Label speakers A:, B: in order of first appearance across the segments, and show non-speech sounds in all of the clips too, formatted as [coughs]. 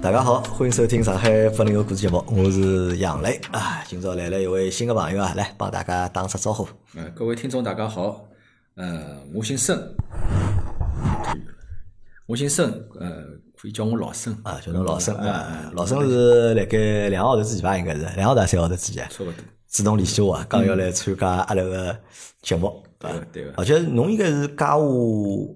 A: 大家好，欢迎收听上海八零后故事节目，我是杨磊啊。今朝来了一位新的朋友啊，来帮大家打声招呼。
B: 呃，各位听众大家好，呃，我姓盛，我姓盛，呃，可以叫我老盛
A: 啊，叫侬老申
B: 啊
A: 啊，，老申是辣盖两个号头之前吧，应该是两个号头还是三个号头之前
B: 差不多，
A: 主动联系我啊，讲要来参加阿拉个节目，对
B: 对
A: 伐
B: 个对个
A: 而且侬应该是加我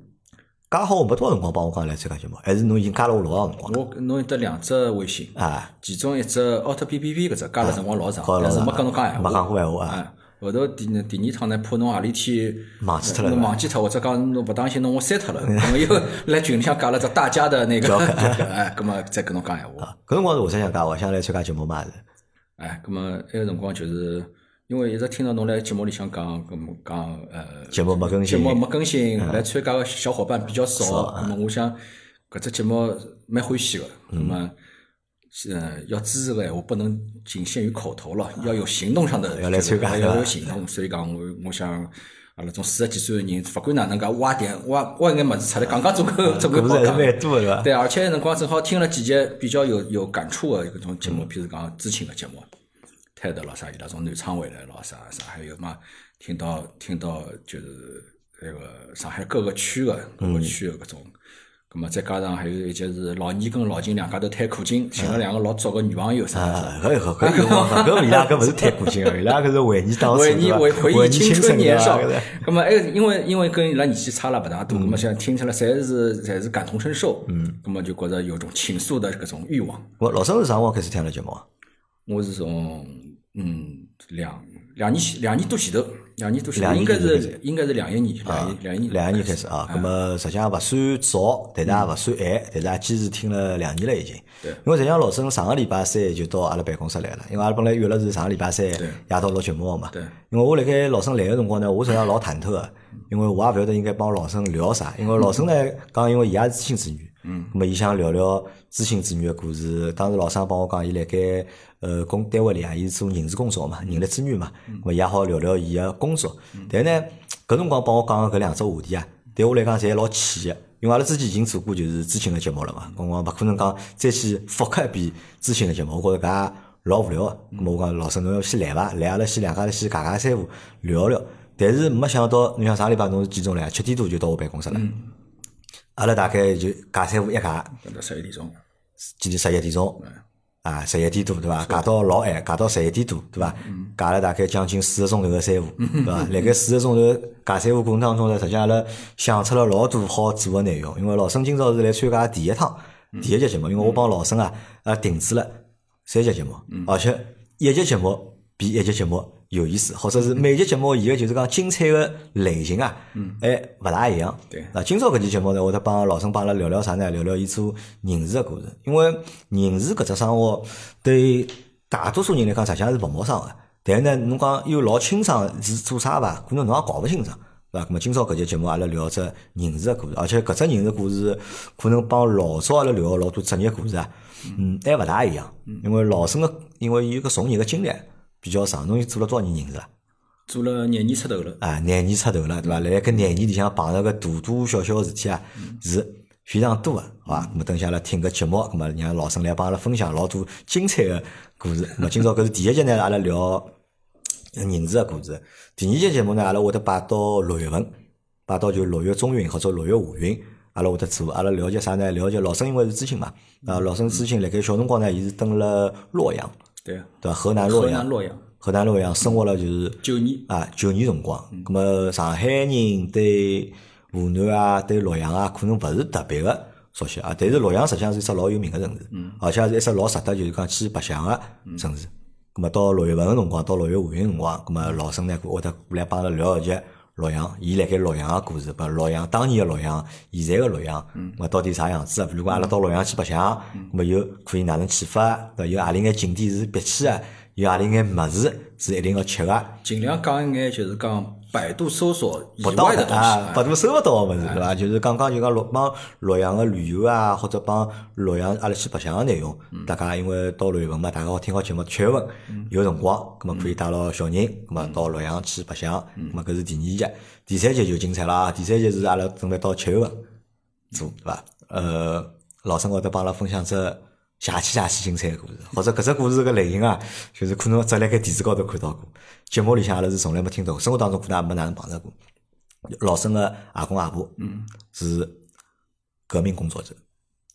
A: 加好没多少辰光帮我讲来参加节目，还是侬已经加了我老长辰光
B: 我侬有得两只微信，
A: 啊？
B: 其中一只奥特 PPP 搿只加了辰光老长
A: 加了，老
B: 但是
A: 长
B: 没跟侬讲闲话，
A: 没讲过闲话啊
B: 啊。后头第第二趟呢，怕侬何里天
A: 忘记脱了
B: 侬
A: 是吧
B: 忘记脱或者讲侬勿当心侬我删脱了，那么又来群里向加了只大家的那个， [laughs] 哎，那么再跟侬讲闲话。
A: 搿辰光是我想想加，我想来参加节目嘛是。
B: 哎，咁么埃个辰光就是因为一直听到侬来节目里向讲，咁么讲呃，
A: 节目嗯没更新
B: 节目没更新，来参加个小伙伴比较少，咁么
A: 嗯
B: 我想搿只节目蛮欢喜个，咁么。呃，要支持个闲话不能仅限于口头了，要有行动上的，
A: 嗯要来参加
B: 就是
A: 对吧
B: 要有行动。所以讲，我我想，阿拉种四十几岁的人，勿管哪能介挖点挖挖眼物事出来讲讲，总归总归
A: 故事嗯还是
B: 好讲。
A: 蛮多的是伐？
B: 对，而且辰光正好听了几集比较有有感触的搿种节目，
A: 嗯
B: 譬如讲知青的节目，泰德咯啥，伊拉从南昌回来咯啥啥，还有嘛，听到听到就是那个上海各个区的
A: 嗯
B: 各个区的搿种，葛么再加上还有一节是老倪跟老金两家头太苦劲，寻了两个老早个女朋友啥啥啥。
A: 啊，搿有搿有辰光搿搿伊拉搿勿是太过劲了，伊拉搿是回忆当初，
B: 回忆
A: 对伐
B: 回回
A: 回
B: 忆青
A: 春啊
B: 春年少
A: 对伐搿是。嗯
B: 咁么，哎，因为因为跟伊拉年纪差了勿大多，咁么想听起来侪是侪是感同身受，嗯，咁么就觉着有种倾诉的搿种欲望。
A: 我老生是啥辰光开始听阿拉节目啊？
B: 我是从嗯两两年前两年多前头，两年多前
A: 两年
B: 头应该
A: 多前
B: 是应该是两一年，两一两一
A: 两年
B: 开
A: 开始啊，咁么实际上勿算早，但是也勿算晚，但是也坚持听了两年了已经。
B: 对
A: 因为实际上老生上个礼拜三就到阿拉办公室来了，因为阿拉本来约了是上个礼拜三夜
B: 对
A: 到录节目个嘛。
B: 对
A: 因为我辣盖老生来个辰光呢，我实际上老忐忑个，因为我也勿晓得应该帮老生聊啥，因为老生呢讲，因为伊也是知青子女，嗯，咁么伊想聊聊知青子女个故事。当时老生帮我讲，伊辣盖呃工单位里啊，伊是做人事工作嘛，人力资源嘛，咁么伊也好聊聊伊个工作。但是呢，搿辰光帮我讲个搿两只话题啊，对我来讲侪老浅个。因为阿拉之前已经做过就是知青个节目了嘛，辰光勿可能讲再去复刻一遍知青个节目，我觉着搿也老无聊个。咁么我讲老师侬要先来伐？来阿拉先两家头先尬尬三胡聊聊。但是没想到，侬像上礼拜侬是几点钟来啊？七点多就到我办公室了。阿拉大概就尬三胡一尬，
B: 等到十一点钟，
A: 今天十一点钟
B: 嗯，
A: 啊，十一点多对伐？尬到老晚，尬到十一点多对伐？尬了大概将近四个钟头个三胡，对伐？辣盖四个钟头尬三胡过程当中呢，实际上阿拉想出了老多好做个内容。因为老孙今朝是来参加第一趟第一节节目，因为我帮老孙啊啊停止了三节节目，而且一节节目比一节节目有意思，或者是每节节目伊个就是讲精彩个类型啊，哎，勿大一样。
B: 对
A: 那今朝搿期节目呢，我得帮老孙帮阿拉聊聊啥呢？聊聊伊做人事的故事，因为人事搿只生活对大多数人来讲，实际上是勿陌生个。但是呢，侬讲又老清爽是做啥伐？可能侬也搞勿清爽，对伐？咁么今朝搿期节目阿拉聊只人事的故事，而且搿只人事的故事可能帮老早阿拉聊个老多职业故事啊，嗯，还勿大一样，因为老孙个因为伊搿从业个经历比较长，侬又做了多少年啊人事了？
B: 做了廿年出头了，
A: 啊，廿年出头了，对伐？辣盖搿廿年里向碰着个大大小小个事体啊，
B: 嗯
A: 是非常多个，好伐？咁么等下阿拉听个节目，咁么让老沈来帮阿拉分享老多精彩个故事。咁么今朝搿是第一集呢，阿拉聊人事个故事。第二集节目呢，阿拉会得摆到六月份，摆到就六月中旬或者六月下旬。阿拉会得做，阿拉了解啥呢？了解老沈因为是知青嘛，啊，老沈知青辣盖小辰光呢，伊是蹲了洛阳，
B: 对啊，
A: 对伐？河南洛
B: 河南
A: 阳，
B: 洛阳
A: 河南洛阳生活了就是
B: 九年，
A: 啊，九年辰光，咁么上海人对湖南啊、对洛阳啊，可能勿是特别个熟悉啊。但是洛阳实际上是一只老有名个城市，而且是一只老值得就是讲去白相个城市。咁么到六月份个辰光，到六月下旬辰光，咁么老沈呢会得过来帮阿拉聊一集洛阳，伊辣盖洛阳个故事，把洛阳当年个洛阳，现在个洛阳，咁么到底啥样子啊？比如讲阿拉到洛阳去白相，咁么又可以哪能去法？对伐，有何里眼景点是必去个，有何里眼物事是一定要吃个。
B: 尽量讲一眼就是讲百度搜索以
A: 不到
B: 外的东西哎
A: 啊，
B: 啊，
A: 百度搜勿到个物事，对伐？就是刚刚就讲洛帮洛阳个旅游啊，或者帮洛阳阿拉去白相个内容，
B: 嗯
A: 大家因为到六月份嘛，大家好听好节目，七月份有辰光，咁么
B: 嗯
A: 可以带牢小人，咁么到洛阳去白相，咁么搿是第二节，第三节就精彩了啊！第三节是阿拉准备到七月份做，对伐？呃，老沈会得帮阿拉分享只邪气邪气精彩个故事，或者搿只故事个类型啊，就是可能只辣盖电视高头看到过，节目里向阿拉是从来没听到过，生活当中可能也没哪能碰着过。老生个阿公阿婆，嗯，是革命工作者，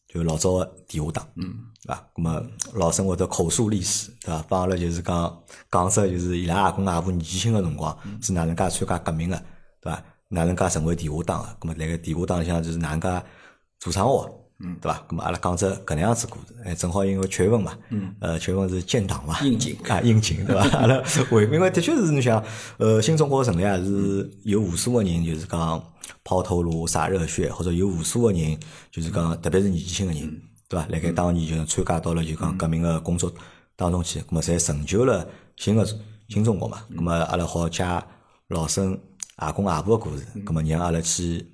A: 就是老早个地下党，嗯，对伐？咁么老生会得口述历史，对伐？帮阿拉就是讲讲出就是伊拉阿公阿婆年轻个辰光是哪能介参加革命个，对伐？哪能介成为地下党个？咁么辣盖地下党里向就是哪能介做生活个？嗯，对伐？咁么阿拉讲只搿能样子故事，哎，正好因为七月份嘛，嗯，呃，七月份是建党嘛，
B: 应景
A: 啊，应景对 [laughs] 伐？阿拉为因为的确是你想，呃，新中国成立啊，是有无数个人就是讲抛头颅洒热血，或者有无数个人就是讲，特别是年纪轻个人，对伐？辣盖当年就参加到了就讲革命个工作当中去，咁么侪成就了新个新中国嘛。咁么阿拉好借老生阿公阿婆个故事，咁么让阿拉去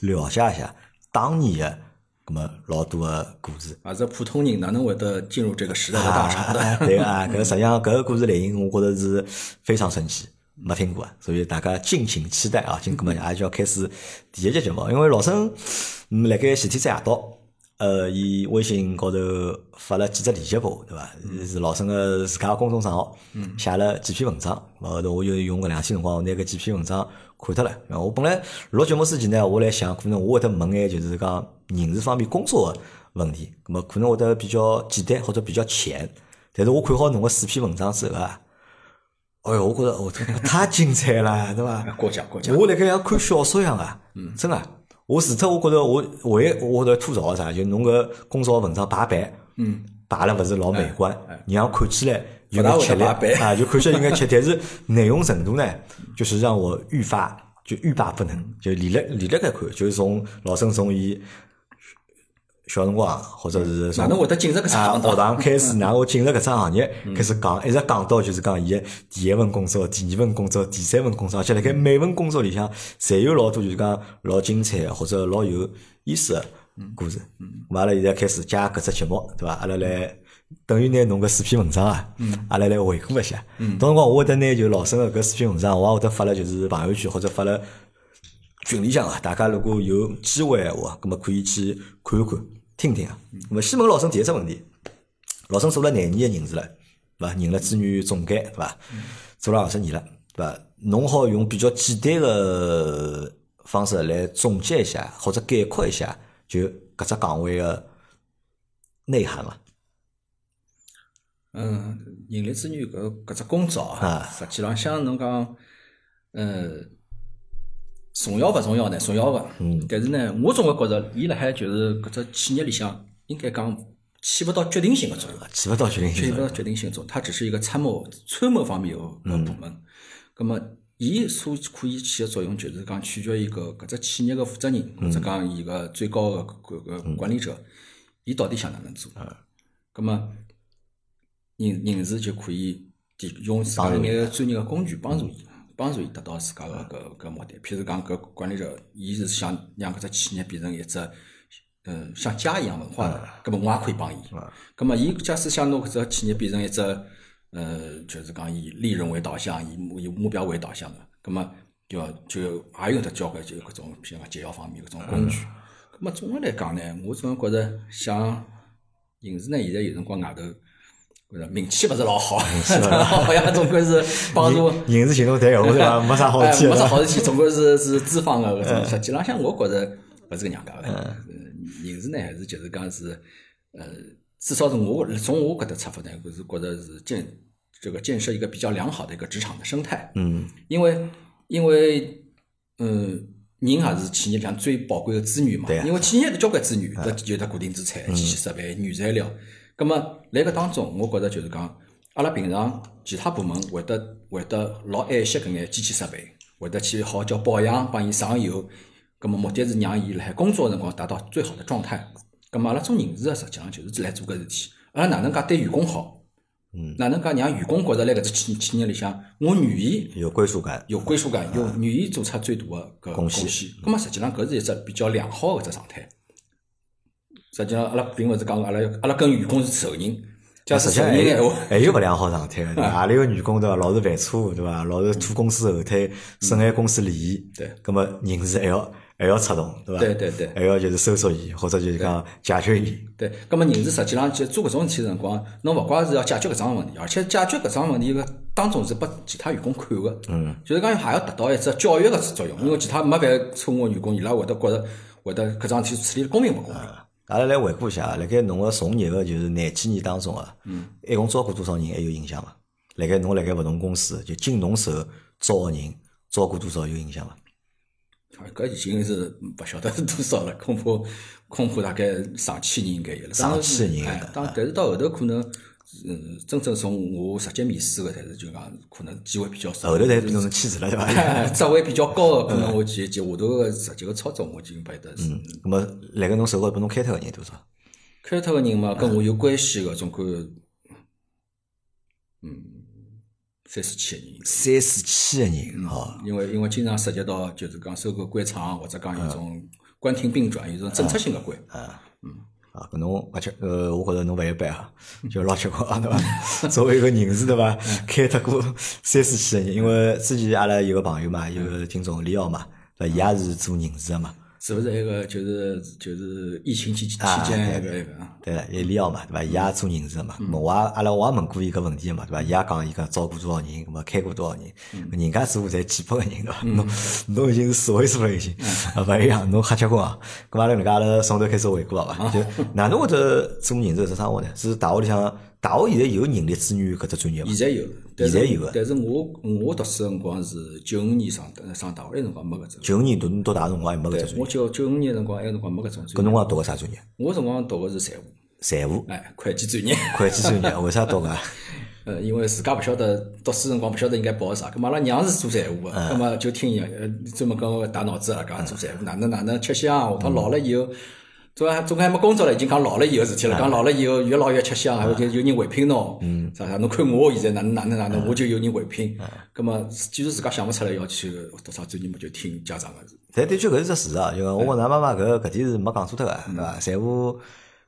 A: 了解一下当年个。咁么老多个故事，
B: 啊，这普通人哪能会得进入这个时代的大潮呢？ [laughs]
A: 啊对啊，搿实际上搿个故事类型，我觉着是非常神奇，没听过啊，所以大家敬请期待啊！今搿么也就要开始第一集节目，因为老生，嗯，辣盖前天子夜到，呃，伊微信高头发了几只链接拨我，对伐？是老生个自家个公众账号，
B: 嗯
A: 写了几篇文章，后头我就用搿两天辰光，我拿搿几篇文章看脱了。然后我本来录节目之前呢，我来想，可能我会得问眼就是讲人事方面工作个问题，咁么可能会得比较简单或者比较浅。但是我看好侬个四篇文章之后啊，哎哟，我觉着我 [laughs] 太精彩了，对伐？
B: 过奖过奖，
A: 我辣盖像看小说一样啊，
B: 嗯
A: 真个、我除脱我觉着我唯一我得吐槽个啥，就侬搿公众号文章排版，嗯，排了勿是老美观，让看起来有
B: 哎不大
A: 眼
B: 会
A: 吃力
B: 排版
A: 啊，就看起来有眼
B: [laughs]
A: 吃力，但是内容程度呢，就是让我欲罢就欲罢不能，就连了连了该看，就是从老生从伊小辰光啊或者是从
B: 哪能会得进入搿只
A: 啊，
B: 行
A: 学
B: 当？
A: 堂开始，然后进入搿只行业，开始讲，一直讲到就是讲伊个第一份工作、第二份工作、第三份工作，而且辣盖每份工作里向，侪有老多就是讲老精彩的或者老有意思个故事。咁阿拉现在开始加搿只节目，对伐？阿拉来等于拿侬搿四篇文章啊，阿拉来回顾一下。到辰光我会得拿就老生个搿四篇文章，我也会得发了就是朋友圈或者发了。群里向啊，大家如果有机会的话，咁么啊可以去看一看、听听啊。咁么先问老生第一只问题，老生做了廿年的人事了，对伐？任了资源总监，对伐？做了二十年了，对伐？侬好用比较简单的方式来总结一下，或者概括一下，就搿只岗位的内涵嘛？
B: 嗯，人力资源搿搿只工作
A: 啊
B: 啊，实际浪向侬讲，呃，重要勿重要呢？重要个，嗯。但是呢，我总归觉着，伊辣海就是搿只企业里向，应该讲起勿到决定性个作用。
A: 起勿到决定
B: 起
A: 性
B: [laughs] 勿
A: 作
B: 到
A: 用。
B: 决定性作用，它只是一个参谋参谋方面个个部门。葛么，伊所可以起个作用，就是讲取决于搿搿只企业个负责人，或者讲伊个最高个搿搿管理者，伊到底想哪能做。葛么，人人事就可以提用自家眼个专业个工具帮助伊。帮助伊达到自家个搿搿目的，譬如讲搿管理者，伊是想让搿只企业变成一只，嗯，像家一样文化的，葛么我也可以帮伊。咁么，伊假使想拿搿只企业变成一只，呃，就是讲以利润为导向，以目以目标为导向的，咁么就要就还有得交关就搿种，譬如讲解药方面搿种工具。咁么总的来讲呢，我总觉着像影视呢，现在有辰光外头，觉着名气勿是老好， [laughs] 好像总归是帮助。
A: 人人事行动台，我对伐？没啥好
B: 哎，
A: 去
B: 没啥
A: 的。
B: 好嗯事体，总归是是资方个搿种。实际浪向，我觉着勿是搿样讲个。呃人事呢，还是就是讲是，呃，至少是我从我搿搭出发呢，我是觉着是建这个建设一个比较良好的一个职场的生态。
A: 嗯
B: 因为因为嗯，人也是企业里向最宝贵的资源嘛。
A: 对嗯啊
B: 因为企业有交关资源，有有得固定资产、机器设备、原材料。葛么，辣搿当中，我觉着就是讲，阿拉平常其他部门会得会得老爱惜搿眼机器设备，会得去好叫保养，帮伊上油。葛么，目的是让伊辣海工作的辰光达到最好的状态。葛么，阿拉做人事的实际上就是来做搿事体。阿拉哪能介对员工好？
A: 嗯，
B: 哪能介让员工觉着辣搿只企企业里向，我愿意
A: 有归属感。
B: 有归属感，有愿意做出最大的搿
A: 嗯贡
B: 贡
A: 献嗯
B: 献。咁么实际上搿是一只比较良好的一只状态。实际上阿拉并勿是讲阿拉阿拉跟员工是仇人，假使
A: 实际
B: 仇
A: 上
B: 人
A: 还
B: 闲
A: 有
B: 话，
A: [laughs] 还有勿哎良好状态个，对伐？阿里个员工对伐，老是犯错误对伐？老是拖公司后腿，损害公司利益。
B: 对
A: 葛么人事还要还要出动，对伐？
B: 对对对
A: 还要就是搜索伊，或者就是讲解决伊。
B: 对，葛么人是实际浪去做搿种事体的辰光，侬勿光是要解决搿桩问题，而且解决搿桩问题个当中是拨其他员工看个，嗯，就是讲还要达到一只教育个作用，因为其他没犯错误个员工，伊拉会得觉着会得搿桩事体处理得公平勿公平。
A: 嗯阿拉来回顾一下，辣盖侬个从业个就是廿几年当中啊，一共招过多少人还有印象伐？辣盖侬辣盖勿同公司，就进侬手招个人，招过多少有印象伐？
B: 啊搿已经是勿晓得 [laughs] 是多少了，恐怕恐怕大概上千人应该有了。
A: 上千人
B: 哎当但是到后头可能，嗯，真正从我直接面试个，但是就讲可能机会比较少。
A: 后头才变成妻子了， [laughs] 对伐？
B: [laughs] 职位比较高个，可
A: 嗯
B: 能我就就下头个直接个操作我就不晓得是。
A: 那么辣盖侬手高头拨侬开脱个人多少？
B: 开脱个人嘛，跟我有关系个，总归，嗯，三四千人。
A: 三四千个人，哦，
B: 因为因为经常涉及到就是讲收购官场啊或者讲有
A: 嗯
B: 种官厅并转，有种政策性个官。
A: 啊，搿侬而且呃，我觉着侬勿一般啊，就老结棍啊，对伐？ [laughs] 作为一个人士，对伐？开脱过三四千个人，因为之前阿拉有个朋友嘛，有个听众李奥嘛，对伐？伊也是做人事个嘛，
B: 是不是那个就是就是疫情期期
A: 啊
B: 间那个那个啊？
A: 对伐？伊李奥嘛，对伐？伊也做人事个嘛，咾我也阿拉我也问过伊搿问题个嘛，对伐？伊也讲伊讲招过多少人，咾么开过多少人，人家似乎才几百个人，对伐？侬侬已经是四位数了已经， [laughs] 啊，勿一样，侬瞎结棍啊！咾阿拉人家阿拉从头开始回顾好伐？就哪能会得做人事是啥活呢？是大学里向，大学现在有人力资源搿只专业伐？
B: 现在有，但是
A: 现在有啊
B: 但是我我读书的辰光是九五年上上大学那辰光没搿种，
A: 九五年读读大学辰光还没搿只专
B: 我
A: 业，
B: 九九五年的辰光那个辰光没搿种
A: 搿
B: 专业，
A: 辰光读个啥专业？
B: 我辰光读的是财务，
A: 财务、
B: 哎，会计专业。 [laughs]
A: 会计专业，为啥读啊个？
B: 呃，因为自家勿晓得读书辰光勿晓得应该报啥，葛末阿拉娘是做财务个，
A: 嗯
B: 葛末就听伊呃专门跟我打脑子啊，讲做财务哪能哪能吃香，下
A: 嗯
B: 趟老了以后，总还总归还没工作了，已经讲老了以后事体
A: 嗯
B: 了，讲老了以后越老越吃香，还有就有人回聘侬，啥啥，侬看我现在哪能哪能哪
A: 嗯
B: 能，我就有人回聘，葛末既然自家想勿出来要去读啥专业嘛，就听家长个。
A: 但的确搿是只事啊，就讲我跟㑚妈妈搿搿点是没讲错脱个，对伐？财务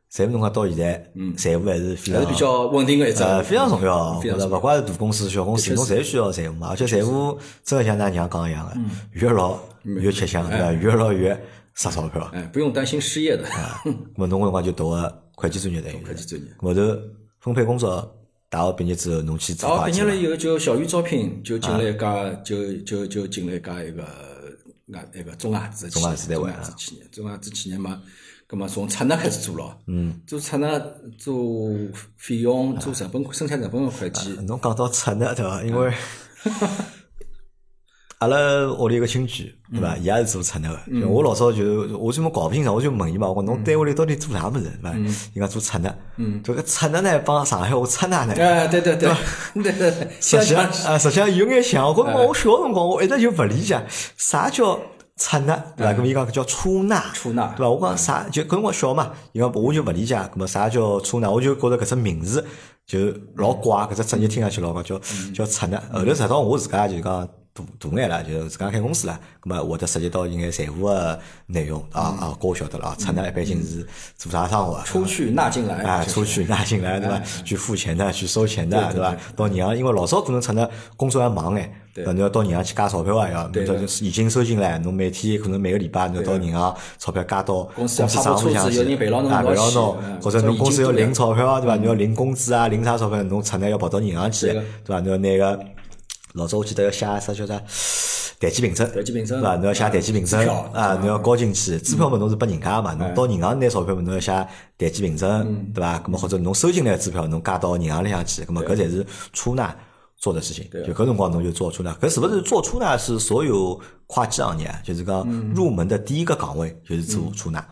A: 财务侬看到现在，财务还是非
B: 嗯还
A: 常
B: 是比较稳定个一只，
A: 呃非常重要，我觉
B: 非常
A: 着
B: 重
A: 勿管是大公司、小公司，侬侪需要财务嘛。而且财务真个像㑚娘讲一样个，
B: 嗯
A: 越老越吃香，对伐？越老越杀钞票。
B: 哎，不用担心失业的，
A: 咾么侬搿辰光就读个会计专业等于
B: 嗯会计专业。
A: 后头分配工作，大学毕业之后侬去做
B: 大
A: 会
B: 学毕
A: 计
B: 业
A: 嘛
B: 哦了以后，就校园招聘，就进了一家，就
A: 嗯
B: 就就进了一家一个外一个中外资企
A: 中外
B: 业，
A: 资单位
B: 中外资企业，
A: 啊
B: 中外资企业嘛，葛么从出纳开始做咯，嗯，做出纳，做费
A: 啊
B: 用，做成本生产成本个会计，
A: 侬讲到出呢，对伐？因 [laughs] 为阿拉屋里有个亲戚，对伐？伊也是做出纳个。就我老早就我专门搞不清爽，我就问伊嘛，我讲侬单位里到底做啥物事，对伐？伊讲做出纳，这个出纳呢帮上海话出 [laughs] 纳呢。
B: 哎，对对对，对
A: [laughs]
B: 对对，
A: 实
B: 相
A: 际上哎
B: 当
A: 啊，实际上有眼像，我觉着我小辰光我一直就勿理解啥叫出纳，对伐？咁伊讲叫出纳，
B: 出纳
A: 对伐？我讲啥就搿辰光小嘛，伊讲我就勿理解，咁么啥叫出纳？我就觉着搿只名字就老怪，搿只职业听上去老怪，叫叫出纳。后头直到我自家就讲。大大眼了，就自家开公司了，咁么会得涉及到一眼财务个内容啊啊，搿我晓得了啊。出纳一般性是做啥生活啊？
B: 出去纳进来
A: 啊，
B: 就是哎
A: 出去拿进来对吧？去付钱的，去收钱的，对吧？到银行，因为老早可能趁着工作还忙哎，
B: 对
A: 侬要到银行去加钞票啊，要，
B: 对
A: 侬就是现金收进来，侬每天可能每个礼拜侬要到银行钞票加到
B: 公
A: 公
B: 司
A: 司
B: 要
A: 账户
B: 派部车
A: 上
B: 子
A: 去，
B: 有人陪牢侬
A: 啊，
B: 一道
A: 陪牢
B: 去
A: 侬
B: 嗯，
A: 或者侬公司要领钞票啊，对吧？
B: 嗯
A: 你要领工资啊，领啥钞票，侬出来要跑到银行去，
B: 对个
A: 对吧？侬要拿个。老早我记得要写啥叫啥代记凭证，
B: 代记凭证
A: 对啊伐？侬要写代记凭证
B: 支票嗯哎
A: 啊，侬要交进去，支票嘛侬是拨人家嘛，侬到银行拿钞票嘛侬要写代记凭
B: 嗯
A: 证，对伐？咁么或者侬收进来的支票侬加到银行里向去，咁么搿才是出纳做的事情。就搿辰光侬就做出纳，搿是勿是做出纳是所有会计行业啊，就是讲
B: 嗯
A: 入门的第一个岗位就是做出纳？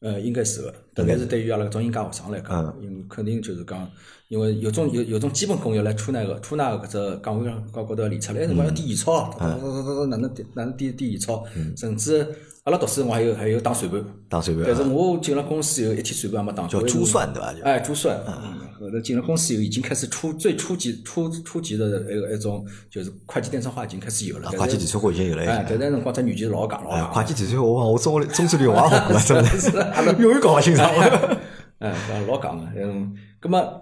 B: 呃，应该是个，特别是对于阿拉搿种应届学生来讲，因为肯定就是讲，因为有种有有种基本功要来出那个出那个搿只岗位上高高头要练出来，那辰光要点现钞，哒哒哒哒哒哪能点哪能点点现钞，甚至阿拉读书辰光还有还有打算盘，
A: 打算盘
B: 但是我进了公司以后一天算盘也没打，
A: 叫珠算对伐？就
B: 哎，珠算，嗯后头进了公司以后已经开始初最初级初初级的那个一种就是会计电算化已经开始有了，
A: 啊会计底算化已经有了已
B: 哎，
A: 经。
B: 但是那辰光只软件老戆老
A: 哎，
B: 戆。
A: 会计底算化我讲我中学里中专里我也
B: [laughs]
A: 学过，真的是永远搞勿清爽。
B: 哎，搿老戆个，嗯，葛末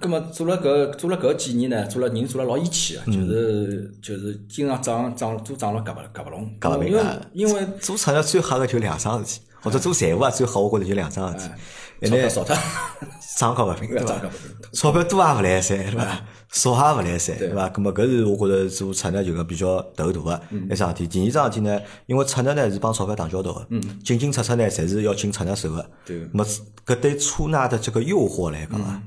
B: 咁啊么做了搿做了搿几年呢，做了人做了老义气个，就是就是经常涨涨做涨了夹勿夹勿拢，
A: 夹勿明
B: 因为
A: 啊
B: 因为
A: 做产业最吓个就两桩事体，或者做财务啊最吓，我觉着就两桩事体，一
B: 钞票
A: 来
B: 少脱，
A: 涨高勿平，对
B: 涨
A: 伐
B: 高勿平？
A: 钞票多也勿来三，对 [laughs] 伐？少也勿来三，对伐？咁么搿是我觉着做产业就讲比较头大个一桩事体。第二桩事体呢，因为产业呢是帮钞票打交道个，进进出出呢侪是要进产业手个。
B: 对
A: 么搿嗯对车纳的这个诱惑来讲啊，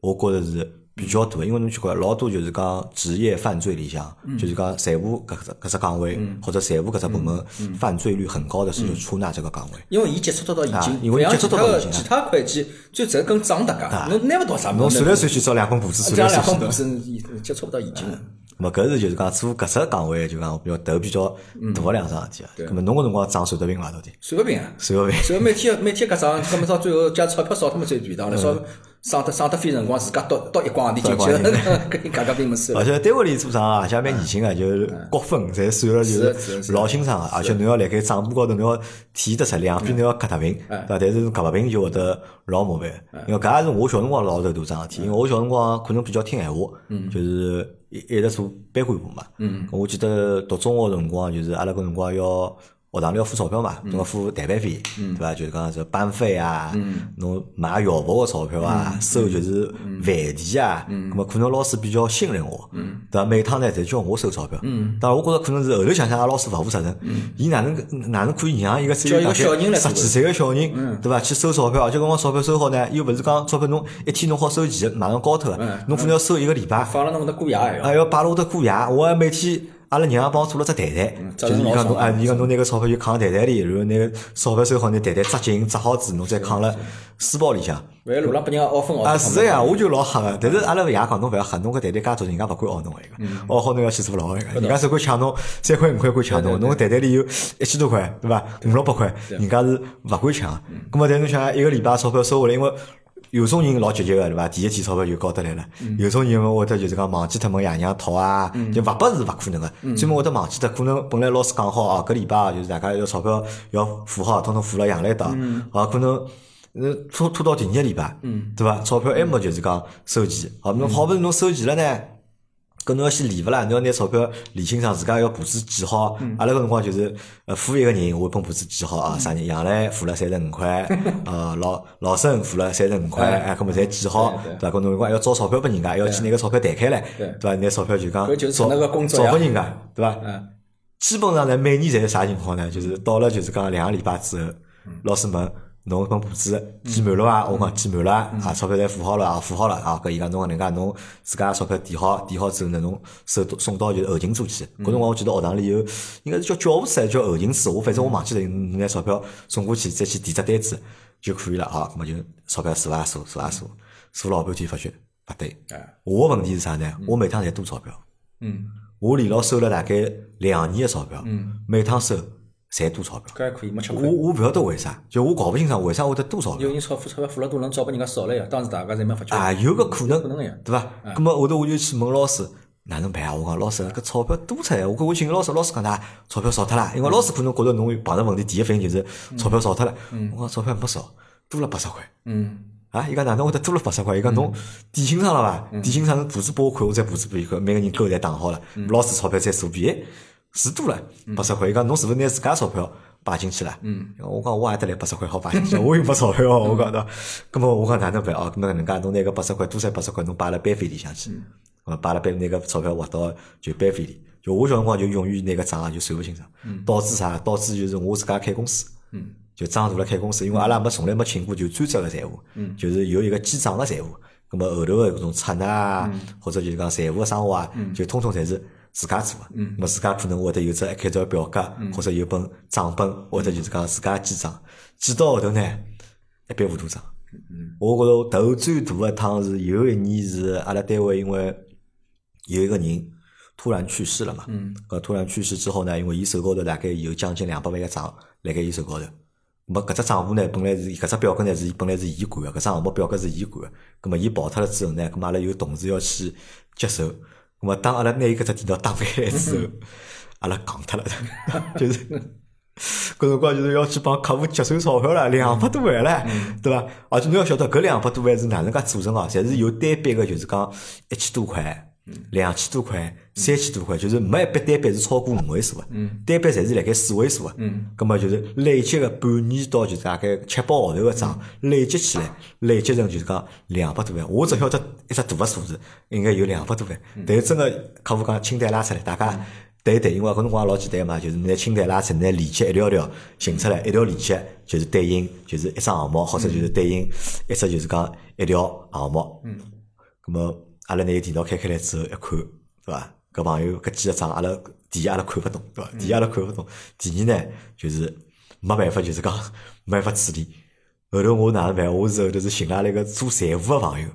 A: 我觉着是比较大的，因为侬去看老多就是讲职业犯罪里向，就是讲财务搿只搿只岗位或者财务搿只部门犯罪率很高的是就车纳这个岗位。
B: 因为伊接触得到现
A: 啊
B: 金，
A: 因为
B: 像
A: 接触得到
B: 其
A: 现金
B: 他
A: 啊
B: 其他会计最只跟涨搭
A: 啊
B: 嘎，侬拿勿到啥物事，
A: 侬算来算去，找两份簿子
B: 这
A: 算
B: 样
A: 来
B: 两
A: 算
B: 份
A: 去
B: 股。是接触不到现金了。
A: 咁么搿是就是讲做搿只岗位，就讲比较头比较大个两桩事体啊。咁么侬搿辰光涨算得平伐？到底
B: 算不平啊！
A: 算勿平？
B: 所以每天每天搿涨，搿么到最后加钞票少他妈最便当
A: 嗯
B: 了，少省得省得费辰光，自家到到一光钿进去， [laughs] 搿人家家并没收
A: 而。且单位里做账啊，而且蛮严谨个，就是各分侪算了，
B: 是的是的
A: 就是是
B: 的
A: 老清爽个。啊而且侬要辣盖账目高头，侬要体现得出两边侬要夹得平，对伐？啊但是侬夹勿平就会得老麻烦。因为搿也是我小辰光老头大桩事体，因为我小辰光可能比较听闲话，就是一一直做班干部嘛。咁我记得读中学辰光，就是阿拉搿辰光要。学堂里要付钞票嘛，
B: 嗯
A: 侬要付代办费，对伐？就是讲是班费啊，
B: 嗯
A: 侬买校服个钞票啊，收就是饭钱啊，
B: 嗯
A: 咁么可能老师比较信任我，对伐？每趟呢侪叫我收钞票，
B: 嗯
A: 但我觉着可能是后头想想，啊阿拉老师勿负责任，伊哪能哪能可以让一个只有
B: 叫一
A: 大
B: 个小人来
A: 概
B: 嗯做
A: 十
B: 的
A: 几岁个小人，对伐？去收钞票，而且搿光钞票收好呢，又勿是讲钞票侬一天侬好收齐，马上交脱
B: 嗯
A: 个，侬可能要收一个礼拜，
B: 放了侬搿搭过夜还
A: 啊，
B: 要，
A: 要摆了我搭过夜，我还每天阿拉娘帮我做了只袋袋，就是伊讲侬啊，伊讲侬拿个钞票就扛袋袋里，然后拿个钞票收好，拿袋袋扎紧，扎好子，侬再扛了书包里向。
B: 万一路浪拨人家凹分凹
A: 啊，
B: 脱
A: 是的呀，我就老吓个，但是阿拉爷讲侬勿要吓，侬个袋袋介重，人家勿管咬侬个一个，咬好侬要去坐牢一个，人家只管抢侬三块五块管抢侬，侬个袋袋里有一千多块，对嗯伐？五六百块，人家是勿管抢。咁么，但侬想一个礼拜钞票收回来，因为有种人老积极个，对伐？第一天钞票就交得来了，有种人会得就是讲忘记脱问爷娘讨啊，就勿拨是勿可能个，专门会得忘记脱，可能本来老师讲好啊，搿礼拜啊就是大家要钞票要付好，统统付了养来到，啊可能。呃，拖拖到第二个礼拜，嗯，对伐？钞票还没就是讲收齐，好，侬好不容易侬收齐了呢，搿侬要先理勿啦？侬要拿钞票理清爽，自家要簿子记好。
B: 嗯
A: 阿拉搿辰光就是，呃，付一个人，我一本簿子记好啊，啥人杨澜付了三十五
B: [laughs]
A: 块，呃，老老孙付了三十五块，哎，搿么侪记好，
B: 对
A: 对伐？搿侬辰光还要找钞票拨人家，要去拿个钞票弹开来，
B: 对
A: 对伐？拿钞票就讲
B: 搿就是
A: 找
B: 那个工作
A: 找
B: 呀
A: 拨人家，对伐？
B: 嗯，
A: 基本上呢，每年侪是啥情况呢？就是到了就是讲两个礼拜之后，老师问侬搿本簿子记满了伐？我讲记满了啊，啊钞票侪付好了啊，付好了啊。搿伊讲侬搿能介，侬自家钞票填好，填好之后呢，侬收到送到就是后勤处去。搿辰光我记得学堂里有，应该是叫教务处还是叫后勤处，我反正我忘记了，侬拿钞票送过去，再去填只单子就可以了啊。搿么就钞票数啊数，数啊数，数了老半天发觉勿对。
B: 哎，
A: 我个问题是啥呢？我每趟侪多钞票。
B: 嗯，
A: 我连牢收了大概两年的钞票，每趟收侪多钞票。
B: 搿还可以没吃
A: 我
B: 亏。
A: 我勿晓得为啥，就我搞勿清爽为啥会得多钞票
B: 有人钞付钞票付了多，能找拨人家少了呀？当时大家侪没发觉。
A: 啊？有搿可能
B: 可能啊呀，
A: 对伐？咁么后头我就去问老师。哪能办啊？我讲老师，搿钞票多出来，我跟我寻老师，老师讲㑚钞票少脱啦。因为老师可能觉着侬碰着问题，第一反应就是钞票少脱了。我讲钞票没少，多了八十块。
B: 嗯，
A: 啊，伊讲哪能会得多了八十块？伊讲侬点清爽了伐？点清爽，侬簿子拨我看，我再簿子拨伊看，每个人勾侪打好了，老师钞票再数遍，哎是多了八十块。伊讲侬是勿是拿自家钞票摆进去了？嗯，我讲我也得来八十块好摆进去，我又没钞票哦，我讲对伐？咁么我讲哪能办哦？咁么搿能介，侬拿搿八十块多出八十块，侬摆辣班费里向去，咁么摆辣班拿搿钞票划到就班费里。就我小辰光就永远拿搿账啊就算勿清爽，导致啥？导致就是我自家开公司。就张大了开公司，因为阿拉没从来没请过就专职个财务，就是有一个记账个财务。咁么后头个搿种出纳啊，或者就是讲财务个生活啊，就通通侪是自家做个。咁么自家可能会得有只开张表格，或者有本账本，或者就是讲自家记账。记到后头呢，一笔糊涂账。我觉着头最大个一趟是有一年是阿拉单位因为有一个人突然去世了嘛，嗯，搿突然去世之后呢，因为伊手高头大概有将近两百万个账辣盖伊手高头，没搿只账户呢，本来是搿只表格呢是伊本来是伊管个，搿只项目表格是伊管个，葛末伊跑脱了之后呢，葛末阿拉有同事要去接手，葛 [laughs] 末当阿拉拿伊搿只电脑打开之后，阿拉戆脱了，就是。搿辰光就是要去帮客户节省钞票了，两百多万了，对伐？而且侬要晓得，搿两百多万是哪能介组成哦？侪是有单笔个，就是讲一千多块、两千多块、三千多块，就是没一笔单笔是超过五位数个，单笔侪是辣盖四位数个。嗯，葛末就是累积个半年到就是大概七八号头个账，累积起来，累积成就是讲两百多万。我只晓得一只大个数字，应该有两百多万。但是真个客户讲清单拉出来，大家。对对，因为搿辰光也老简单嘛，就是拿清单拉出，拿链接一条条寻出来，一条链接就是对应就是一只项目，或者就是对应一只就是讲一条项目。嗯。咁么，阿拉拿电脑开开来之后一看，对伐？搿朋友搿几个账，阿拉第一阿拉看勿懂，对伐？第一阿拉看勿懂，第二呢就是没办法，就是讲没办法处理。后头我哪能办？我是后头是寻了阿拉一个做财务个朋友，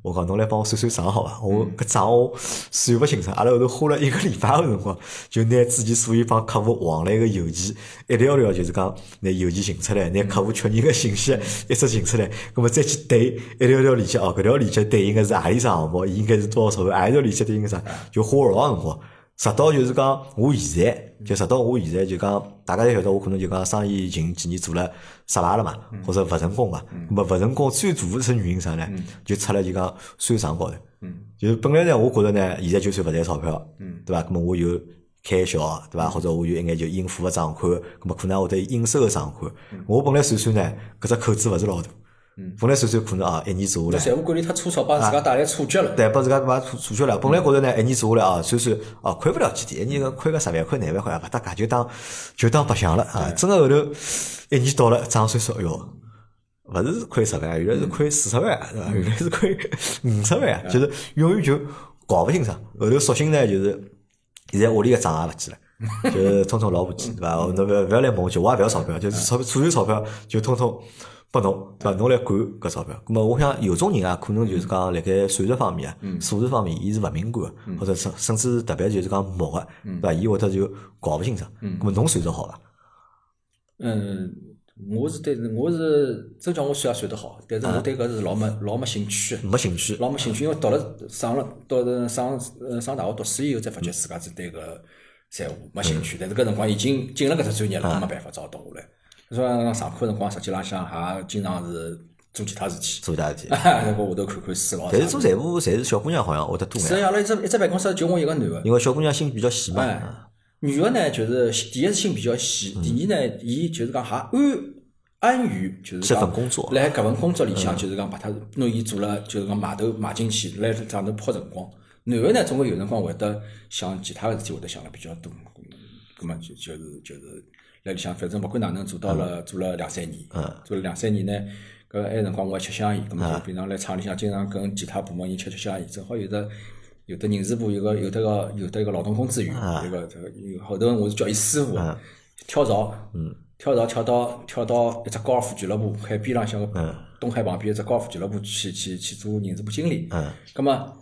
A: 我讲侬来帮我算算账好伐？我搿账我算勿清爽，阿拉后头花了一个礼拜个辰光，就拿之前所有帮客户往来个邮件一条条就是讲拿邮件寻出来，拿客户确认个信息一只寻出来，葛末再去对一条条链接哦，搿条链接对应个是何里只项目，伊应该是多少钞票，何一条链接对应个啥，就花了老长辰光。直到就是讲，我现在就直到我现在就讲，大家侪晓得我可能就讲生意近几年做了失败了嘛，或者勿成功嘛。咁么勿成功最大的一层原因啥呢？就出来就讲算账高头。就是本来呢，我觉着呢，现在就算勿赚钞票，对伐？咁么我有开销，对伐？或者我有一眼就应付个账款，咁么可能会得有应收个账款。我本来算算呢，搿只口子勿是老大。本来算算可能啊，一年做下来。
B: 财务管理太粗糙，帮自家带来错觉了。
A: 对，把自家把储储蓄了。本来觉着呢，一年做下来啊，算算啊，亏不了几钿，一年个亏个十万块、廿万块啊，勿搭界，就当就当白相了啊。真个后头一年到了，账算算，哎哟，勿是亏十万，原来是亏四十万，对伐？原来是亏五十万，就是永远就搞勿清爽。后头索性呢，就是现在屋里个账也勿记了。就是通通老婆记对伐？侬勿要勿要来问我，就我也勿要钞票，就是钞票所有钞票就通通拨侬对伐？侬来管搿钞票。咁么我想有种人啊，可能就是讲辣盖算术方面啊、数字方面，伊是勿敏感个，或者甚甚至特别就是讲木个，对伐？伊会得就搞勿清爽。咁么侬算得好伐？
B: 嗯，我是对，我是真讲我算也算得好，但是我对搿是老没老没兴趣的。
A: 没兴趣。
B: 老没兴趣，因为读了上了到了上呃上大学读书以后，才发觉自家是对搿财务没兴
A: 嗯
B: 趣。但是搿辰光已经进了搿只专业
A: 啊
B: 了，没办法，只好读下来。所以上课辰光，实际浪向也经常是做其他事体， [laughs]
A: 做大事体。
B: 然后下头看看书咯。
A: 但是做财务侪是小姑娘好像会得多
B: 实际
A: 眼，
B: 上，阿拉一只一只办公室就我一个啊男个，
A: 因为小姑娘心比较细嘛。
B: 哎，女个呢，就是第一是心比较细，
A: 嗯
B: 第二呢，伊就是讲也安安于就是
A: 这
B: 讲
A: 份工作嗯
B: 来搿份工作里向就是讲把它拿伊做了，就是讲埋头埋进去，来上头泡辰光。男个呢，总归有辰光会得想其他个事体，会得想了比较多。葛么就就是就是来里向，反正勿管哪能做到
A: 嗯
B: 了，做了两三年，做了两三年呢，搿埃辰光我还吃香烟，葛
A: 嗯
B: 么就平常来厂里向经常跟其他部门人吃吃香烟，正好有的。有的人事部有个有的个有的一个劳动工资员，有个这个有后头我是叫伊师傅，跳槽，跳槽跳到跳到一只高尔夫俱乐部海边浪向个东海旁边一只高尔夫俱乐部去去去做人事部经理，
A: 嗯，
B: 咁么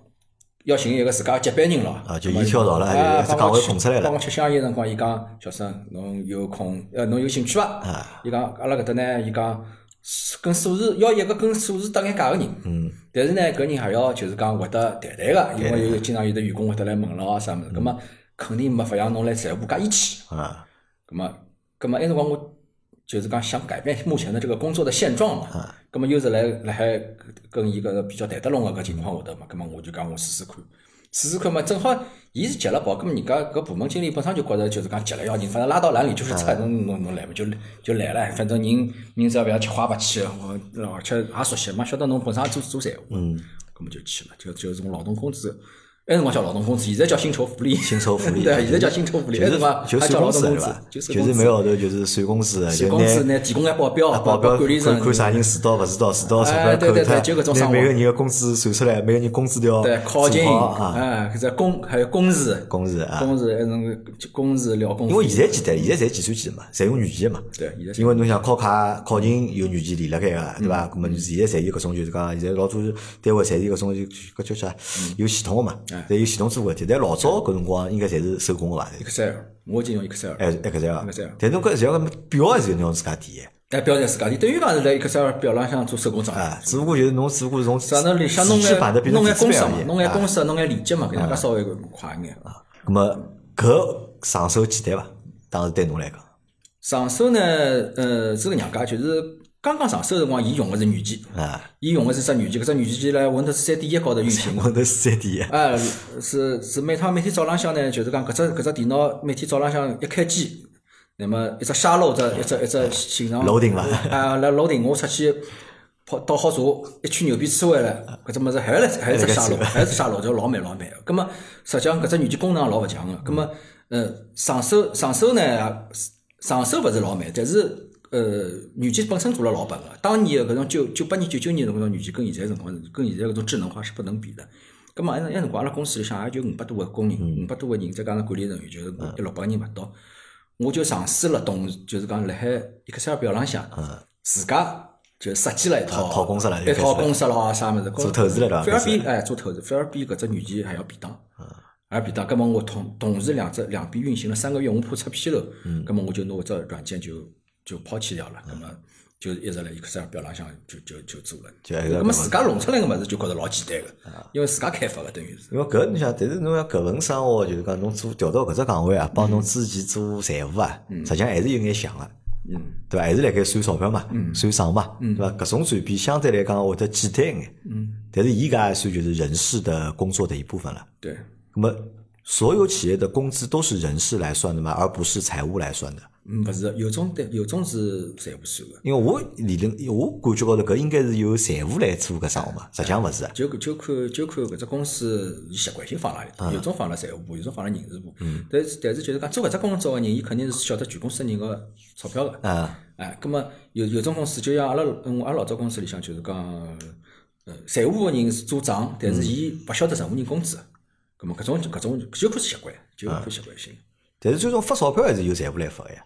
B: 要寻一个自家接班人咯，
A: 啊就
B: 咁么
A: 伊跳槽了
B: 啊
A: 哎，这
B: 帮
A: 岗
B: 我
A: 位
B: 吃
A: 空出来了
B: 帮我吃香烟辰光，伊讲小生侬有空，呃侬有兴趣伐？
A: 啊
B: 伊讲阿拉搿搭呢，伊讲跟数字要一个跟数字搭眼界个人，嗯，但是呢搿人还要就是讲会得谈谈个，因为有经常有的员工会得来问咯啥物
A: 嗯
B: 事，葛么肯定没法让侬来财务加一起。
A: 啊，
B: 咁么，咁么埃辰光我就是讲想改变目前的这个工作的现状嘛。咁么又是来来海跟一个比较谈得拢啊个搿情况下头嘛，咁么我就讲我试试看，试试看嘛，正好伊是急了跑，咁么人家搿部门经理本身就觉着就是讲急了要人，反正拉到哪里就是菜，侬侬侬来嘛就就来了，反正人人只要勿要吃花白去，我而且也熟悉嘛，晓得侬本身也做做财务，嗯，咁么就去了，就就是从劳动工资。埃辰光叫劳动工资，现在叫薪酬福利。薪
A: 酬福利啊
B: [laughs] 对，啊现在叫薪酬福利。
A: 就
B: 埃
A: 是
B: 辰光
A: 就
B: 还
A: 算
B: 叫劳
A: 工
B: 动
A: 资
B: 工
A: 对
B: 资
A: 伐？，
B: 就
A: 就是每号头就是算工资，
B: 算
A: 就
B: 工资呢，
A: 拿啊
B: 提供眼报表，
A: 报表
B: 包括管理层
A: 看看啥人迟到勿迟到，迟到钞票
B: 哎对
A: 扣
B: 对
A: 脱
B: 对就搿种，
A: 拿
B: 生活
A: 每个人个工资算出来，每个人工资都要
B: 对，考勤，
A: 做好啊，
B: 哎，搿只工还有工时，
A: 工时啊。
B: 工时还能工时聊工资。
A: 因为现在简单，现在侪计算机的嘛，侪用软件的嘛。
B: 对现在是
A: 因为侬想考卡、考勤有软件连辣盖个，对伐？咁
B: 嗯
A: 么现在侪有搿种，就是讲现在老多单位侪有搿种，就搿叫啥？
B: 嗯
A: 有系统个嘛，
B: 哎
A: 侪有系统做搿事体。但老早搿辰光应该侪是手工个伐？
B: Excel，我已经用 Excel，了
A: 哎，Excel
B: ，Excel
A: 但侬搿只要表是侬自家填的，
B: 但标在自家，你等于讲是在 Excel 表浪向做手工账。
A: 啊，只不过就是侬只不过是从
B: 啥能里向弄
A: 纸质版的
B: 眼
A: 变成
B: 弄眼
A: 电子
B: 公式
A: 版
B: 嘛，
A: 而已
B: 弄眼
A: 啊
B: 公式，弄眼链接嘛，搿能介稍微快一眼。
A: 咁么搿上手简单伐？当时对侬来讲，
B: 上手呢，呃，这个娘家就是刚刚上手辰光，伊用的是软件，
A: 啊，
B: 伊用的是只软件，搿只软件呢 Windows 三点一高头运行。
A: 我都是三 D 一，
B: 哎，是是每趟每天早浪向呢，就是讲搿只搿只电脑每天早浪向一开机，那么一只沙漏，一只一只一只寻常
A: Loading 了
B: 啊，来楼顶我出去泡倒好茶，一圈牛鞭吹回来，搿只物事还是还是只沙漏，还是只沙漏，就老慢老慢。葛么实际上搿只软件功能也老勿强个，葛么呃上手上手呢上手勿是老慢，但是。呃，软件本身做了老笨个，当年的搿种九九八年、九九年的搿种软件，跟现在辰光是跟现在搿种智能化是不能比的。咁么，那那辰光阿拉公司里向也就五百多个工人，五百多个人，再加上管理人员，就是一六百个人勿到。我就尝试了动，就是讲辣海 Excel 表浪向，自家就设计了一套
A: 套公式了
B: 一
A: 就开
B: 套
A: 始
B: 公式咯，啥物事。
A: 做投资了对伐开
B: 反而
A: 始嗯
B: 比哎做投资，反而比搿只软件还要便当。而便当，葛么我同同时两只两边运行了三个月，我怕出纰漏，
A: 嗯
B: 葛么我就拿搿只软件就就抛弃掉了，葛么就一直辣 Excel 表浪向就就就做了。
A: 就还是要
B: 葛么自家弄出来个物事就觉着老简单
A: 啊
B: 个，因为自家开发个等于是。
A: 因为搿你想，但是侬要搿份生活，就是讲侬做调到搿只岗位啊，帮侬之前做财务啊，实际上还是有眼像个，
B: 嗯，
A: 对伐？还是辣盖算钞票嘛，算账嘛，对伐？搿种转变相对来讲会得简单一眼，
B: 嗯
A: 但是伊搿也算就是人事的工作的一部分了。
B: 对。
A: 那么所有企业的工资都是人事来算的嘛，而不是财务来算的。
B: 嗯，不是，有种对，有种是侪不算个，
A: 因为我理论，我感觉高头搿应该是由财务来做搿生活嘛，实际上勿是啊。
B: 就就看就看搿只公司伊习惯性放辣里
A: 啊
B: 头，有种放辣财务部，有种放辣人事部。
A: 嗯
B: 但是但是就是讲做搿只工作个人，伊肯定是晓得全公司人个钞票个。
A: 啊，
B: 哎，葛么有有种公司，就像阿拉嗯阿拉老早公司里向就是讲，呃，财务个人是做账，但
A: 嗯
B: 是伊勿晓得任何人工资。葛么搿种搿种就看习惯，就看习惯性。
A: 但是最终发钞票还是由财务来发呀，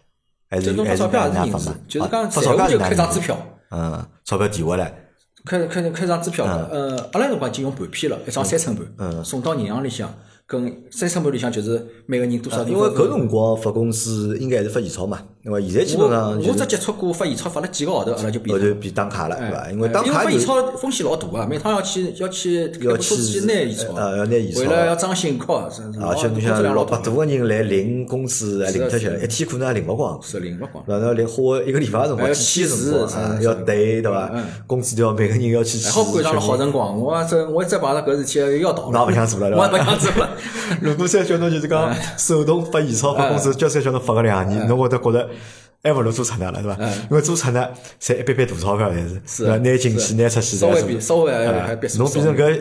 A: 还是
B: 最
A: 由
B: 终发
A: 还是
B: 钞票
A: 哪
B: 还
A: 能发
B: 是人事
A: 嘛？，
B: 就是
A: 啊
B: 讲
A: 发
B: 财
A: 钞票
B: 务
A: 是
B: 就
A: 哪
B: 开
A: 能
B: 张
A: 发
B: 支票。
A: 嗯，钞票提回来，
B: 开开开张支票了，
A: 啊
B: 呃，阿拉辰光已经用盘片了，一张三寸
A: 嗯
B: 半，送到银行里向，跟三寸半里向就是每个人多少
A: 啊
B: 地
A: 因
B: 方。
A: 为搿辰光发工资应该还是发现钞嘛，因为现在基
B: 我
A: 本上就
B: 我
A: 是
B: 只接触过发现钞，发了几个号头，阿拉就变
A: 后
B: 成。
A: 头变打卡了，对伐？因为
B: 哦哎
A: 打
B: 因为
A: 卡
B: 发
A: 就
B: 现钞风险老大啊，每趟要去要去
A: 要
B: 要车子
A: 去
B: 去拿现钞，
A: 呃要拿现钞
B: 为了要装信靠，是是
A: 而且侬
B: 老工作
A: 想
B: 量
A: 老
B: 老
A: 百
B: 大，
A: 多个人来领工资，还领脱去
B: 是啊
A: 了，
B: 的
A: 一天可能也领勿光。
B: 是领勿光。
A: 然后连花一个礼拜的辰
B: 还
A: 光，
B: 要
A: 几天的辰
B: 去吃
A: 光，
B: 是
A: 啊
B: 是
A: 要
B: 是
A: 对对伐
B: 嗯？
A: 工资条每个人要去
B: 还
A: 吃。
B: 好赶上了好辰光，我这我再碰上搿事体要倒
A: 那不想做了对吧
B: [laughs] 我也不想做了。
A: [laughs] 如果再叫侬就是讲
B: 嗯
A: 手动发现钞发工资，叫再叫侬发个两年，侬会得觉得还勿如做出纳了，对伐？因为做出纳侪一笔笔大钞票，侪是
B: 嗯是啊
A: 对吧拿进去
B: 是
A: 拿出去，
B: 稍微
A: 侪是
B: 比稍微还
A: 啊
B: 还比
A: 侬变成搿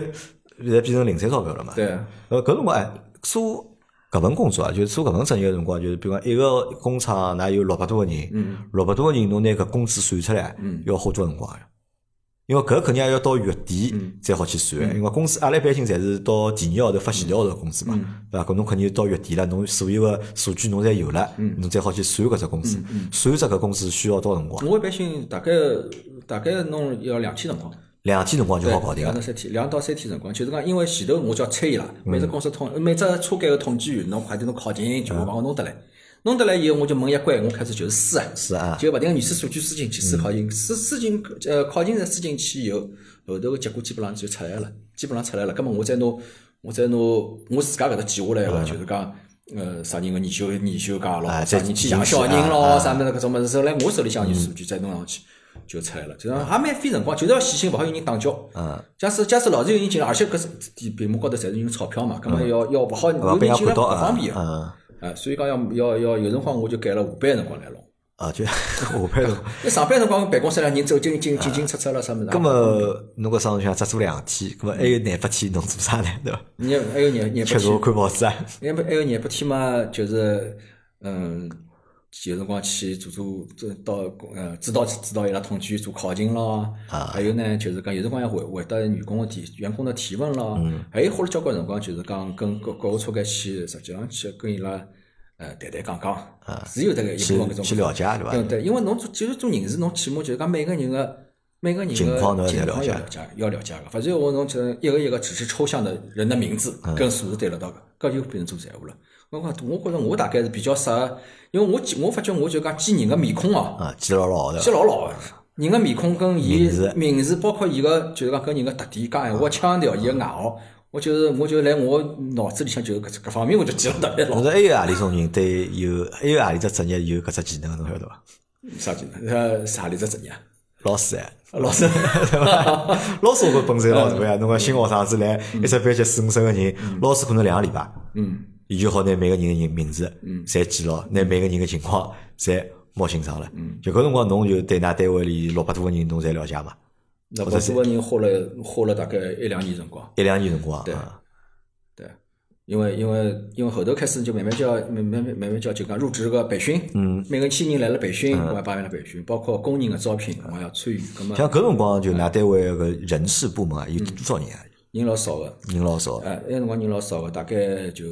A: 现在变成零散钞票了嘛？
B: 对啊
A: 呃，搿辰光哎，做搿份工作啊，就是做搿份职业个辰光，就是比如讲一个工厂，㑚有六百多个
B: 嗯
A: 人，六百多个人，侬拿搿工资算出来，要花多少辰光呀？因为搿肯定也要到月底
B: 嗯
A: 才好去算，因为工资阿拉一般性侪是到第二个号头发前条号头工资嘛，
B: 嗯
A: 对伐？搿侬肯定到月底了，侬所有个数据侬侪有了，
B: 嗯
A: 侬再好去算搿只工资，算只搿工资需要多少辰光？
B: 我一般性大概大概弄要两天辰光，
A: 两天辰光就
B: 对
A: 好啊搞定
B: 两
A: 了
B: 到。三天，两到三天辰光，就是讲，因为前头我就要催伊拉，每只
A: 嗯
B: 公司统，每只车间个统计员，侬快点侬考勤，全部帮我弄得来。弄得来以后，我就门一关，我开始就是试啊，
A: 是啊嗯
B: 就把迭个原始数据输进去，输考勤，输输进呃考勤站输进去以后，后头个结果基本上就出来了，基本上出来了。葛么我再拿我再拿我自家搿搭记下来
A: 嗯
B: 个，就是讲呃啥人个年休年休假咯
A: 啊，
B: 啥
A: 再
B: 人去
A: 进
B: 养
A: 去
B: 小人
A: 啊嗯啊
B: 咯，啥物事搿种物事，后来我手里向有数据再弄上去就出来了，就讲也蛮费辰光，就是要细心，勿好有人打搅。
A: 嗯，
B: 假使假使老是有人进来，而且搿是地屏幕高头侪是用钞票嘛，葛末要要勿好有
A: 嗯勿被人
B: 人进来
A: 看
B: 勿
A: 到啊
B: 方便。个。
A: 嗯。
B: 啊，所以讲要要要有辰光我就改了下班的辰光来弄。
A: 啊，就 [laughs] 下班辰光。
B: 那上班辰光办公室里人走进进进进出出了啥物事啊？
A: 咁么，侬搿生活里向只做两天，咁么
B: 嗯
A: 还有廿八天侬做啥呢？对
B: [laughs]
A: 伐？
B: 廿还有廿廿八
A: 吃茶
B: 天，
A: 看报纸
B: [laughs]
A: 啊，
B: 廿八还有廿八天嘛，就是嗯，有辰光去做做做到呃指导指导伊拉统计做考勤咯，
A: 啊
B: 还有呢就是讲有辰光要回回答员工的提员工的提问咯，
A: 嗯
B: 还有花了交关辰光就是讲跟各各个车间去实际上去跟伊拉呃谈谈讲讲，是有迭个一
A: 去
B: 部分搿种
A: 啊去了解对伐？
B: 嗯，对，因为侬做就是做人事，侬起码就是讲每个人个每个人个
A: 情
B: 情
A: 况
B: 况
A: 侬要
B: 要
A: 了
B: 了
A: 解
B: 解，要了解个。反正我侬就是一个一个只是抽象的人的名字
A: 嗯
B: 跟数字对了到个，搿就变成做财务了。我讲，我觉着我大概是比较适合，因为我记我发觉我就讲记人个面孔哦，
A: 啊，记牢牢
B: 记
A: 的。
B: 老牢个。人个面孔跟伊
A: 名字嗯
B: 名字，包括伊个就是讲跟人个特点、讲闲话腔调、伊个外号，我就是我就来我脑子里向就是搿搿方面我就记了特别牢
A: 侬。说还有何里种人对有还有何里只职业有搿只技能，侬晓得伐？
B: 啥技能？呃，啥里只职业啊？
A: 老师哎，
B: 老师，
A: 老师我觉本身
B: 嗯
A: 老大呀。侬讲新学生子来一只班级四五十个人，老师可能两个礼拜，
B: [laughs] 嗯，
A: 伊就好拿每个人的人名字，嗯，侪记牢，拿每个人的情况侪摸清爽了。嗯，就搿辰光侬就对㑚单位里六百多个人侬侪了解嘛？
B: 那我这个人花了花了大概一两年辰光。
A: 一两年辰光，
B: 对
A: 啊
B: 对，因为因为因为后头开始就慢慢叫慢慢慢慢叫就讲入职这个培训，嗯，每个新人来了培训，我要帮伊拉培训，包括工人的招聘，我也要参与。咁么
A: 像搿辰光就㑚单位搿人事部
B: 嗯
A: 门啊，有多少人啊？
B: 人老少个，
A: 人老哦少，
B: 呃，那辰光人老少个，大概就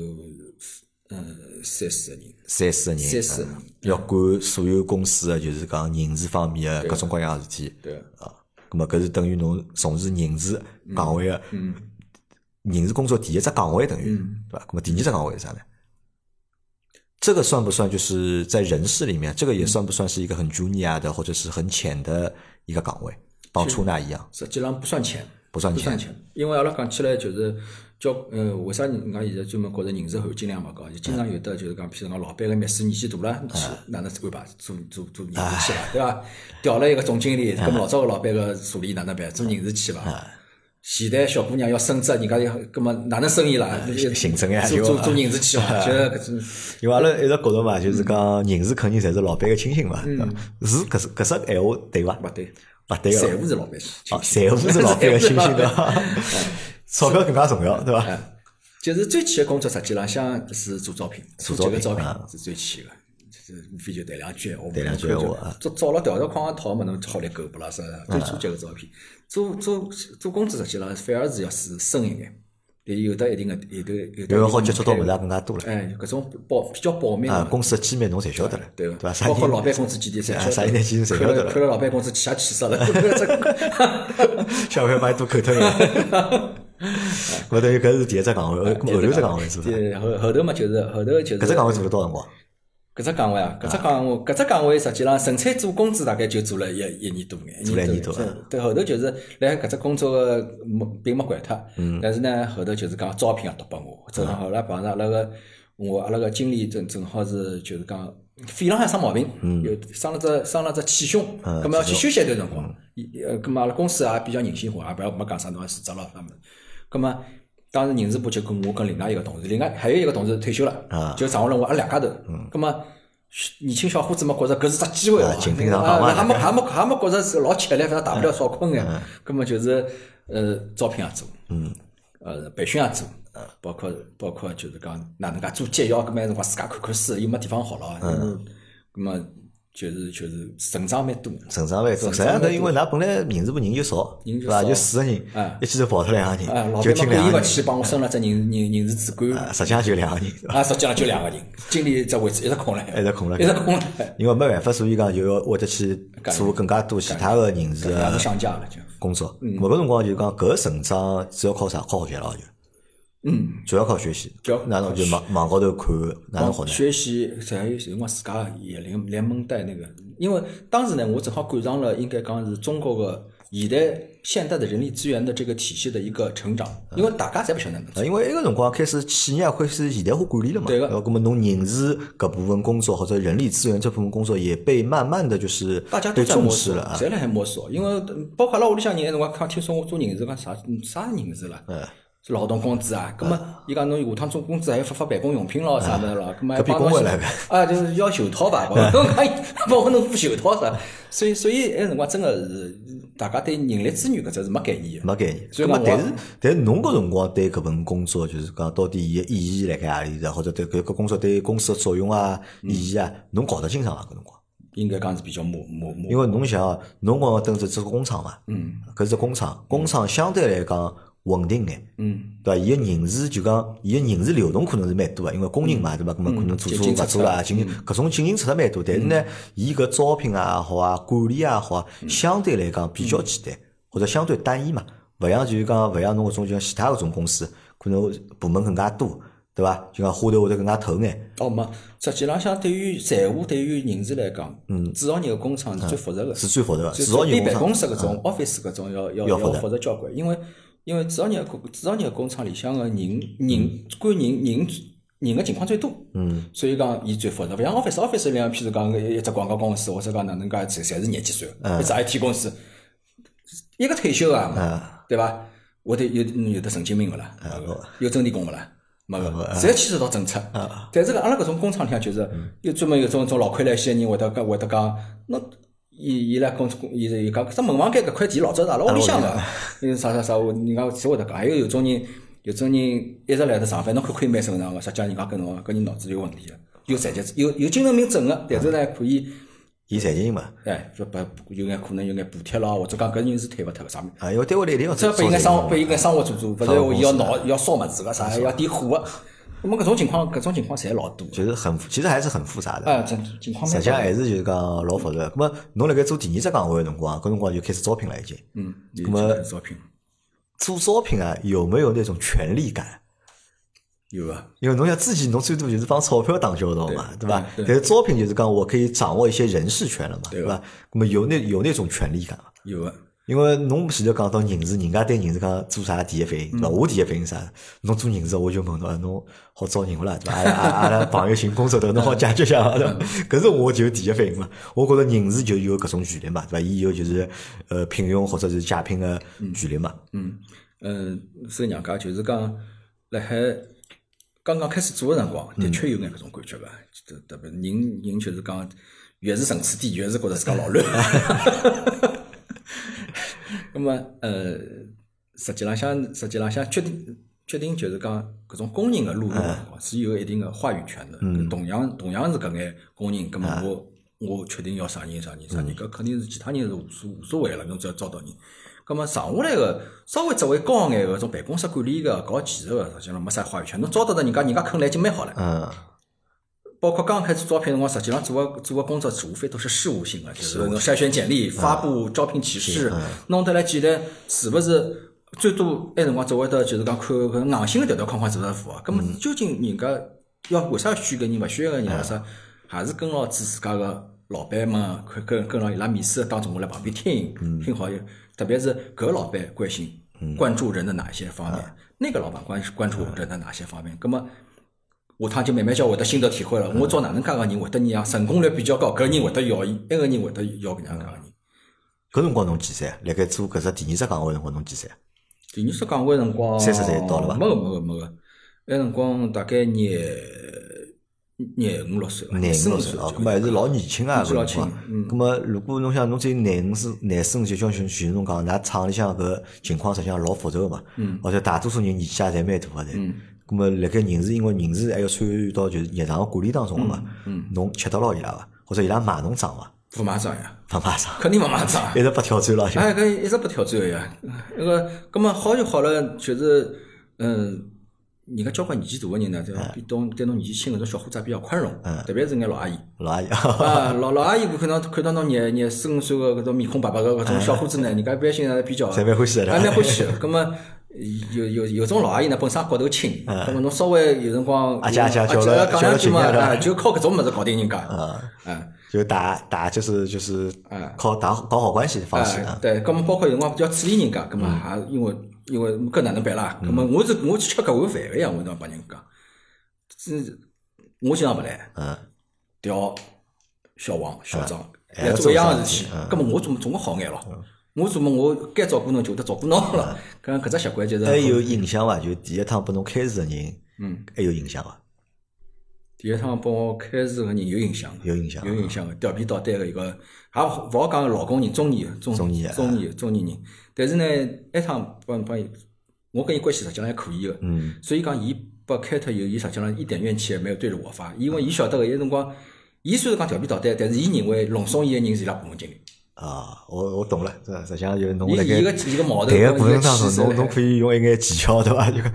B: 呃三四个人。
A: 三四个人，
B: 三四个
A: 嗯要管所有公司的就是讲人事方面的各种各样的事体。
B: 对，
A: 啊，咁么搿是等于侬从事人事
B: 嗯
A: 岗位个人事工作第一只岗位等于，
B: 嗯
A: 对伐？咁么第二只岗位是啥呢？这个算不算就是在人事里面？这个也算不算是一个很 junior 的或者是很浅的一个岗位？帮出纳一样，
B: 实际上不算钱，
A: 不算
B: 不算
A: 浅。
B: 钱，因为阿拉讲起来就是叫呃，为啥人家现在专门觉着人事含金量勿高？就经常有的就是讲，譬如讲老板个秘书年纪大了，去
A: 哎
B: 哪能安排做做做人事去伐？对伐？调了一个总经理，搿么老早个老板个助理哪能办？做人事去
A: 哎
B: 伐？现在小姑娘要升职，人家要搿么哪能升伊啦？就是
A: 行政呀
B: 做
A: 就
B: 做
A: 啊
B: 做人事去伐？就是搿种。
A: 因为阿拉一直觉着嘛，就是讲人事肯定侪是老板个亲信嘛，对
B: 嗯
A: 伐是搿是搿只闲话对伐？
B: 勿对，
A: 勿对
B: 财
A: 个，
B: 务是老板亲戚
A: 啊，哎财务是老板个亲信哦对
B: [laughs]
A: 伐？钞票更加重要对伐？
B: 哎，就是最起的工作，实际浪向是做招聘，做
A: 招
B: 几
A: 聘
B: 个招聘
A: 啊
B: 是最起的，就是无非就谈两句闲话嘛，
A: 谈两句闲话啊
B: 就做了条条框框套嘛，侬好来狗不啦啥，最初级个招聘，做做做工资实际浪反而是要是深一眼，对，有得一定的，有得有得
A: 然后好接触到物事也更加多了。
B: 哎，搿种保比较保密
A: 啊，
B: 嘛，
A: 公司的机密侬侪晓得了，
B: 对
A: 伐？啥
B: 包括
A: 人
B: 老板工资几点，
A: 啊
B: 侪
A: 啥
B: 晓
A: 人
B: 得
A: 的薪水
B: 看
A: 晓
B: 了
A: 得了
B: 看了老板工资气也气
A: [laughs]
B: 死了，这
A: [laughs] 小朋友买多口头
B: [laughs]
A: 面。我等于搿是第一只岗
B: 啊
A: 位，后呃后头只岗位是不是？
B: 对，后后头嘛就是后头就是
A: 搿只岗位做了多少辰光？
B: 搿只岗位啊，搿只岗位，搿只岗位实际浪纯粹做工资大概就做了一一年多眼，
A: 做了一年多啊
B: 眼对，后头就是来搿只工作个没并没管脱，
A: 嗯
B: 但是呢，后头就是讲招聘也啊读拨我，正好啦碰上阿拉个我阿拉个经理正正好是就是讲肺浪向生毛病，有生了只生了只气胸，
A: 嗯
B: 咁么要
A: 气
B: 去休息一段辰
A: 嗯
B: 光，伊呃，咁么阿拉公司也比较人性化，也不要没讲啥侬要辞职咯啥物事，咁么。当时人事部就跟我跟另外一个同事，另外还有一个同事退休了，
A: 啊
B: 就掌握了我阿拉两家头。嗯，咁么年轻小伙子嘛，觉着搿是只机会哦
A: 啊，情非常好嘛
B: 还没还没还没觉着是老吃力，反正大不了少
A: 嗯
B: 困眼。咁么就是呃，招聘也做，嗯，呃，培训也做。
A: 嗯
B: 包括包括就是讲哪能介做简要，搿么有辰光自家看看书，又没地方好了，嗯，咁么就是就是成长蛮多的，
A: 成长蛮多，实际上搿因为㑚本来人事部人就少，
B: 人
A: 对
B: 就
A: 伐？
B: 少
A: 就四个人
B: 哎，
A: 一记头跑脱两个
B: 啊，
A: 人，
B: 老
A: 就
B: 板嘛
A: 听
B: 故
A: 两
B: 意
A: 个
B: 勿
A: 人，嗯
B: 去帮我升了只人人人事主管
A: 啊，实际上就两个人，对伐
B: 啊，实际上就两个人，经理这位置一直空了，
A: 一直空了
B: 一直空了，
A: 因为没办法，所以讲就要会得去做更加多其他个人事
B: 两个
A: 个
B: 上架了啊就。
A: 工作。
B: 嗯
A: 某个辰光就讲搿成长主要靠啥？靠学习了就，
B: 嗯，
A: 主要靠学习
B: 主要。
A: 哪能就网网高头看
B: 哦
A: 哪能好呢？
B: 学习还有辰光自家也连连蒙带那个，因为当时呢，我正好赶上了，应该讲是中国的现代现代的人力资源的这个体系的一个成长，因为大家侪不晓得哪能做
A: 啊，因为埃个辰光开始企业开始现代化管理了嘛，
B: 对
A: 个。
B: 个
A: 那么侬人事搿部分工作或者人力资源这部分工作也被慢慢的就是
B: 大家都
A: 被
B: 在摸
A: 重
B: 索
A: 视了，啊。
B: 侪辣海摸索，因为嗯包括阿拉屋里向人，辰光讲听说我做人事，讲啥嗯啥人事啦，是劳动工资啊，葛
A: 嗯
B: 么伊讲侬下趟做工资还要发发办公用品咯啥物事咯，葛么还
A: 搿比
B: 帮
A: 嗯工
B: 侬
A: 会
B: 去
A: 来个嗯
B: 啊，就是要袖套吧，帮侬讲 [laughs] 帮我弄副袖套啥，所以所以埃辰光真个是大家对人力资源搿只是没概念个，
A: 没概念，
B: 所以
A: 咁么啊
B: 讲
A: 但
B: 我
A: 是但是侬搿辰光对搿份工作就是讲到底伊个意义辣盖何里头，或者对搿个工作对公司个作用啊、意义啊，侬搞得清爽伐？搿辰光，
B: 应该讲是比较模模模
A: 因为侬想啊，侬光等只只工厂嘛，嗯，搿是工厂，工厂相对来讲稳定眼，
B: 嗯，
A: 对伐？伊个人事就讲，伊个人事流动可能是蛮多个，因为工人嘛，对
B: 嗯
A: 伐？搿么可能做
B: 进
A: 做
B: 进
A: 勿
B: 出
A: 做
B: 出
A: 啦，进
B: 嗯
A: 行搿种进行出出蛮多。但是呢，伊搿招聘啊也好啊，管理啊也好啊，
B: 嗯
A: 相对来讲比较简单，或者相对单一嘛，勿像就是讲勿像侬搿种就像其他搿种公司，可能部门更加多，对伐？就讲花头会得更加透眼，
B: 哦没，实际浪向对于财务对于人事来讲，嗯，制造业个工
A: 嗯
B: 厂是最复杂个，
A: 是最复杂个。
B: 就
A: 至少
B: 比
A: 有
B: 办
A: 工
B: 公
A: 厂嗯
B: 室搿种 office 搿种要要
A: 要
B: 要
A: 复杂
B: 复杂交关，因为因为制造业工制造业工厂里向个人人关人人人个情况最多，
A: 嗯，
B: 所以讲伊最复杂。勿像 office office 里向，譬如讲一一只广告公司或者讲哪能介，侪侪是业绩算，
A: 嗯
B: 一只 IT 公司，一个退休啊，对伐？我得有有的神经病勿啦，
A: 嗯
B: 有真理工勿啦？没个，侪牵涉到政策。但是个阿拉搿种工厂里向，就是有专门有种种老亏来些人会得讲会得讲，那伊伊拉工作伊伊讲，搿只门房间搿块地老早是阿拉屋里向个，嗯啥啥啥，我人家侪会得讲。还哎有有种人，有种人一直来得上班，侬看看伊蛮正常个，实际上人家跟侬搿人脑子有问题个，有残疾，有有精神病证个，但是呢可以。
A: 伊残疾人嘛，
B: 哎，就把有眼可能有眼补贴啦，或者讲搿人是退勿脱个啥物事。
A: 啊，因为单位里一定要
B: 只要拨伊眼生活，拨伊
A: 一
B: 眼生活做做，勿然我
A: 啊
B: 伊要闹，要烧物事个啥，要点火个。那么搿种情况，搿种情况侪老多。
A: 就是很其实还是很复杂的。
B: 啊，这情况
A: 实
B: 蛮
A: 际上
B: 多。
A: 还是就是讲老复杂的。那么侬辣盖做第二只岗位个辰光，搿辰光就开始招聘了已经。
B: 嗯，
A: 那么
B: 有招聘
A: 做招聘啊，有没有那种权力感？
B: 有啊，
A: 因为侬想自己，侬最多就是帮钞票打交道嘛，
B: 对
A: 对吧？
B: 对
A: 但是招聘就是讲我可以掌握一些人事权了嘛，
B: 对啊
A: 对吧？那么有那有那种权力感嘛？
B: 有啊，
A: 因为侬前头讲到人事，人家对人事讲做啥第一反应，
B: 嗯
A: 对吧？我第一反应是啥？侬做人事，我就问侬，哎侬好招人勿啦？对吧？阿拉阿
B: [laughs]
A: 拉阿拉朋友寻工作头，侬好解决一下伐？对吧？
B: 嗯
A: 搿是我就第一反应嘛。我觉着人事就有搿种权利嘛，对吧？伊有就是呃聘用或者是解聘个权利嘛。
B: 嗯嗯，是娘家就是讲，辣海刚刚开始做个辰光，
A: 嗯
B: 的确有眼搿种感觉个，就特别人人就是讲，越是层次低，越是觉着自家老乱。那么呃，实际浪向实际浪向决定决定就是讲搿种工人的录用的辰光是有一定的话语权的。同样同样是搿眼工人，葛么我我确定要啥人啥人啥人，搿肯定是其他人是无所无所谓了，侬只要招到人。葛么剩下来个稍微职位高眼个，种办公室管理个、搞技术个，实际上没啥话语权。侬招得到人家，人家肯来已经蛮好了。
A: 嗯，
B: 包括刚开始招聘辰光，实际上做个做个工作是无非都是事务性的，嗯就是侬筛选简历、发布招聘启事，弄得来简单，是不是最多哎埃辰光只会得就是讲看搿硬性的条条框框是勿是符合？葛么究竟人家要为啥选搿人，勿选搿人，啥还是跟牢自自家个老板们，跟跟跟牢伊拉面试的当中，我辣旁边听听好，特别是搿个老板关心关注人的哪一些方面，那个老板关关注人的哪些方面，葛么。下趟就慢慢叫会得心得体会了。
A: 嗯
B: 我招哪能介个人会得让成功率比较高，搿人会得要伊，埃个人会得要搿能介个人。
A: 搿辰光侬几岁？啊辣盖做搿只第二只岗位辰光侬几岁？啊
B: 第二次岗位辰光，
A: 30岁到了吧
B: 没个没个没个，埃辰光大概廿廿五六岁吧，
A: 廿
B: 四
A: 五
B: 五
A: 六
B: 岁
A: 岁哦，咁
B: 左右
A: 么还是老年轻啊，
B: 还是老
A: 搿辰光
B: 轻嗯
A: 咁么如果侬想侬只有廿五岁、廿四五岁，就像前侬讲，㑚厂里向搿情况实际上老复杂个嘛，
B: 嗯
A: 而且大多数人年纪也侪蛮大个侪。咁么辣盖人事，因为人事还要参与到就是日常个管理当中个嘛，
B: 嗯
A: 侬吃得牢伊拉伐？或者伊拉买侬账伐？
B: 不买账呀，
A: 勿买账，
B: 肯定勿买账啊。
A: [laughs] 一直被挑战了就。
B: 哎，搿一直不挑战个呀。那个，葛么好就好了，就是，嗯，人家交关年纪大个人呢，对
A: 嗯
B: 吧？比侬对侬年纪轻个种小伙子也比较宽容，特别是眼老阿姨。
A: 老阿姨， [laughs]
B: [laughs] 啊，老老阿姨看到看到侬廿廿四五岁个搿种面孔白白个搿种小
A: [laughs]
B: 伙子呢，人家一般性呢比较，
A: 侪蛮欢喜的
B: 哎还
A: [laughs]
B: 蛮欢 [laughs] 喜的。葛么有有有种老阿姨呢，本身骨头轻，
A: 啊
B: 葛么侬稍微有辰光
A: 阿姐阿姐
B: 啊
A: 叫
B: 姐
A: 了
B: 讲
A: 叫
B: 两
A: 了
B: 句嘛，
A: 几年了
B: 啊，就靠搿种物事搞定人家。啊，
A: 就打打就是就是
B: 哎
A: 靠打搞好关系的方式
B: 哎
A: 啊。
B: 对，葛么包括有辰光要处理人家，葛么也因为因为搿哪能办啦？葛么我是我是吃搿碗饭个呀，我讲帮人家，是我经常勿来。
A: 嗯，
B: 调小王、小张
A: 哎
B: 来
A: 要
B: 做
A: 做
B: 一样
A: 啥
B: 的
A: 事
B: 事
A: 体
B: 体，葛么我总总归好眼咯。我怎么我该照顾侬就会得照顾侬了，搿样搿只习惯就是
A: 还
B: 好。
A: 哎有影响伐？就第一趟拨侬开除个人，
B: 嗯，
A: 还有影响伐？
B: 第一趟帮我开始个人有影响的，
A: 有影响
B: 有影响个调皮捣蛋个一个，也勿好勿好讲老工人，中年中
A: 中年
B: 中年中年人。但是呢，埃趟帮帮伊，我跟伊关系实际上还可以个，
A: 嗯。
B: 所以讲伊被开脱以后，伊实际上一点怨气也没有对着我发，因为伊晓得个，有辰光，伊虽然讲调皮捣蛋，但是伊认为弄怂伊个人是伊拉部门经理。
A: 啊，我我懂了，这实际上就是侬
B: 伊
A: 辣
B: 伊个
A: 盖
B: 伊个矛盾，
A: 谈个
B: 伊
A: 过程当
B: 气
A: 中，
B: 势
A: 侬侬
B: 哎
A: 可以用一眼技巧对伐？就讲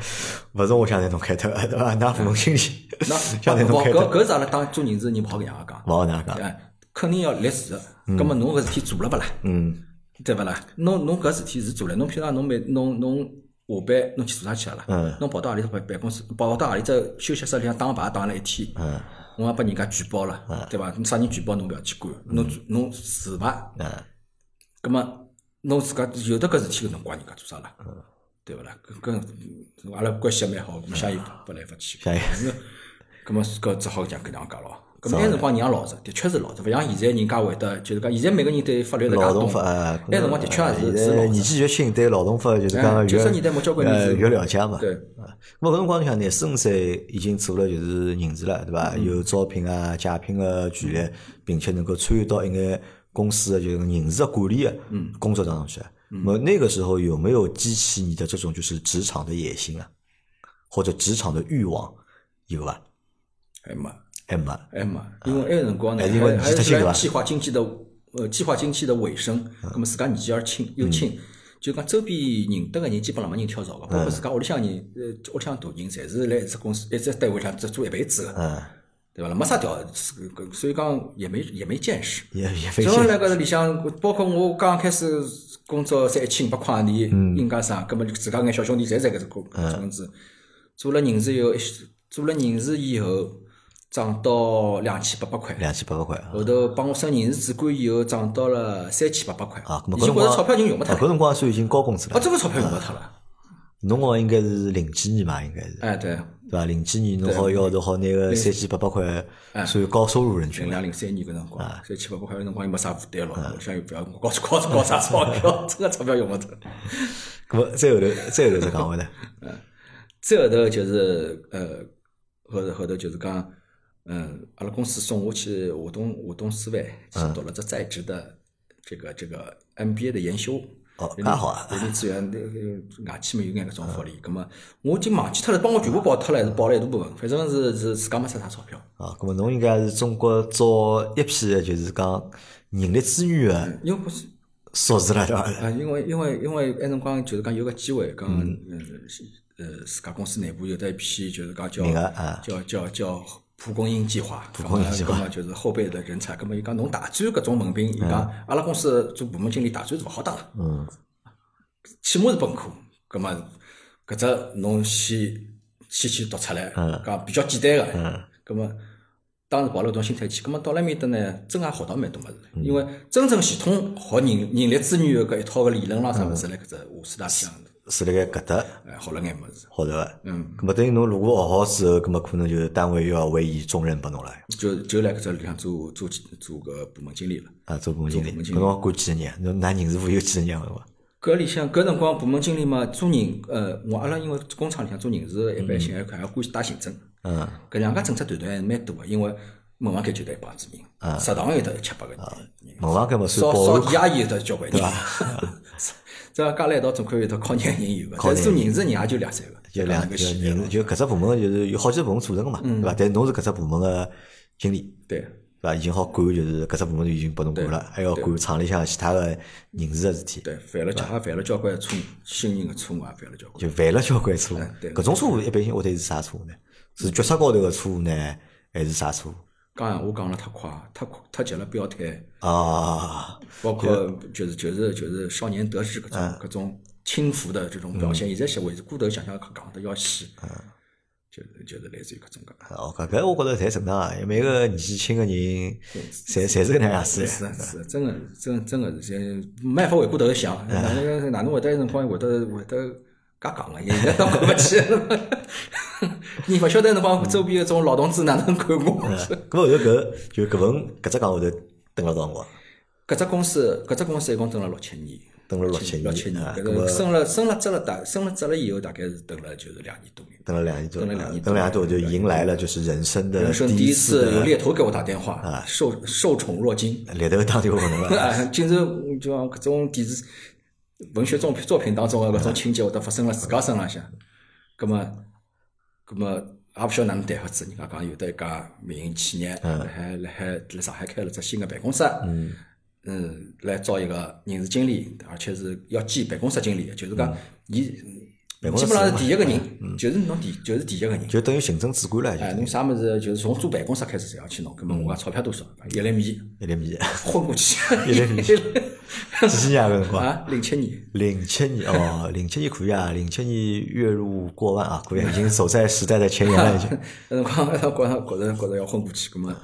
A: 勿是我想拿侬开脱，对伐？㑚父母亲里 [laughs]
B: 那
A: 想拿侬
B: 勿
A: 开
B: 搿
A: 脱，嗯
B: 搿是阿拉当做人事人勿好搿样讲
A: 勿，好
B: [laughs]
A: 哪讲，
B: 哎，肯定要立事的。葛末侬搿事体做了勿啦？
A: 嗯，
B: 对勿啦？侬侬搿事体是做了，侬平常侬每侬侬下班侬去做啥去了啊啦
A: 嗯？
B: 侬跑到何里只办办公室，跑到何里只休息室里向打牌打了一天，
A: 嗯
B: 我也拨人家举报了，对伐？侬啥人举报侬勿要去管，侬做侬自罚
A: 嗯，嗯
B: 葛末侬自家有得搿事体，侬怪人家做啥啦？对对勿啦？跟跟阿拉关系也蛮好，相伊拨来拨去。
A: 相伊
B: 那咁么搿只好讲搿能介咯。咁么那辰光人也老实，的确是老实，勿像现在人家会得，就是讲现在每个人对法律大家
A: 劳
B: 懂
A: 动。法，呃
B: 那辰光的确是是
A: 现在
B: 老
A: 年
B: 实。
A: 纪越轻，对劳动法就是讲
B: 哎
A: 越
B: 90年代末交关年
A: 呃
B: 是
A: 越了解嘛。
B: 对，
A: 啊，那么搿辰光你想，廿四五岁已经做了就是人事了，对伐？
B: 嗯
A: 有招聘啊、解聘个权利，并且能够参与到一眼公司的就是人事的管理的
B: 嗯
A: 工作当中去。那么那个时候有没有激起你的这种就是职场的野心啊，或者职场的欲望有伐？
B: 哎嘛，
A: 还没，
B: 哎嘛，因为埃个辰光呢，
A: 啊哎因为
B: 还
A: 年纪太
B: 还
A: 轻
B: 是
A: 对
B: 来
A: 吧嗯
B: 计划经济的呃计划经济的尾声，葛末自家年纪也轻又轻，就讲周边认得个人基本上没人跳槽
A: 嗯
B: 个，包括自家屋里向人呃屋里向大人，侪是来一只公司一只单位上只做一辈子个，
A: 嗯，
B: 对伐？啦？没啥调，是个所以讲也没也没见识。
A: 也也非
B: 主要辣搿头里向，包括我刚开始工作才一千八块钿，
A: 嗯
B: 应该啥，葛末就自家眼小兄弟侪在搿只工工资。做了人事以后，一做了人事以后涨到两千八百块，
A: 两千八百块啊。
B: 后头帮我升人事主管以后涨到了三千八百块。
A: 啊，咁么
B: 已
A: 搿辰
B: 经觉
A: 光
B: 着钞票已经用勿脱
A: 啊搿
B: 了，
A: 辰光算已经高工资
B: 啊，
A: 了。
B: 这个钞票用勿脱了。
A: 侬个应该是零几年嘛，应该是
B: 哎，对，
A: 对伐？零几年侬好一个头好拿个三千八百块，算高收入人群
B: 零
A: 了。
B: 两零三年搿辰
A: 啊
B: 光，三千八百块搿辰光又没啥负担了，我想又不要搞搞搞啥钞票， [laughs] 这个钞票用勿脱。
A: 咁啊么再后头， [laughs] 再后头再讲回来，
B: 再后头就是呃，后头后头就是讲，嗯，阿拉公司送我去华东华东师范
A: 嗯
B: 去读了只在职的这个这个 MBA 的研修。
A: 哦
B: 人力
A: 那好啊嗯
B: 人力资源那呃个外企嘛有眼搿种福利，葛么我已经忘记脱了，帮我全部报脱了，还是报了一大部分，反正是是自家没出啥钞票。
A: 啊，咁么侬应该是中国招一批的就是讲人力资源的
B: 因为不是
A: 硕士了，对伐？
B: 啊，因为因为因为埃辰光就是讲有个机会，讲嗯呃自家公司内部有得一批就是讲叫
A: 名额啊
B: 叫叫叫蒲公英计划，蒲
A: 公英计划
B: 就是后备的人才。葛末伊讲侬大专搿种文凭，伊讲阿拉公司做部门经理大专是勿好当的，
A: 嗯，
B: 起码是本科。葛末搿只侬先先去读出来，讲比较简单个。嗯，葛末。当时抱了搿种心态去，葛末到了埃面搭呢，真也学到蛮多物事，因为真正系统学人人力资源个搿一套个理论啦啥物事辣搿只华师大里向
A: 是辣盖搿搭
B: 哎，好了眼么子，
A: 好头个。
B: 嗯，
A: 咁么啊等于侬如果学好之后，咁么啊可能就是单位又要委以重任拨侬了
B: 就就来搿只里向做做做个部门经理了。
A: 啊，做部门经理。
B: 做部
A: 搿
B: 门经理
A: 辰光管几个人？侬拿人事部有几个人个伐？
B: 搿里向搿辰光部门经理嘛，做人呃，我阿拉因为工厂里向做人事，一般性还还要关系带行政，
A: 嗯，
B: 搿两家政策团队还是蛮多个，因为门房间就得一帮子人，食堂有得一七八个人，
A: 门房搿么算嗯
B: 烧
A: 保
B: 烧
A: 安
B: 地也有得交关人， [laughs] 这加辣一道总归有得靠廿人有个，
A: 靠
B: 但
A: 廿
B: 是做人事人也就两三个，
A: 就两
B: 个
A: 个
B: 系
A: 人，就搿只部门就是有好几个部门组成个嘛，对
B: 嗯
A: 伐？但侬是搿只部门个经理，
B: 对。
A: 对伐？已经好管，就是搿只部门就已经拨侬管了，还要管厂里向其他个人事个事体，
B: 对，犯了交也犯了交关错误，新人个错误也犯了交关。
A: 就犯了交关错误
B: 哎。对
A: 搿种错误一般性会得是啥错误呢？是决策高头个错误呢，还是啥错误
B: 讲闲话讲了太快，太快太急了表态，
A: 啊？
B: 包括就是就是就是少年得志搿种搿种轻浮的这种表现，现在想回过头想想讲得要死，就是就是类似于搿种个。
A: 哦，搿搿我觉着侪正常啊，因为每个年纪轻个人，侪侪是搿能样子
B: 是。 [laughs] 是是，真个真真个是，没办法回过头想，哪能哪能会得辰光会得会得介讲个，现在都讲勿起了。你勿晓得辰光周边搿种老同志哪能看我？
A: 搿后头搿就搿份搿只岗后头蹲了多少辰光？
B: 搿只公司，搿只公司一共蹲了六七年，
A: 蹲了六七
B: 七
A: 年
B: 六七年
A: 啊，
B: 搿
A: 搿么
B: 个升了升了职了大，升了职了以后，大概是蹲了就是两年多。
A: 蹲了两年多，
B: 蹲了两年多
A: 蹲了两年多就迎来了就是人生的
B: 人生第一
A: 呃次
B: 次有
A: 的
B: 猎头给我打电话，受受宠若惊，
A: 猎头当就问侬了，
B: [laughs] 啊，竟然就像搿种电视文学作品作品当中的啊搿种情节会得发生了自家身浪向，葛末葛末也勿晓得哪能谈法子，人家讲有得一家民营企业，辣海辣海辣上海开了只新的办公室，嗯，来招一个人事经理，而且是要兼办公室经理，就是讲伊
A: 办公室
B: 基本上是第一个人，就是侬第就是第一个人。
A: 就等于行政主管了，就
B: 哎，
A: 是
B: 侬啥物事就是从做办公室开始侪要去弄，葛
A: 嗯
B: 末我讲钞票多少，一粒米
A: 一粒米，
B: 混过去，
A: 一粒米几几年啊搿辰光？
B: 啊，零七年，
A: 零七年哦，零七年可以啊，零七年月入过万啊，可以啊，已经走在时代的前沿了，已
B: [laughs]
A: 经。
B: 那辰光那辰光觉着觉着要混过去，葛么，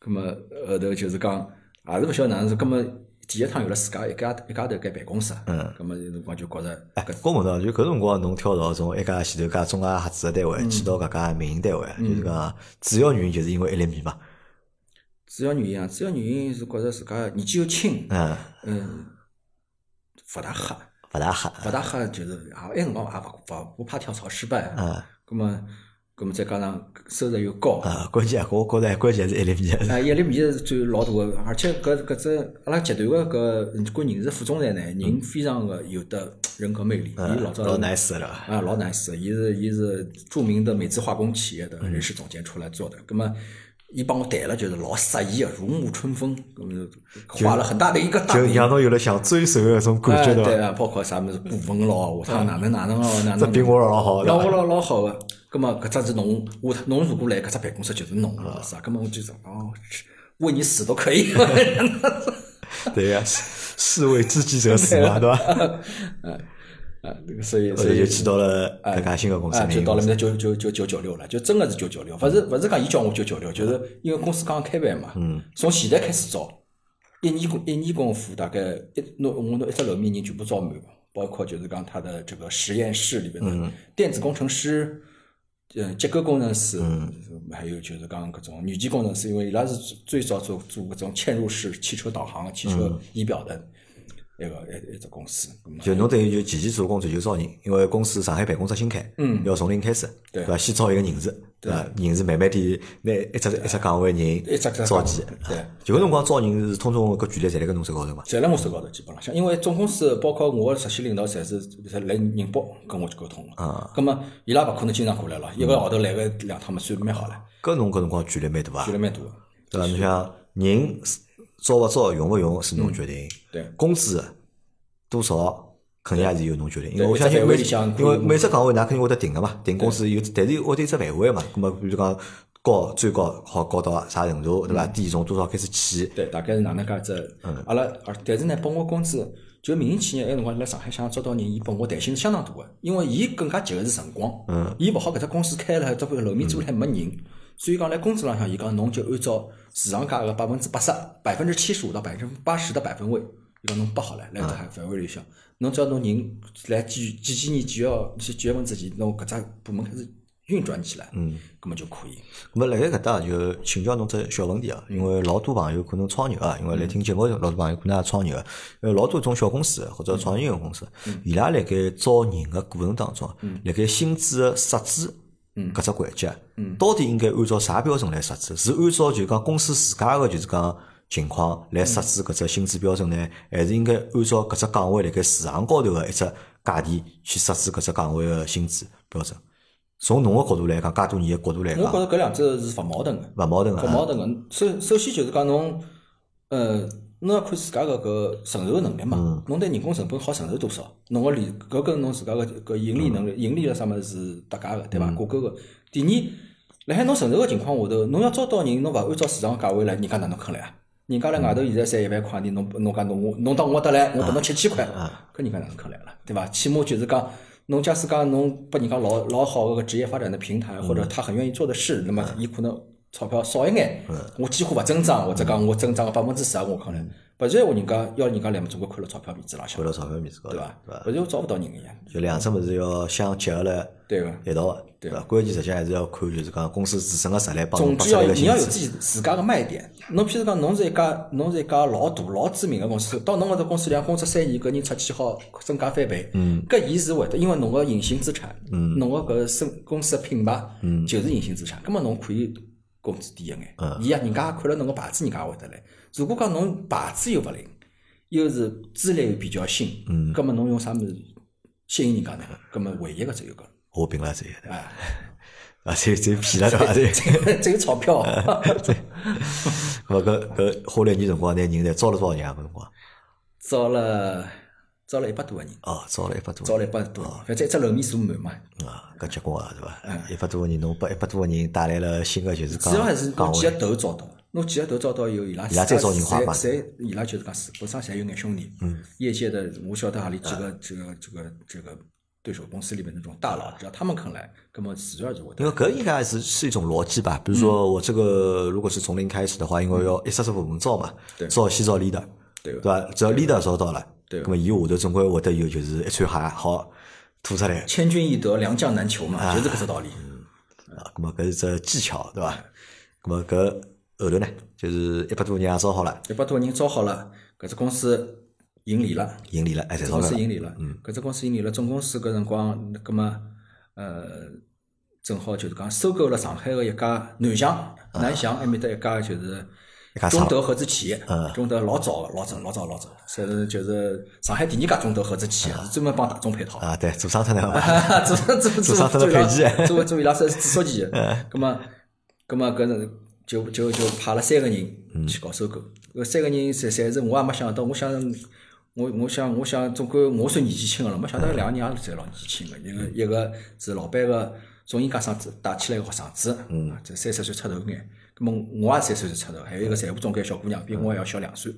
B: 葛么后头就是讲，也是勿晓得哪能是，葛么第一趟有了自家一家一家头间办公室，嗯，那么有辰光就觉着
A: 哎，搿我问到，就啊搿辰光侬跳槽从一家前头家中外合资个单位，去到搿家民营单位，
B: 嗯
A: 就是讲主要原因就是因为 LME 嘛，
B: 主要原因啊，主要原因是觉着自家年纪又轻，
A: 嗯，
B: 嗯，勿大合，
A: 勿大合，
B: 勿大合就是也埃辰光也勿勿不怕跳槽失败，
A: 嗯，
B: 那么那么再加上收入又高，
A: 啊，关键我觉着关键是 LME，
B: 啊，一粒米是占老大个，而且搿搿只阿拉集团个搿关人事副总裁呢，人非常个有得人格魅力，伊老早
A: 嗯老 nice 了，
B: 啊，老 nice，伊是伊是著名的美资化工企业的
A: 嗯
B: 人事总监出来做的，葛么伊帮我谈了，就是老适宜啊，如沐春风，葛么画了很大的一个大
A: 就
B: 饼
A: 让侬有了想追随的种感
B: 哎，
A: 觉，
B: 对
A: 对伐？
B: 啊，包括啥么子股份咯，下趟哪能哪能哦，哪能
A: 嗯这比我老好
B: 老
A: 对
B: 我
A: 吧
B: 老老好个。葛么搿只是侬，下趟侬如果来搿只办公室就是侬了，是吧？葛么我就想，哦，是为你死都可以。 [laughs]
A: 对呀，士士为知己者死
B: [laughs]
A: 嘛，对伐？
B: 啊，那个所以
A: 后
B: 所
A: 头就
B: 以
A: 去到了搿家新的公司
B: 啊，，就
A: 民营
B: 到
A: 公
B: 了
A: 司嗯
B: 面九九九九九六了，就真个是九九六，勿是勿是讲伊叫我九九六，就是因为公司刚刚开办嘛，从现在开始招，一年工一年功夫大概一弄我弄一只楼面人全部招满，包括就是讲他的这个实验室里面
A: 嗯
B: 的电子工程师。嗯，结构工程师，
A: 嗯
B: 还有就是讲各种软件工程师，因为伊拉是最最早做做搿种嵌入式汽车导航、汽
A: 嗯
B: 车仪表的一个一一只公司。咁啊
A: 就侬等于就前期做工作就招人，因为公司上海办公室新开，嗯，要从零开始，
B: 对
A: 伐？先招一个人事，对伐？人事慢慢地拿一只一只岗位
B: 一
A: 人
B: 只只
A: 召集。啊
B: 对。
A: 就搿辰光招人是通通搿权力侪辣搿侬手高头嘛，
B: 侪辣我手高头，基本浪向，因为总公司包括我个直系领导，侪是侪来宁波跟我去沟通个。啊，葛么伊拉勿可能经常过来了，一个号头来个两趟嘛，算蛮好了，
A: 搿侬搿辰光权力蛮大啊
B: 觉，得蛮大个。
A: 对伐？侬想人是招勿招、用勿用是侬决定，
B: 对
A: 工资多少肯定也是由侬决定，因为
B: 对
A: 我相
B: 一
A: 信
B: 只
A: 每
B: 范围里向
A: 因为每只岗位㑚肯定会得定个嘛，定工资有，但是会得有只范围嘛，葛末比如讲高最高好高到啥程度，
B: 嗯
A: 对伐？低从多少开始起，
B: 对，大概是哪能介只？阿拉而但是呢，拨我工资，就民营企业埃辰光辣上海想招到人，伊拨我弹性是相当大个，因为伊更加急个是辰光。嗯。伊勿好搿只公司开了，只不过楼面租了还没人，所以讲辣工资浪向，伊讲侬就按照市场价个百分之八十、百分之七十五到百分之八十的百分位，伊讲侬拨好了，辣只范围里向，侬只要侬人来几几几年几月几几月份之前，侬搿只部门开始运转起来，嗯，葛么就可以。
A: 咁么辣盖搿搭就请教侬只小问题啊，因为老多朋友可能创业啊，因为来听节目的老多朋友可能也创业啊，呃，老多种小公司或者创业型公司，
B: 嗯
A: 伊拉辣盖招人的过程当中，啊辣盖薪资的设置
B: 嗯
A: 搿只环节，到底应该按照啥标准来设置？是按照就讲公司自家个就是讲情况来设
B: 嗯
A: 置搿只薪资标准呢，还是应该按照搿只岗位辣盖市场高头个一只价钿去设置搿只岗位个薪资标准？从侬个角度来讲，介多年个角度来
B: 我
A: 讲。
B: 觉着搿两者是勿矛盾个。
A: 勿矛盾
B: 搿
A: 啊，
B: 矛盾个。首首先就是讲侬，呃，侬要看自家个搿承受能力嘛。侬对人工成本好承受多少？侬个利搿跟侬自家个搿盈利能力、盈利个啥物事是搭界个，对伐？挂钩个。第二，辣海侬承受个情况下头，侬要招到人，侬勿按照市场价位来，人家哪能肯来啊？人家辣外头现在赚一万块钿，侬侬讲侬我侬到我搭来，我拨侬七千块，搿人家哪能肯来了，对伐？起码就是讲，侬假使讲侬拨人家老老好个职业发展的平台，或者他很愿意做的事，那么伊可能钞票少一眼，我几乎勿增长，或者讲我增长个百分之十，我可能，不然我人家要人家来嘛，总归看了钞票面子浪向
A: 看，到钞票面子高头，
B: 对
A: 伐
B: 伐？？不然我招勿到人个呀，
A: 就两只物事要相结合了
B: 对个。
A: 一道的，对伐？关键实际上还是要看就是讲公司自身个实力帮侬
B: 总
A: 拨
B: 之
A: 出
B: 要
A: 来个
B: 你
A: 薪
B: 要有
A: 资，
B: 自己自家个卖点。侬譬如讲，侬是一家侬是一家老大老知名个公司，到侬搿只公司里向工作三年，搿人出去好身价翻倍。嗯，搿伊是会得，因为侬个隐形资产，嗯，侬个搿身公司个品牌，嗯，就是隐形资产。葛末侬可以工资低一眼，伊啊呀，人家也看了侬个牌子，人家也会得来。如果讲侬牌子又勿灵，又是资历又比较新，嗯，葛末侬用啥物事吸引人家呢？葛末唯一个只有搿了
A: 我并了这个，
B: 啊，
A: 啊，这这骗了对伐？这
B: [laughs] 只有钞票。
A: 勿搿搿花了一年辰光，拿人才招了多少人啊？搿辰光
B: 招了招了一百多个人，
A: 哦，招了一百多
B: 招
A: 人
B: 了一百多个人，反正一只楼面坐满嘛。
A: 啊，搿结棍啊，对伐？一百多个人，侬拨一百多个人带来了新个就是
B: 主要嗯还是
A: 讲岗
B: 侬几个
A: 位，
B: 头招到，侬几个头招到以后，伊拉
A: 伊拉再招人花
B: 侪
A: 吧
B: 侪伊拉就是讲是本身侪有眼兄弟。嗯，业界的我晓得哈里几个这个这个这个对手公司里面那种大佬，只要他们肯来，那么自然就会
A: 因
B: 得。
A: 为搿应该是是一种逻辑吧？比
B: 嗯
A: 如说我这个如果是从零开始的话，因为要一只只部门招嘛
B: 对，
A: 招先招 leader，
B: 对
A: 对
B: 个，
A: 伐？只要 leader 找到了，
B: 对
A: 那么伊下头总归会得有就是一串鞋好吐出来，
B: 千军易得，良将难求嘛，就是搿只道理。
A: 啊，那么搿是只技巧，对伐？那么搿后头呢，就是一百多人也招好了，
B: 一百多人招好了，搿只公司盈利了，
A: 盈利了，哎，赚钞
B: 公
A: 票
B: 司
A: 了
B: 盈利了。搿只公司盈利了，总公司搿辰光，葛么呃，正好就是讲收购了上海个一家南翔，南翔埃面搭一家就是
A: 一家
B: 中
A: 厂嗯
B: 德合资企业，中德老早老早老早老早，是就是上海第二家中德合资企业，
A: 嗯
B: 是专门帮大众配套。
A: 啊，对，做商场的嘛，
B: 哈， [laughs] 做做
A: 做
B: 做
A: 啥都
B: 做伊
A: 能
B: 拉
A: 配件
B: 做做伊拉是制作企业，
A: 嗯
B: 葛么葛么搿是就就就派了三个
A: 嗯
B: 人去搞收购，搿三个人侪侪是我也没想到，我想我我想我想总归我算年纪轻个了，没想到两个人也侪老年纪轻个，一
A: 嗯
B: 个一个是老板个中研家生子带起来个学生子，
A: 嗯
B: 啊，这三十岁出头眼，葛么我也三十岁出头，还有一个财务总监小姑娘比
A: 嗯
B: 我还要小两岁。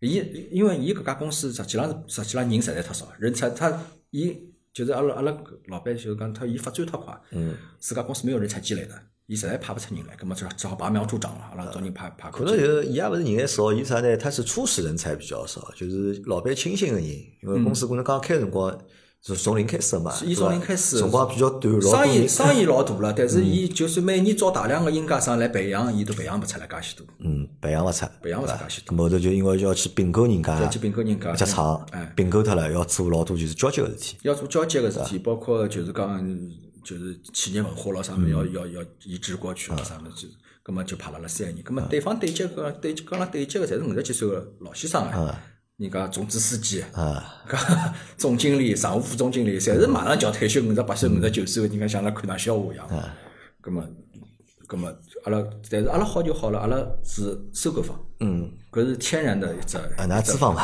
B: 伊因为伊搿家公司实际浪是实际浪人实在太少，人才他伊就是阿拉阿拉老板就是讲他伊发展太快，嗯，自家公司没有人才积累的，伊实在派不出人来，葛末只好只好拔苗助长了，阿拉找人派派
A: 可
B: 过
A: 能就
B: 去。
A: 是伊也勿是人才少，伊啥呢？他是初始人才比较少，就是老板清新个人，因为公司可能刚开的辰光是从零开始嘛，对
B: 伊
A: 吧
B: 从零开始
A: 辰光比较短，老多嗯
B: 生意
A: 人
B: 生意老大了，但是伊就是每年招大量个应届生来培养，伊都培养不出来介许多，
A: 嗯培养勿出，
B: 培养不出介许多。
A: 咁后头就因为要去并购人家
B: 再去并购人家
A: 一家厂
B: 哎，
A: 并购脱了，要做老多就是交接个事体。
B: 要做交接个事体，包括就是讲就是企业文化咯啥物事，
A: 嗯
B: 要要要移植过
A: 啊
B: 去咯啥物事，葛么就派了了三个人，葛么对方对接个对接跟阿拉对接个侪是五十几岁个老先生啊，人家总支书记
A: 啊，
B: 搿 [laughs] 总经理、常务副总经理，侪是马上就要退休，五十八岁、五十九岁的人家像那看那笑话一样。
A: 啊
B: 葛么，葛么，阿拉但是阿拉好就好了，阿拉是收购方，嗯，搿是天然的一只
A: 啊，那资方 [laughs] 嘛，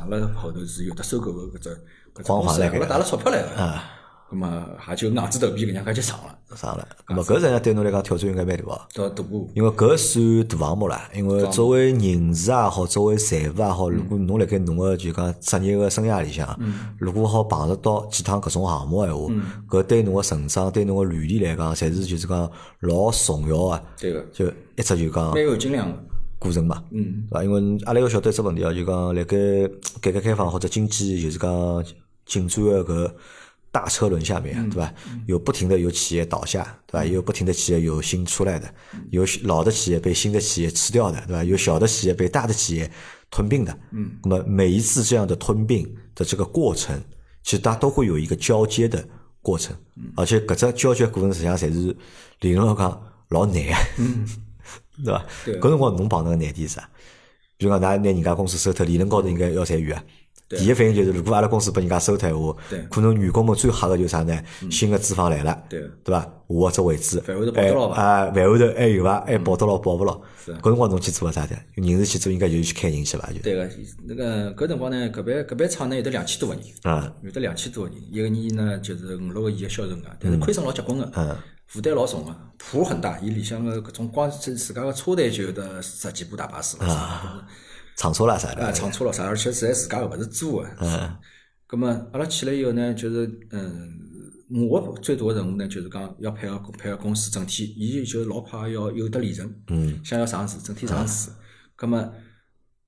B: 阿拉后头是有得收购个搿只搿只
A: 光
B: 公司
A: 环来
B: 阿拉
A: 个
B: 打了钞票来个，葛么也就硬着头皮搿能介就上了，
A: 啥了？咁么搿实际上对侬来讲挑战应该蛮大哦。
B: 到大步
A: 因为搿算大项目嗯啦，因为作为人事也好，作为财务也好，如果侬辣盖侬个就讲职业个生涯里向，如果好碰得到几趟搿种项目个闲话，�对侬个成长、对侬个履历来讲，侪是就是讲老重要个，
B: 对个，
A: 就一直就讲
B: 蛮有斤两个，
A: 过程嘛，
B: 嗯，
A: 对伐？因为阿拉要晓得一只问题哦，就讲辣盖 [coughs] 改革开放或者经济就是讲进展的搿大车轮下面，啊对伐？有不停的有企业倒下，对伐？也有不停的企业有新出来的，有老的企业被新的企业吃掉的，对伐？有小的企业被大的企业吞并的，嗯，那么每一次这样的吞并的这个过程，其实它都会有一个交接的过程，而且搿只交接过程实际上侪是理论上讲老难啊的。对伐？
B: 对
A: 搿辰光侬碰到个难点是啥？比如讲，㑚拿人家公司收脱，理论高头应该要裁员啊。第一反应就是，如果阿拉公司拨人家收脱闲话
B: 对，嗯
A: 可能员工们最吓个就是啥呢？新个资方来了，
B: 对
A: 对伐？我只位置，
B: 饭碗都保得牢伐
A: 哎啊，饭碗头还有伐？还保得牢，保勿牢？
B: 嗯是
A: 搿辰光侬去做啥的？人事去做，应该就是去开人去伐？就
B: 对个，那个搿辰光呢，搿爿搿爿厂呢有得两千多个人，
A: 啊，
B: 有得两千多个人，一个年呢就是五六个亿个销售额，但是亏损老结棍个，负担老重个，谱很大，伊里向个搿种光自自家个车队就有得十几部大巴士了，
A: 啊
B: 啥的
A: 厂车啦啥
B: 啊，
A: 的，
B: 唱错了啥，而且是在自家个勿是租个。嗯。葛么阿拉去了以后呢，就是嗯，我最大个任务呢，就是讲要配合配合公司整体，伊就老怕要有得利润，嗯，想要上市，整体上市。葛么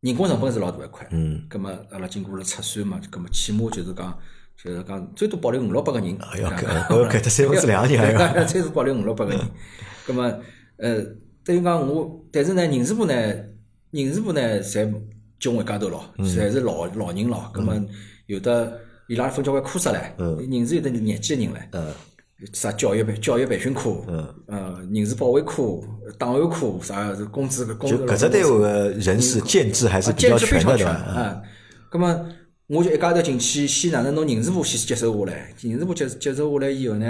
B: 人工成本是老大一块，嗯，葛么阿拉经过了测算嘛，葛么起码就是讲。就是讲最多保留五六百个人，
A: 哎呀搿搿搿得三分之两个人哎呀
B: 最多保留五六百个人。葛么，呃，等于讲我，但是呢，人事部呢，人事部呢，侪叫我一家头咯，
A: 嗯
B: 侪是老老人咯。葛么有的伊拉分交关科室唻，
A: 嗯
B: 人事有的廿几个人唻，啥教育培教育培训科，
A: 嗯
B: 呃，人事保卫科、档案科，啥工资工
A: 就搿只单位个人事建制还是
B: 啊，
A: 比较
B: 建制非
A: 全的，嗯
B: 常
A: 对
B: 全
A: 伐？
B: 啊。咁么我就一家头进去，先哪能拿人事部先接手下来？人事部接接手下来以后呢，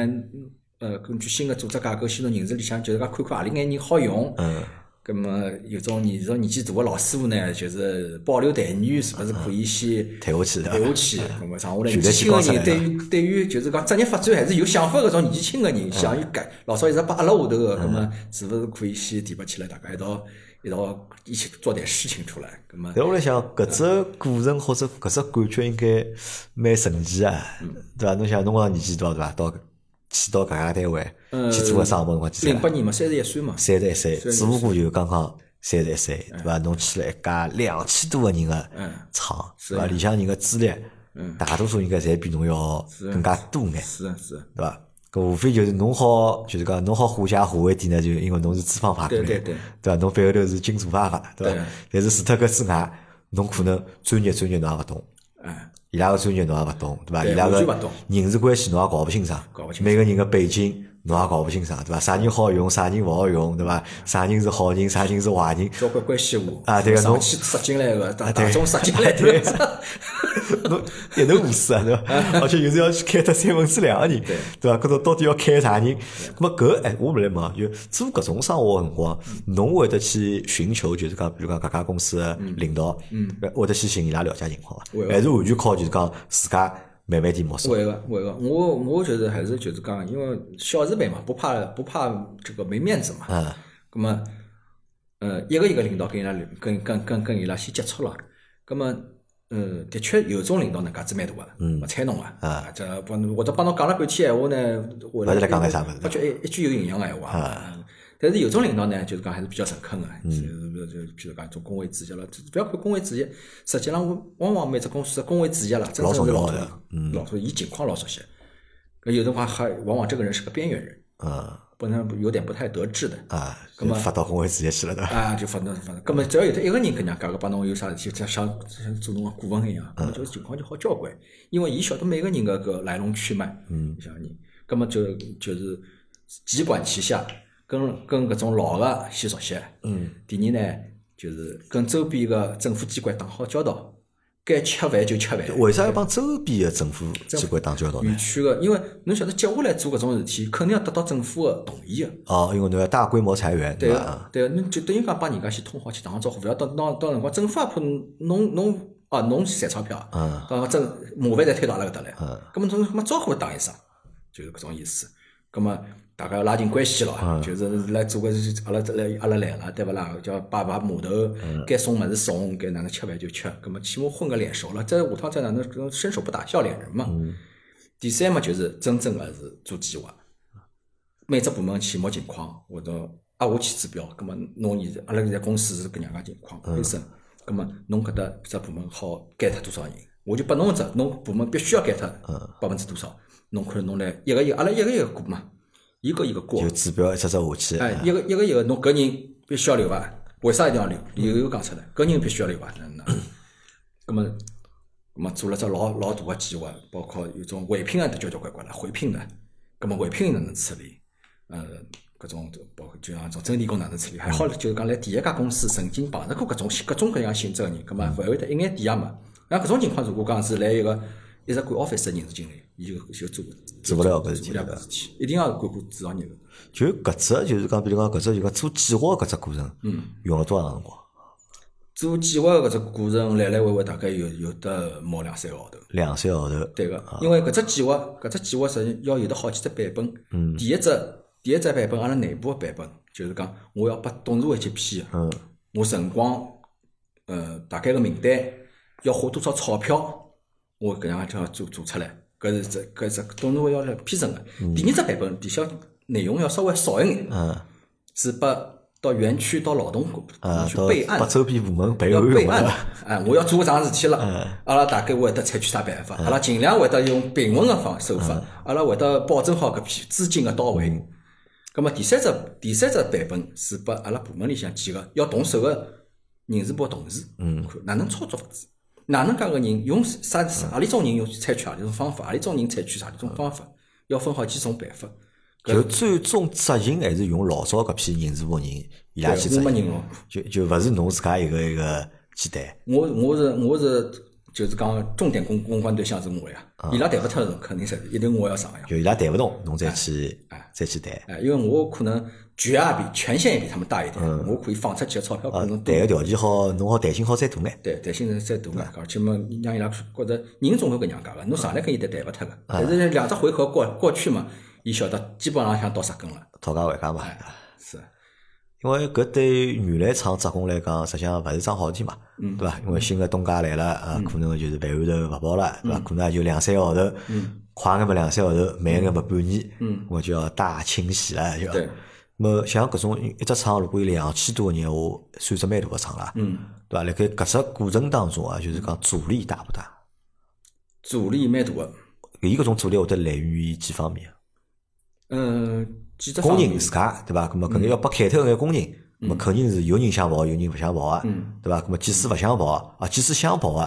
B: 呃，根据新的组织架构，先拿人事里向就是讲看看何里眼人好用。嗯。咁么有种年种年纪大个老师傅呢，就是保留待遇，是勿是可以先
A: 退下去的
B: 退下去？
A: 嗯
B: 咁么剩下来
A: 全
B: 年
A: 力
B: 纪
A: 去
B: 轻个
A: 搞出来的
B: 人，对于对于就是讲职业发展还是有想法搿种年纪轻个
A: 嗯
B: 人，想要改老早一直摆阿拉下头个，咁么是勿是可以先提拔起来，大家一道一道一起做点事情出来？咁么
A: 但我来想，搿只过程或者搿只感觉应该蛮神奇啊，
B: 嗯
A: 对伐？侬想侬讲年纪大对伐？到去到搿家单位去做个生活辰光几岁
B: 零
A: 啊？
B: 呃八年嘛，三十一岁嘛，
A: 三十一岁，只不过就刚刚三十一岁，对伐？侬去了一家两千多个人个
B: 嗯
A: 厂，
B: 是
A: 对伐？
B: 呀
A: 里向人个资历，大多数应该侪比侬要
B: 呀
A: 更加多眼，
B: 是啊是啊，
A: 对伐？搿无非就是侬好，就是讲侬好化解化为点呢，就是因为侬是资方派过来，
B: 对对对
A: 对伐？侬背后头是金主爸爸，对伐
B: 对？
A: 但是除脱搿之外，侬可能专业专业侬也勿懂，
B: 哎，
A: 伊拉个专业侬也勿懂，对伐？
B: 对
A: 伊拉
B: 完全勿
A: 个
B: 懂
A: 人事关系侬也搞勿清爽，
B: 搞勿清
A: 每个人个背景侬也搞勿清爽，对伐？啥人好用，啥人勿好用，对伐？啥人是好人，啥人是坏人，
B: 交关关系户
A: 啊对个
B: 上
A: 侬
B: 去杀进来个，大
A: 啊对
B: 大众杀进来 [laughs]
A: 对
B: 的，
A: 侬一头雾水啊，对伐？
B: [laughs]
A: 而且有时要去开脱三分之两个人，
B: 对
A: 啊对伐？搿种到底要开啥人？那么搿哎，我勿来问啊，就做搿种生活个辰光，
B: 嗯
A: 侬会得去寻求，就是讲，比如讲搿家公司个领导，嗯，会得去寻伊拉了解情况伐
B: 会？个
A: 还是完全靠就是讲自家慢慢点摸索？
B: 会个会个，我我觉得还是就是讲，因为小日本嘛，不怕不怕这个没面子嘛，
A: 嗯，
B: 咁么，呃，一个一个领导跟伊拉跟跟跟跟伊拉先接触了，咁么，呃，的确有种领导呢，架子蛮大个，
A: 嗯
B: 勿睬侬个，啊，这帮侬或者帮侬讲了半天闲话呢，回
A: 勿晓得讲了啥物事
B: 发觉一一句有营养个闲话。啊但是有种领导呢，就是讲还是比较诚恳个，就是就譬如讲做工会主席了，不要看工会主席，实际上我往往每只公司的工会主席啦，真
A: 老重
B: 正是
A: 要
B: 老
A: 的
B: 多老多，伊情况老熟悉。搿有辰光还往往这个人是个边缘人，
A: 嗯
B: 不能有点不太得志的。
A: 啊，
B: 咁么
A: 就发到工会直接去了，对伐？
B: 啊，就反正反正，根本只要有得一个人跟人家讲个，帮侬有啥事体，就像像做侬个顾问一样，那么就情况就好交关，因为伊晓得每个人个个来龙去脉，嗯，像你，根本就就是集管齐下，跟跟搿种老个先熟悉，嗯，第二呢，就是跟周边个政府机关打好交道，该吃饭就吃饭，
A: 嗯为啥要帮周边个政府机关打交道呢
B: 园？区个，因为侬晓得接下来做搿种事体，肯定要得到政府个同意个。
A: 哦，因为侬要大规模裁员，
B: 对
A: 对伐？
B: 个，对个，侬就等于讲帮人家先通好去打个招呼，勿要到到到辰光政府也怕侬侬啊侬赚钞票，
A: 嗯，
B: 到政麻烦再推到阿拉搿搭来，
A: 嗯，
B: 咁么侬咁么招呼打一声，就是搿种意思，咁么大家要拉近关系
A: 嗯
B: 咯，就是来做个阿拉来阿拉来了，对勿啦？叫摆摆码头，
A: 嗯
B: 该送物事送，该哪能吃饭就吃，咁么起码混个脸熟了，再下趟再哪能搿种伸手不打笑脸人嘛。
A: 嗯
B: 第三嘛，就是真正个是做计划。每只部门去摸情况，或者啊，我去指标，葛么侬现在阿拉现在公司是搿能介情况发生，葛么侬搿搭只部门好减脱多少人，我就拨侬一只，侬部门必须要减脱百分之多少，侬看侬来一个一个，阿拉一个一个过嘛，一个一个过
A: 就，指标一只只下去，
B: 哎，一个一个一个，侬搿人必须要留伐？为啥一定要留？理由又讲出来，搿人必须要留伐？哪能哪能？葛么，葛么做了只老老大个计划，包括有种啊回聘个得交交关关了，回聘个，葛么回聘哪能处理？呃，搿种包括就像种征地工哪能处理？还好就是讲来第一家公司曾经碰着过搿种各种各样性质个人，葛么勿会得一眼底也没。那搿种情况，如果讲是来一个一直管 office 的人事经理，伊就就做
A: 做不了搿事
B: 做
A: 体
B: 不了搿事体，一定要管管制造业个。
A: 就搿只就是讲，比如讲搿只就讲做计划搿只过程，
B: 嗯
A: 用了多长辰光？
B: 做计划搿只过程来来回回大概有有得毛两三个号头。
A: 两三个号头。
B: 对个，
A: 啊
B: 因为搿只计划搿只计划实际要有得好几只版本。嗯。第一只第一只版本，阿拉内部个版本，就是讲我要拨董事会去批。
A: 嗯。
B: 我辰光，呃，大概个名单要花多少钞票，我搿样就要做做出来。搿是只搿只董事会要来批准个。第二只版本，底下内容要稍微少一眼，
A: 嗯，
B: 是拨到园区到劳动局
A: 啊，
B: 去
A: 到
B: 备案
A: 把。周边部门备
B: 要
A: 案
B: 呃备
A: 用嗯
B: 案
A: 了。
B: 了，哎，我要做搿桩事体了，阿拉大概会得采取啥办法？
A: 嗯
B: 阿拉尽量会得用平稳个方手法，阿拉会得保证好搿批资金个到
A: 嗯
B: 位。葛末第三只第三只版本是拨阿拉部门里向几个要动手个人事部同事，嗯，看哪能操作法子，哪能介个人用啥啥
A: 嗯
B: 何里种人用采取何里种方法，何里种人采取啥里种方法，要分好几种办法。
A: 嗯就最终执行还是用老早搿批人事部人伊拉去执
B: 我没人
A: 行
B: 哦，
A: 就就勿是侬自家一个一个简单。
B: 我我是我是就是讲重点攻攻关对象是我呀，伊拉谈勿脱的肯定是一定我要上呀。
A: 啊就伊拉谈勿动，侬再去再去谈。
B: 哎，因为我可能局也比权限也比他们大一点，
A: 嗯
B: 我可以放出去的钞票可
A: 呃，
B: 能
A: 谈个条件好，侬好弹性好再大眼。
B: 对弹性是再大眼，而且嘛，让伊拉觉得人总归搿样讲个，侬上来跟伊谈谈勿脱个，
A: 啊
B: 但是两只回合过过去嘛，伊晓得基本浪向到啥根了，
A: 讨价还价
B: 哎
A: 嘛，
B: 是
A: 因为搿对原来厂职工来讲，实际上勿是桩好事体嘛，
B: 嗯
A: 对伐？因为新的东家来了啊，可能就是办案头勿跑了，
B: 嗯
A: 对伐？可能也就两三个号头，快眼么两三个号头，慢眼么半年，我就要大清洗了，就
B: 嗯对。
A: 么像搿种一只厂如果有两千多个人，我算只蛮大个厂了，嗯，对伐？辣盖搿只过程当中啊，就是讲阻力大不大？
B: 阻力蛮大个。
A: 伊搿种阻力会得来源于几方面？
B: 嗯，几只
A: 工
B: 方
A: 人
B: 面嗯
A: 自家对伐？咁么肯定要拨开脱搿眼工人，咁么肯定是有人想跑，有人勿想跑个，啊
B: 嗯
A: 对伐？咁么即使勿想跑啊，即使想跑个，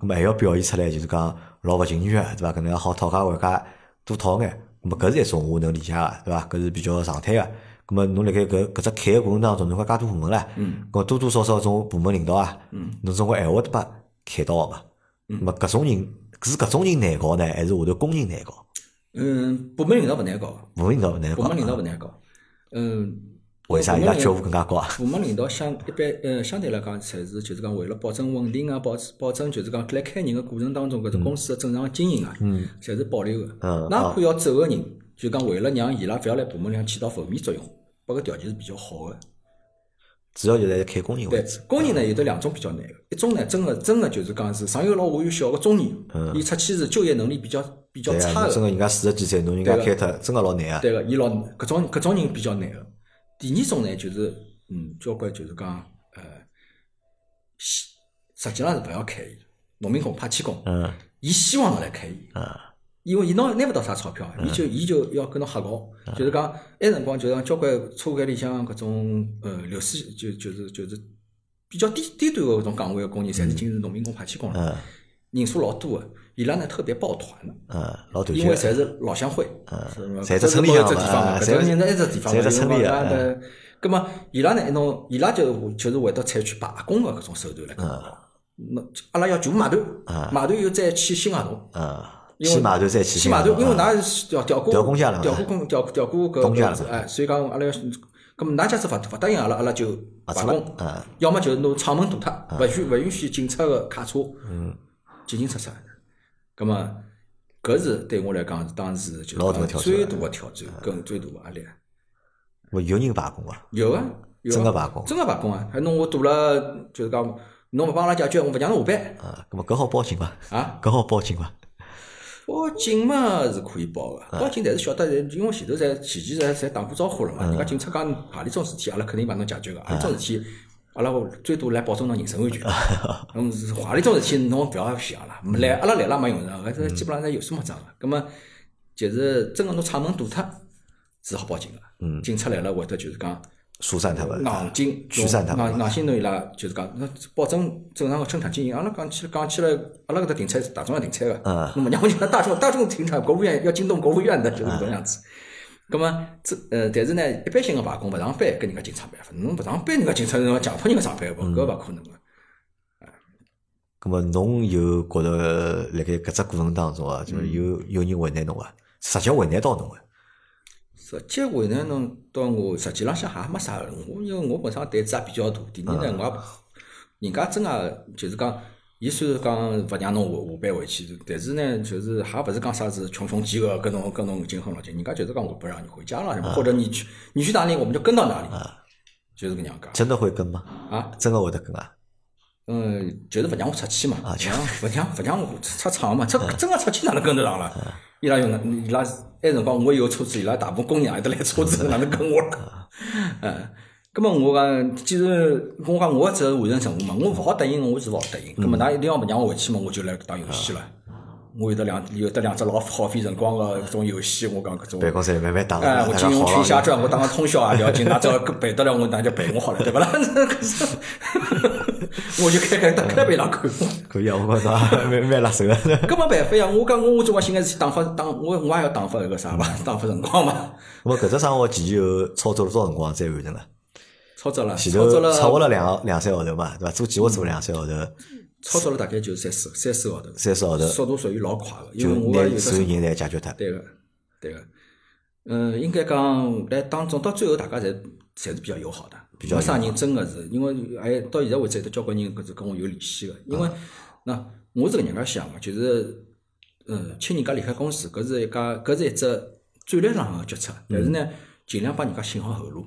A: 咁么还要表现出来，就是讲老勿情愿，对伐？可能要好讨价还价，多讨眼。咁么搿是一种我能理解个，对伐？搿是比较常态个。咁么侬辣盖搿搿只开个过程当中，侬看介多部门唻，
B: 嗯
A: 咁么多多少少种部门领导啊，侬总归还会得把开到个嘛。
B: 嗯
A: 咁么搿种人是搿种人难搞呢，还是下头工人难搞？
B: 嗯，部门领导勿难搞，
A: 部门领导
B: [laughs]
A: 难
B: 部
A: 搞
B: 门领
A: 啊，
B: 导勿难搞。嗯，
A: 为啥
B: 部
A: 伊
B: 门
A: 拉
B: 领
A: 觉悟更加高啊？
B: 部门领导相一般呃相对来讲，侪是就是讲为了保证稳定啊，保保证就是讲辣开人个过程当中，搿只公司个正常经营啊，侪是保留
A: [laughs] 嗯
B: 个。哪怕要走个人，就讲为了让伊拉勿要来部门里向起到负面作用，拨个条件是比较好个。
A: 主要就是开工人为
B: 对
A: 主，，
B: 工人呢有得两种比较难的，一种呢真的真的就是讲是上有老下有小的中年，伊出去是就业能力比较比
A: 嗯
B: 较
A: 对啊，
B: 差
A: 侬真个
B: 的，
A: 人家四十几岁，侬人家开
B: 对
A: 脱真个老难啊。
B: 对个，伊老搿种搿种人比较难的。第二种呢就是嗯，交关就是讲呃，希实际上是勿要开伊，农民工、派遣工，
A: 嗯
B: 伊希望侬来开伊，
A: 嗯
B: 因为伊拿拿勿到啥钞票，伊就伊就要跟侬瞎搞，
A: 嗯
B: 就是讲埃辰光就是讲交关车间里向搿种呃流水就就是就是比较低低端个搿种岗位个工人，侪是进入农民工派遣工了，
A: 嗯
B: 人数老多个，伊拉呢特别抱团的。
A: 嗯，老团
B: 因为
A: 结。
B: 侪是老乡会，
A: 嗯侪
B: 侪
A: 在村里
B: 一
A: 向
B: 只
A: 嘛
B: 地方嘛，
A: 啊
B: 搿
A: 侪
B: 种
A: 是
B: 人在一只地方嘛，
A: 侪在村里啊
B: 啊。对葛么伊拉呢，一弄伊拉就就是会得采取罢工个搿种手
A: 嗯
B: 段来搞。那阿拉要全部买断，买断以后再签新合同。
A: 嗯，
B: 因为
A: 先买断再嗯去
B: 先买断，因为
A: 啊
B: 㑚是调调过
A: 调工价了嘛
B: 调过工调调过搿
A: 工价
B: 个
A: 了
B: 子
A: 嘛
B: 哎，所以讲阿拉要，葛么㑚假使勿勿答应阿拉，阿拉就
A: 勿
B: 罢
A: 出
B: 工
A: 了，，嗯，
B: 要么就是侬厂门堵脱，
A: 啊
B: 勿允勿允许警察个卡车
A: 嗯
B: 进进出出。葛么，搿是对我来讲是当时就是
A: 老大的挑
B: 讲
A: 战啊
B: 最大个挑战，跟最大个压力。
A: 我有人罢工啊，
B: 有啊，有啊
A: 真个罢工
B: 真个罢工啊！还侬我堵了，就是讲侬勿帮阿拉解决，我勿让侬下班
A: 啊，那么搿好报警 [laughs] 伐？
B: 啊！
A: 搿好报警伐？
B: 报警嘛是可以报个，报警但是晓得，因为前头侪前期侪侪打过招呼了嘛。人家警察讲何里桩事体，阿拉肯定帮侬解决个。何里桩事体，阿拉最多来保证侬人身安全。嗯，是何里桩事体侬勿要想了，没来阿拉来了没用场，搿啊哎这基本上侪有数没账个。葛么就是真个侬厂门堵脱，只好报警个。嗯，警察来了会得就是讲。
A: 疏散他们。
B: 硬劲
A: 驱散他们
B: 硬硬性侬伊拉就是讲，那保证正常个生产经营。阿拉讲起来讲起来，阿拉搿搭停产是大众要停产个，
A: 嗯
B: 那么让我讲大众大众停产，国务院要惊动国务院的，就是
A: 啊
B: 搿种样子。葛么这呃，但是呢，一般性个罢工勿上班，跟人家警察办法，侬勿上班，人家警察要强迫人家上班，搿
A: 嗯
B: 搿勿可能个。
A: 那么侬有觉得辣盖搿只过程当中啊，
B: 嗯
A: 就是有有人为难侬啊，直接为难到侬啊？
B: 实际为难侬到我，实际浪向也没啥。我因为我本身胆子也比较大，第二呢，我也人家真个就是讲，伊虽然讲勿让侬下下班回去，但是呢，就是也勿是讲啥是穷凶极恶，跟侬跟侬斤衡老斤。人家就是讲我不让你回家了，或者你去你去哪里，我们就跟到哪里，就是搿样讲
A: 真的会跟吗？
B: 啊。
A: 真的会得跟啊？
B: 嗯，就是勿让我出去嘛，
A: 啊
B: 勿让勿让勿让我出厂嘛，出真个出去哪能跟得上了？伊拉用哪伊拉埃辰光我也有车子，伊拉大部分工人也得来车子，哪能跟我了？ [laughs] 嗯，葛么我讲，既然我讲我只是完成任务嘛，我勿好答应，我是勿好答应。葛么㑚一定要勿让我回去嘛，我就来打游戏了。我有得两有得两只老耗费辰光个搿种游戏，我讲搿种。
A: 办公室里慢慢打，
B: 哦哎，
A: 大
B: 我
A: 家
B: 金
A: 好
B: 庸
A: 啊好
B: 群侠
A: 聊
B: 传，我当个通宵啊也了解，那只要背得了我，那就背我好了，对不啦？ [laughs] 我就开开打开背上看。
A: 可以啊， [laughs] 我觉着蛮蛮辣手啊。
B: 搿没办法呀，我讲我啊我总归寻个事体打发打，我我也要打发一个啥
A: 嗯
B: 吧，打发辰光嘛。
A: 那么搿只生活前期有操作了多少辰光啊才完成了？
B: 操作了，
A: 前
B: 操
A: 头
B: 作了，
A: 策划了两两三个号头嘛，对伐？做计划做两三个号头，
B: 操作了大概就三四三四个号头，
A: 三四个号头
B: 速度属于老快的，因
A: 就
B: 为我有
A: 拿
B: 的
A: 所有人侪解决脱。
B: 对个，对个。嗯，应该讲来当中到最后，大家侪侪是比较友好的，
A: 比较
B: 没啥人真个是，因为哎到现在为止，还有交关人搿是跟我有联系个，因为那我是搿能介想个，就是嗯，请人家离开公司，搿是一家搿是一只战略上个决策，但是呢，尽量帮人家寻好后路，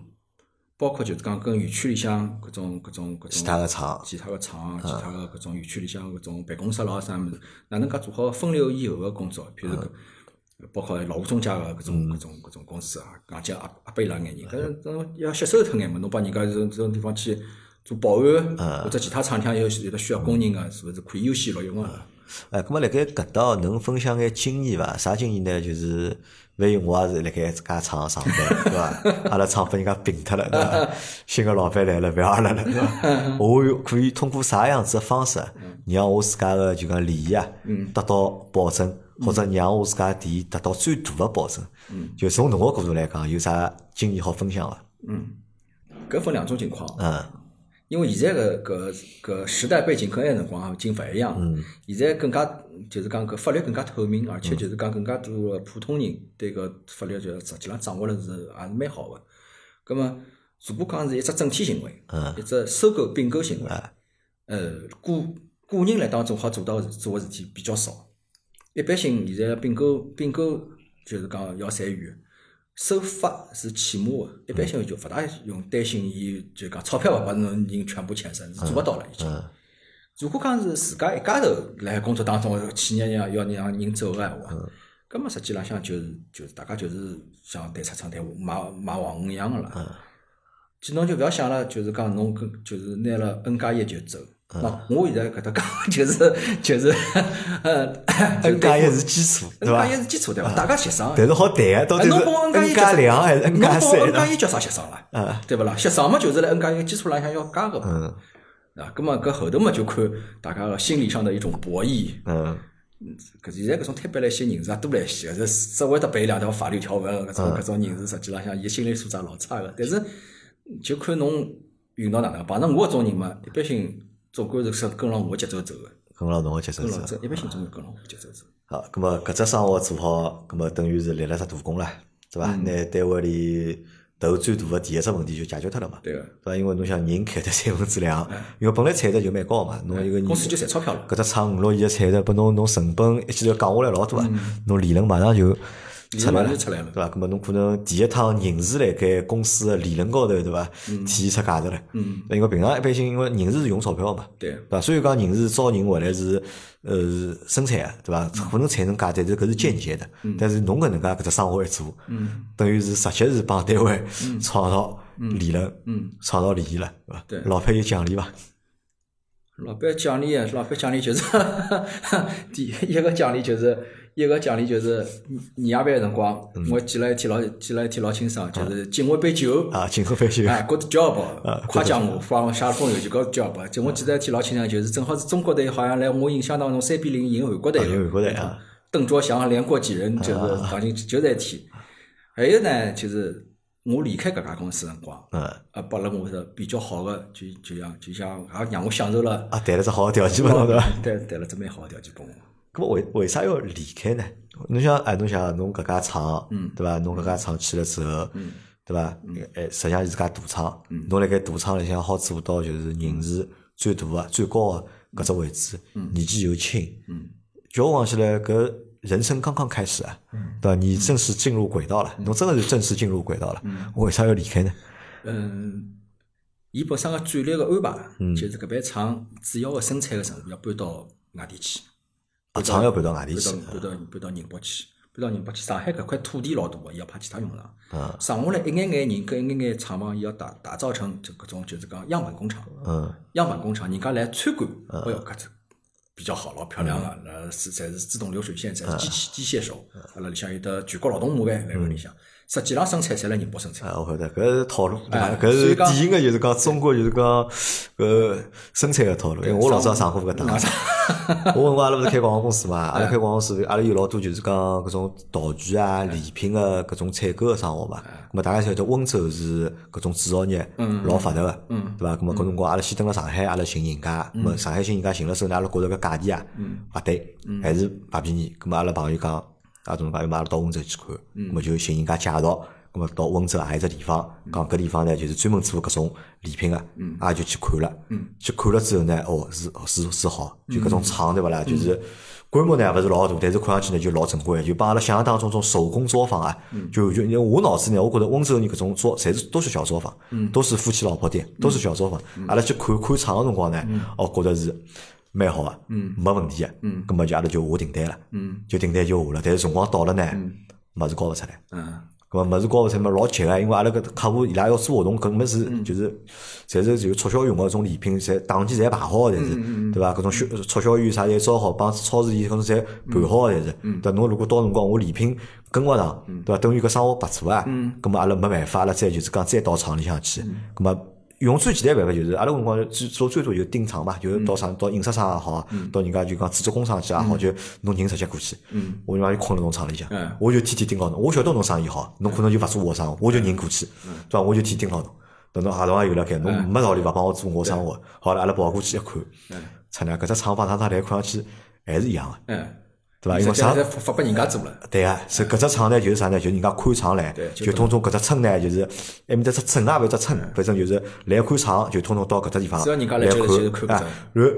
B: 包括就是讲跟园区里向搿种搿种搿种
A: 其他个厂
B: 其他个厂、啊其他个搿种园区里向搿种办公室咯啥物事，哪能介做好分流以后个工作？譬如，包括老中介个搿种搿种搿种公司啊，硬劲压压背了眼人，搿种要吸收脱眼嘛，侬帮人家这种这种地方去做保安，或者其他厂家有有的需要工人个，啊是勿是可以优先录用啊个？
A: 哎，咁么辣盖搿搭能分享眼经验伐？啥经验呢？就是万一我也是辣盖一家厂上班，对伐？阿拉厂被人家并脱了，对伐？新个老板来了，勿要阿拉了，对伐？ [laughs] 我有可以通过啥样子个方式，
B: 嗯
A: 让我自家个就讲利益啊，得到保证，
B: 嗯
A: 或者让我自家店得到最大个保证？就从侬个角度来讲，有啥经验好分享伐？
B: 搿分两种情况。
A: 嗯，
B: 因为现在个搿搿时代背景跟埃辰光已经勿一样了，现在更加就是讲搿法律更加透明，而且就是讲更加多个普通人对搿法律就是实际上掌握了是也是蛮好个。葛么，如果讲是一只整体行为，一只收购并购行为，呃，个个人来当中好做到的事做个事体比较少。一般性现在并购并购就是讲要裁员，首发是起码个，一般性就勿大用担心伊就讲钞票勿把侬人全部遣散，是做勿到了已经。如果讲是自家一家头辣工作当中，企业要要让人走个闲话，葛么实际浪向就是就是大家就是像对出厂对买买黄鱼一样个啦。其实侬就勿要想了，就是讲侬跟就是拿了 N 加一就走。那我现在搿搭讲 [laughs] 就是就是 [laughs] 呃
A: ，N 加一是基础，对啊伐
B: N 加一？是基础对伐？大家协商。
A: 但是好谈啊，到底
B: 哎
A: 是
B: 侬报 N 加一
A: N 加两还是 N 加三
B: 侬报 N
A: 呢
B: 加？一叫啥协商
A: 嗯
B: 啦？对勿啦？协商嘛，就是辣 N 加一基础浪向要加个
A: 嗯
B: 嘛。啊，葛么搿后头嘛就看大家个心理上的一种博弈。
A: 嗯
B: 搿现在搿种特别来些人是也多来些，这只会得背两条法律条文啊搿种
A: 嗯
B: 搿种人是实际浪向伊心理素质也老差个。但是就看侬运到哪能，碰着我搿种人嘛，一般性总归是跟牢我节奏走个，
A: 跟牢侬个节奏
B: 跟
A: 走
B: 牢。这一般性总归跟牢我节奏走。
A: 好，咁么搿只生活做好，咁么等于是立了只大功啦，对
B: 嗯
A: 伐？拿单位里头最大的第一只问题就解决脱了嘛，对
B: 对啊个，
A: 伐？因为侬想人开得三分之两，因为本来产值就蛮高嘛，侬一个人
B: 嗯公司就赚钞票了。
A: 搿只厂五六亿个产值，拨侬侬成本一记头降下来老多啊，
B: 嗯
A: 侬利润马上就
B: 利
A: 出来
B: 润
A: 了，
B: 就出来了
A: 对伐？咁么侬可能第一趟人事辣盖公司的利润高头，对伐？体现出价值来，
B: 嗯，
A: 因为平常一般性因为人事是用钞票嘛，
B: 对，
A: 对伐？虽然讲人是招人回来是呃是生产的，对伐？可能产生价值，但是搿是间接的。但是侬搿能介搿只生活一做，
B: 嗯
A: 等于是直接是帮单位创造利
B: 嗯
A: 润，创造利益了，嗯对伐？
B: 对
A: 老板有奖励伐？
B: 老板奖励啊，老板奖励就是 [laughs] 第一个奖励就是一个奖励就是年夜饭的辰光，我记了一天老记了一天老清爽，就是敬我杯酒，
A: 啊，请喝杯酒，
B: 哎，觉得交好，夸奖我，帮我写了封邮件，觉得交好。就我记得一天老清爽，就是正好是中国队好像来我印象当中三比零赢韩国队
A: 啊，有回来啊，
B: 邓卓翔连过几人，就是当进就这一天。还有呢，就是我离开搿家公司的辰光，
A: 嗯，
B: 啊，拨了我是比较好的，就就像就像也让我享受了。
A: 啊，谈了只好的条件嘛，对伐？
B: 带带了这么好的条件给我。
A: 咁为为啥要离开呢？侬想，哎，侬想侬搿家厂，对伐？侬搿家厂去了之后，对伐？哎，实际上是家大厂，侬辣盖大厂里向好做到就是人事最大个、最高啊个搿只位置，年纪又轻，叫我讲起来搿人生刚刚开始啊，对伐？你正式进入轨道了，侬真的是正式进入轨道了，为啥要离开呢？
B: 嗯，伊本身个战略个安排，
A: 嗯
B: 就是搿爿厂主要个生产个成本要搬到外地去，
A: 啊，厂要搬到外地
B: 搬
A: 去啊
B: 到，搬到搬到宁波去，搬到宁波去。上海搿块土地老大个，伊要派其他用场。
A: 嗯
B: 剩下来一眼眼人跟一眼眼厂房，伊要打打造成就搿种就是讲样板工厂。
A: 嗯
B: 样板工厂，人家来参观，哎哟，搿只比较好，老漂亮
A: 嗯
B: 了，那是侪是自动流水线，侪是机器机械手，阿拉里向有得全国劳动模范辣搿里向，实际浪生产侪辣宁波生产。
A: 啊，我晓得，搿是套路，对伐
B: 哎？
A: 搿
B: 所
A: 是
B: 以讲
A: 典型个，就是讲中国就是讲搿生产个套路。因为我老早上过搿档， [laughs] 我问过阿拉勿是开广告公司嘛？
B: 哎
A: 阿拉开广告公司，阿拉有老多就是讲搿种道具
B: 哎
A: 啊、礼品个搿种采购个生活嘛。咁么大家晓得温州是搿种制造业
B: 嗯
A: 老发达个，对伐？咁么搿辰光阿拉先蹲辣上海，阿拉寻人家，
B: 嗯
A: 咁么上海寻人家寻了之后呢，阿拉觉着搿价钿啊勿对，
B: 嗯
A: 还是勿便宜。咁么阿拉朋友讲。啊，总讲要么阿拉到温州去看，咁么就寻人家介绍，咁么到温州啊还有一只地方，讲搿地方呢就是专门做搿种礼品个，啊就去看了，去看了之后呢，哦是是是好，就搿种厂对勿啦？就是规模呢勿是老大，但是看上去呢就老正规，就帮阿拉想象当中这种手工作坊啊，就就因为我脑子呢，我觉得温州人搿种作侪是都是小作坊，都是夫妻老婆店，都是小作坊，阿拉去看看厂个辰光呢，哦觉得是。蛮好个，嗯，没问题个，嗯，咁么就阿拉就下订单了，
B: 嗯，
A: 就订单就下了，但是辰光到了呢，物事交勿出来，
B: 嗯
A: 咁啊么物事交勿出来嘛老急啊个，因为阿拉搿客户伊拉要做活动，搿么是就是，侪是就促销用个种礼品，侪档期侪排好个，侪是，对伐？搿种销促销员啥侪招好，帮超市伊搿种侪盘好个，侪是。对伐，侬如果到辰光我礼品跟勿上，对伐？等于搿生活白做啊。咁么阿拉没办法，阿拉再就是讲再到厂里向去，咁么。用最简单办法就是，阿拉搿辰光最做最多就盯厂嘛，就是到厂到印刷厂也好，啊到人家就讲制作工厂去也好，就侬人直接过去，我就讲困辣侬厂里向
B: 嗯，
A: 我就天天盯牢侬，我晓得侬生意好，侬可能就勿做我生活，我就人过去，对伐？我就天天盯牢侬，等侬合同也有辣盖，侬没道理勿帮我做我生活。好了，阿拉跑过去一看，出娘搿只厂帮厂厂来看上去还是一样个，
B: 嗯，
A: 对伐？因为
B: 现
A: 啥
B: 在？发发拨人家做了，
A: 对啊，是搿只厂呢，就是啥呢？就是人家看厂来
B: 对，
A: 就通通搿只村呢，就是埃面搭只镇啊，勿是只村，反正就是来看厂，就通通到搿只地方
B: 只要人家来
A: 来
B: 就就是看
A: 看
B: 搿只
A: 啊。然后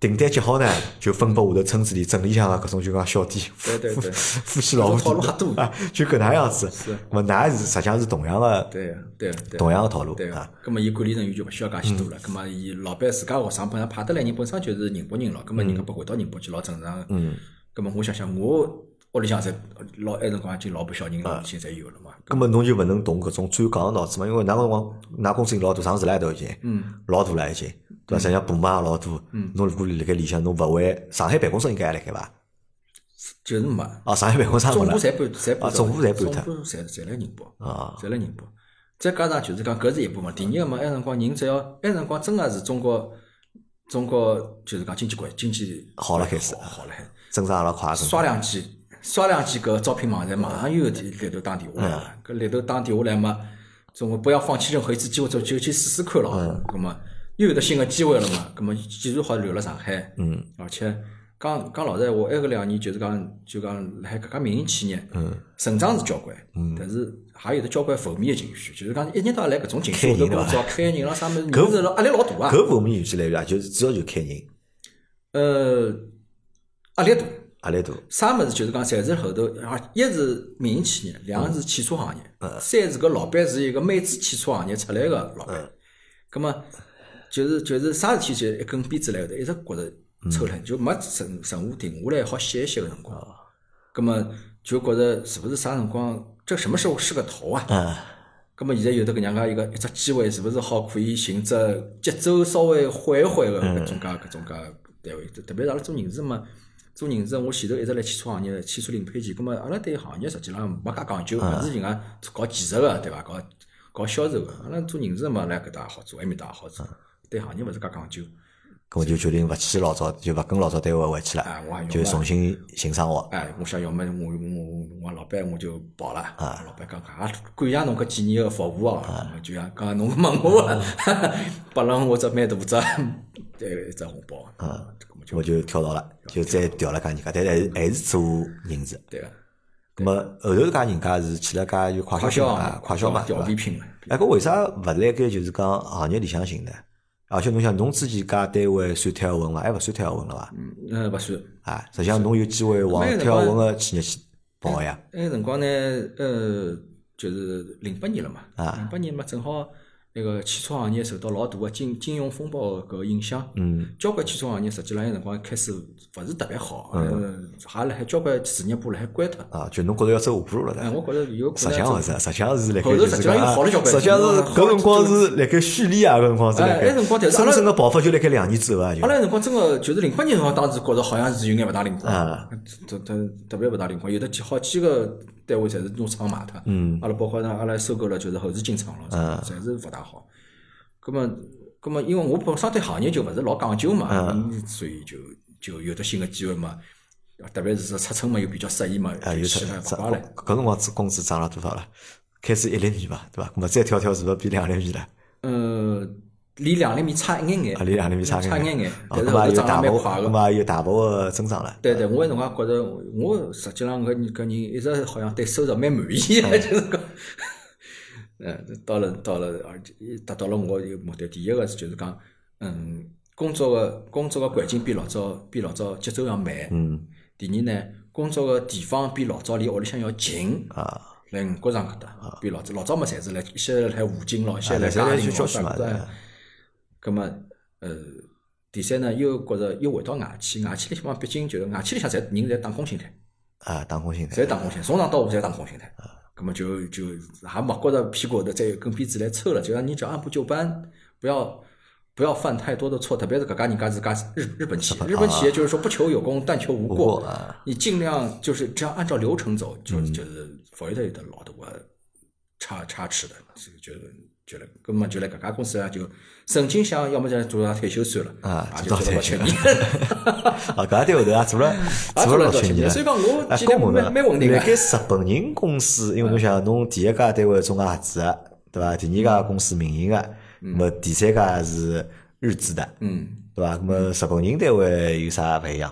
A: 订单接好呢，就分拨下头村子里镇里向个搿种就讲小店，
B: 对对对
A: 夫妻老
B: 套
A: 婆
B: 路还多
A: 啊，就搿能样子。是，咾㑚是实际上是同样个
B: 对对对。
A: 同样个套路
B: 对
A: 啊
B: 个，。咁么伊管理人员就勿需要介许
A: 嗯
B: 多了。咁么伊老板自家学生本身派得来人本身就是宁波人
A: 嗯
B: 咯，咁么人家拨回到宁波去老正常。嗯。咁么我想想，我屋里向侪老埃辰光已经老婆小人
A: 嗯
B: 了，母亲侪有了嘛。
A: 根本侬就勿能动搿种转岗个脑子嘛，因为㑚搿辰光㑚公司已经老大，上市了都已经，
B: 嗯
A: 老大了已经，对伐？实际上部门也老多，侬如果辣盖里向侬勿会，上海办公室应该还辣盖伐？
B: 就是没，
A: 啊，上海办公室也
B: 总
A: 没
B: 部
A: 了
B: 侪搬，侪搬
A: 啊总部侪搬脱
B: 总部侪侪来宁波，
A: 啊，
B: 侪来宁波。再加上就是讲，搿是一部分。第二个嘛，埃辰光人只要埃辰光真个是中国，中国就是讲经济关经济
A: 好了开始
B: 好好了开始。
A: 增长阿拉快搿种
B: 刷两记，刷两记搿招聘网站，马上又有猎头打电话来了。搿猎头打电话来嘛，总归不要放弃任何一次机会，就就去试试看咯。葛么又有得新的机会了嘛？葛么既然好留了上海，嗯，而且讲讲老实闲话，埃搿两年就是讲就讲辣海搿家民营企业，嗯，成长是交关，嗯，但是还有得交关负面的情绪，就是讲一天到晚来搿种情绪，
A: 开
B: 我
A: 人
B: 都觉
A: 对
B: 着开人了啥物事，人是老压力老大啊。
A: 搿部门预期来源就是主要就开人
B: 呃，压力大。
A: 压力大，
B: 啥么子就是讲，侪是后头，啊，一是民营企业，两是汽车行业，三是搿老板是一个美资汽车行业出来个老板，葛么就是就是啥事体就一根鞭子来后头，一直觉着抽冷，就没任任何停下来好歇一歇个辰光，葛么就觉着是不是啥辰光，这什么时候是个头啊？
A: 嗯，
B: 葛么现在有得搿能介一个一只机会，是勿是好可以寻只节奏稍微缓一缓个搿种介搿种介单位？特特别是阿拉做人事嘛，做人事我前头一直辣汽车行业、汽车零配件，葛啊么阿拉对行业实际浪没介讲究，勿是人家搞技术个对伐？搞搞销售个，阿拉做人事嘛，辣搿搭也好做，埃面搭也好做，对行业勿是介讲究。
A: 搿么就决定勿去老早，就勿跟老早单位回去
B: 啊我还
A: 了
B: 有，
A: 就
B: 嘛
A: 重新寻生活。
B: 哎，我想要么我我我我老板我就跑了。啊，老板讲讲啊，感谢侬搿几年个服务哦，
A: 啊
B: 咾么就像讲侬问我啊， [laughs] 拨了我只蛮大只，对一只红包。啊，搿么就
A: 我嗯就跳槽了，就再调了家人家，但是还是还是做人事。
B: 对个，
A: 咁么后头家人家是去了家就快
B: 快
A: 销
B: 销
A: 啊，快销嘛，对
B: 调
A: 伐
B: 皮？聘了。
A: 哎，搿为啥勿辣盖就是讲行业里向寻呢？而且侬想，侬自己家单位算跳稳伐？还勿算跳稳了伐？
B: 嗯，那勿算。
A: 啊，实际上侬有机会往
B: 没有辰
A: 跳
B: 光
A: 稳个企业去跑呀。
B: 那个辰光呢，呃，就是零八年了嘛，
A: 啊
B: 零八年嘛，正好那个汽车行业受到老大个金金融风暴搿个影响，嗯，交关汽车行业实际浪个辰光开始勿是特别好，嗯，还辣海交关事业部辣海关脱，
A: 啊，就侬觉着要走下坡路了
B: 哎，
A: 的。
B: 我觉着有可
A: 实
B: 能
A: 际
B: 这
A: 上
B: 种
A: 勿是，实际上是辣盖
B: 后头
A: 就是
B: 实际上
A: 讲
B: 又
A: 啊
B: 好了交，关
A: 实际上是
B: 嗯
A: 搿辰光是辣盖叙利亚搿辰光是辣
B: 哎
A: 盖，
B: 那辰光但是
A: 深
B: 阿拉
A: 圳个爆发就辣盖两年之后啊，就
B: 阿拉辰光真个就是零八年辰光，当时觉着好像是有眼勿大灵光
A: 啊，
B: 特特特别勿大灵光，有的几好几个单位侪是弄厂卖脱，嗯，阿拉包括呢，阿拉收购了就是后视镜厂
A: 嗯
B: 了，侪是勿大好。葛么，葛么，因为我本身对行业就勿是老讲究嘛，嗯所以就就有的新个机会嘛，特别是出村嘛又比较适宜嘛，
A: 啊，
B: 就
A: 有
B: 去
A: 出
B: 了
A: 涨，
B: 跑跑来。
A: 搿辰光工资涨了多少了？开始一厘米嘛，对伐？咾么再跳跳是勿是比两厘米了？
B: 呃，离两厘米差一眼眼，
A: 啊，离两厘米差
B: 差
A: 眼
B: 眼眼，
A: 啊
B: 但是
A: 咾么
B: 后头
A: 有
B: 涨
A: 大
B: 了蛮
A: 幅，
B: 快个
A: 咾。么有大幅个增长了。
B: 对对，我那辰光觉着，我实际上搿人搿人一直好像对收入蛮满意的，就是讲， [laughs] 嗯，到了到了，而且达到了我一个目的。第一个是就是讲，嗯，工作个工作个环境比老早比老早节奏要慢。
A: 嗯
B: 第二呢，工作个地方比老早离屋里向要近。
A: 啊，
B: 来五角场搿搭，比老早老早嘛，侪是来一些辣海武警咯，一些
A: 啊
B: 来
A: 侪
B: 嘉
A: 来
B: 陵
A: 去
B: 咯
A: 郊区嘛
B: 啥个
A: 对
B: 葛么，呃，第三呢，又觉着又回到外企，外企里向毕竟就是外企里向侪人侪打工心态，
A: 啊，打工心态
B: 侪，打工心态，从上到下侪打工心态。咁么就就还没觉着屁股后头再有根鞭子来抽了，就让你只要按部就班，不要不要犯太多的错，特别是搿家人家是家日日本企业，日本企业就是说不求有功，但求无
A: 无过
B: 过，
A: 啊嗯
B: 你尽量就是只要按照流程走，就就是否则有的老多个差差池的，就就是就来，根本就来搿家公司啊，就曾经想要么就做到退休算了，
A: 啊
B: 啊就
A: 做到
B: 做到
A: 退休
B: 老七年，
A: 啊，搿也对后头啊，做了
B: 啊
A: 做
B: 做
A: 了
B: 了
A: 老
B: 多
A: 七
B: 少
A: 年
B: 年，
A: 了。
B: 所以讲我
A: 啊，
B: 记得
A: 讲我
B: 蛮
A: 呢，
B: 蛮稳定
A: 辣
B: 的
A: 盖。日本人公司，因为侬想，侬第一家单位中外合资的，对伐？第二家
B: 嗯
A: 公司民营的，那么第三家是日资的，
B: 嗯，
A: 对伐？那么日本人单位有啥勿一样？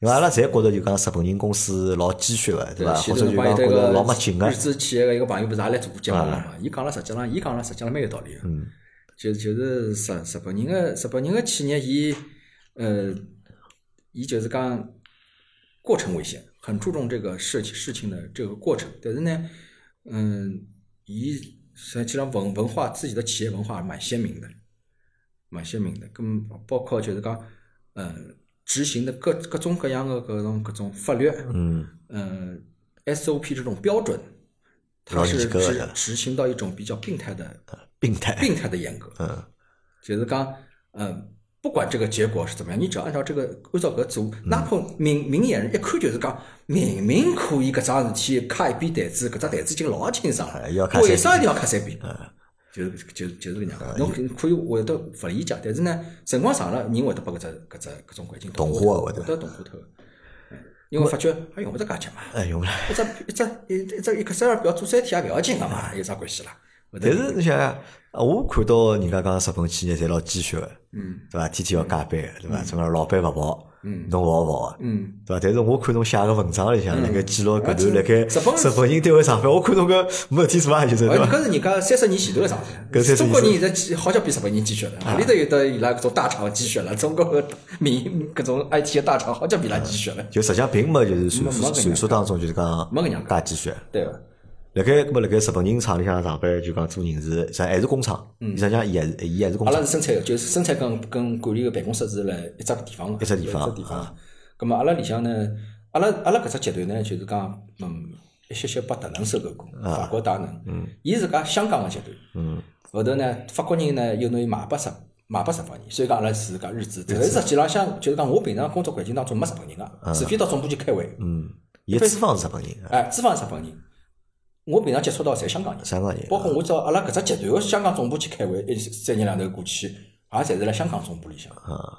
A: 因为阿拉侪觉得就讲日本人公司老鸡血的，对伐？
B: 前
A: 或
B: 头
A: 者
B: 侬
A: 就讲
B: 帮伊这
A: 觉
B: 个
A: 得老没劲啊的
B: 日，资企业个一个朋友，不是也来做过节目了嘛？伊讲了，实际上，伊讲了，实际上蛮有道理个。嗯，就就是日日本人个日本人个企业，伊呃，伊就是讲过程为先，很注重这个事情事情的这个过程。但是呢，嗯，伊实际上文文化自己的企业文化蛮鲜明的，蛮鲜明的。跟包括就是讲，呃，执行的各各种各样的各种各种法律，
A: 嗯，
B: 嗯 SOP 这种标准，它
A: 老严
B: 是
A: 格
B: 执
A: 的
B: 执行到一种比较病态的
A: 病态，
B: 病态的严格，
A: 嗯
B: 就是讲，嗯，不管这个结果是怎么样，你只要按照这个按照搿做，
A: 嗯
B: 哪怕明明眼人一看就是讲，明明可以搿桩事体揩一边台子，搿只台子已经老清爽了
A: 哎要，揩
B: 为
A: 三
B: 啥一定要揩三遍？
A: 嗯
B: 就是就是就是搿能
A: 哎
B: 样，侬可可以会得勿理解，但是呢，辰光长了，人会得把搿只搿只搿种环境
A: 同
B: 化
A: 化会得
B: 得同化透的，嗯因为发觉还用勿着介急嘛。
A: 哎，用不了。
B: 一只一只一一只一个三二表做三天也勿要紧个嘛，有啥关系啦？
A: 哎但是你想想，啊我看到人家讲日本企业侪老鸡血的，
B: 嗯
A: 对伐？天天要加班的，对伐？怎么老板勿跑，
B: 嗯
A: 侬跑勿跑？
B: 嗯，
A: 对伐？但是我看侬写个文章里向，辣盖记录搿段辣盖
B: 日本哎
A: 日本人单位上班，我看侬搿没事体做啊，就是
B: 而
A: 对伐？
B: 搿是人家三十年前头个状
A: 搿
B: 态，
A: 30
B: 中国人现在积好像比日本人积雪了，
A: 啊
B: 何里头有得伊拉搿种大厂积雪了，中国个民搿种 IT 个大厂好像比伊拉积雪了，
A: 就实际上并没就是传
B: 没
A: 说
B: 没搿样
A: 传说当中就是讲
B: 没搿样
A: 介鸡血。
B: 对伐？
A: 辣盖搿么辣盖日本人厂里向上班，就讲做人事，实际上还是工厂，实际上伊还是伊还是工
B: 嗯阿拉
A: 厂
B: 是，生产个，就是生产跟跟管理个办公室是辣一只地方个，
A: 一只地方
B: 一只地方。咁么阿拉里向呢，阿拉阿拉搿只集团呢，就是讲嗯一些些被达能收购过，
A: 啊
B: 法国达能，嗯，伊是讲香港个集团，嗯，后头呢法国人呢又拿伊卖拨日卖拨日本人，所以讲阿拉是讲日资，但是实际浪向就是讲我平常工作环境当中没日本人个，除非到总部去开会，
A: 啊嗯，伊的资方是日本人，
B: 哎，资方是日本人，我平常接触到侪香港人。
A: 香港人，
B: 包括我到阿拉搿只集团个香港总部去开会，一三年两头过去，也侪是辣香港总部里向。啊，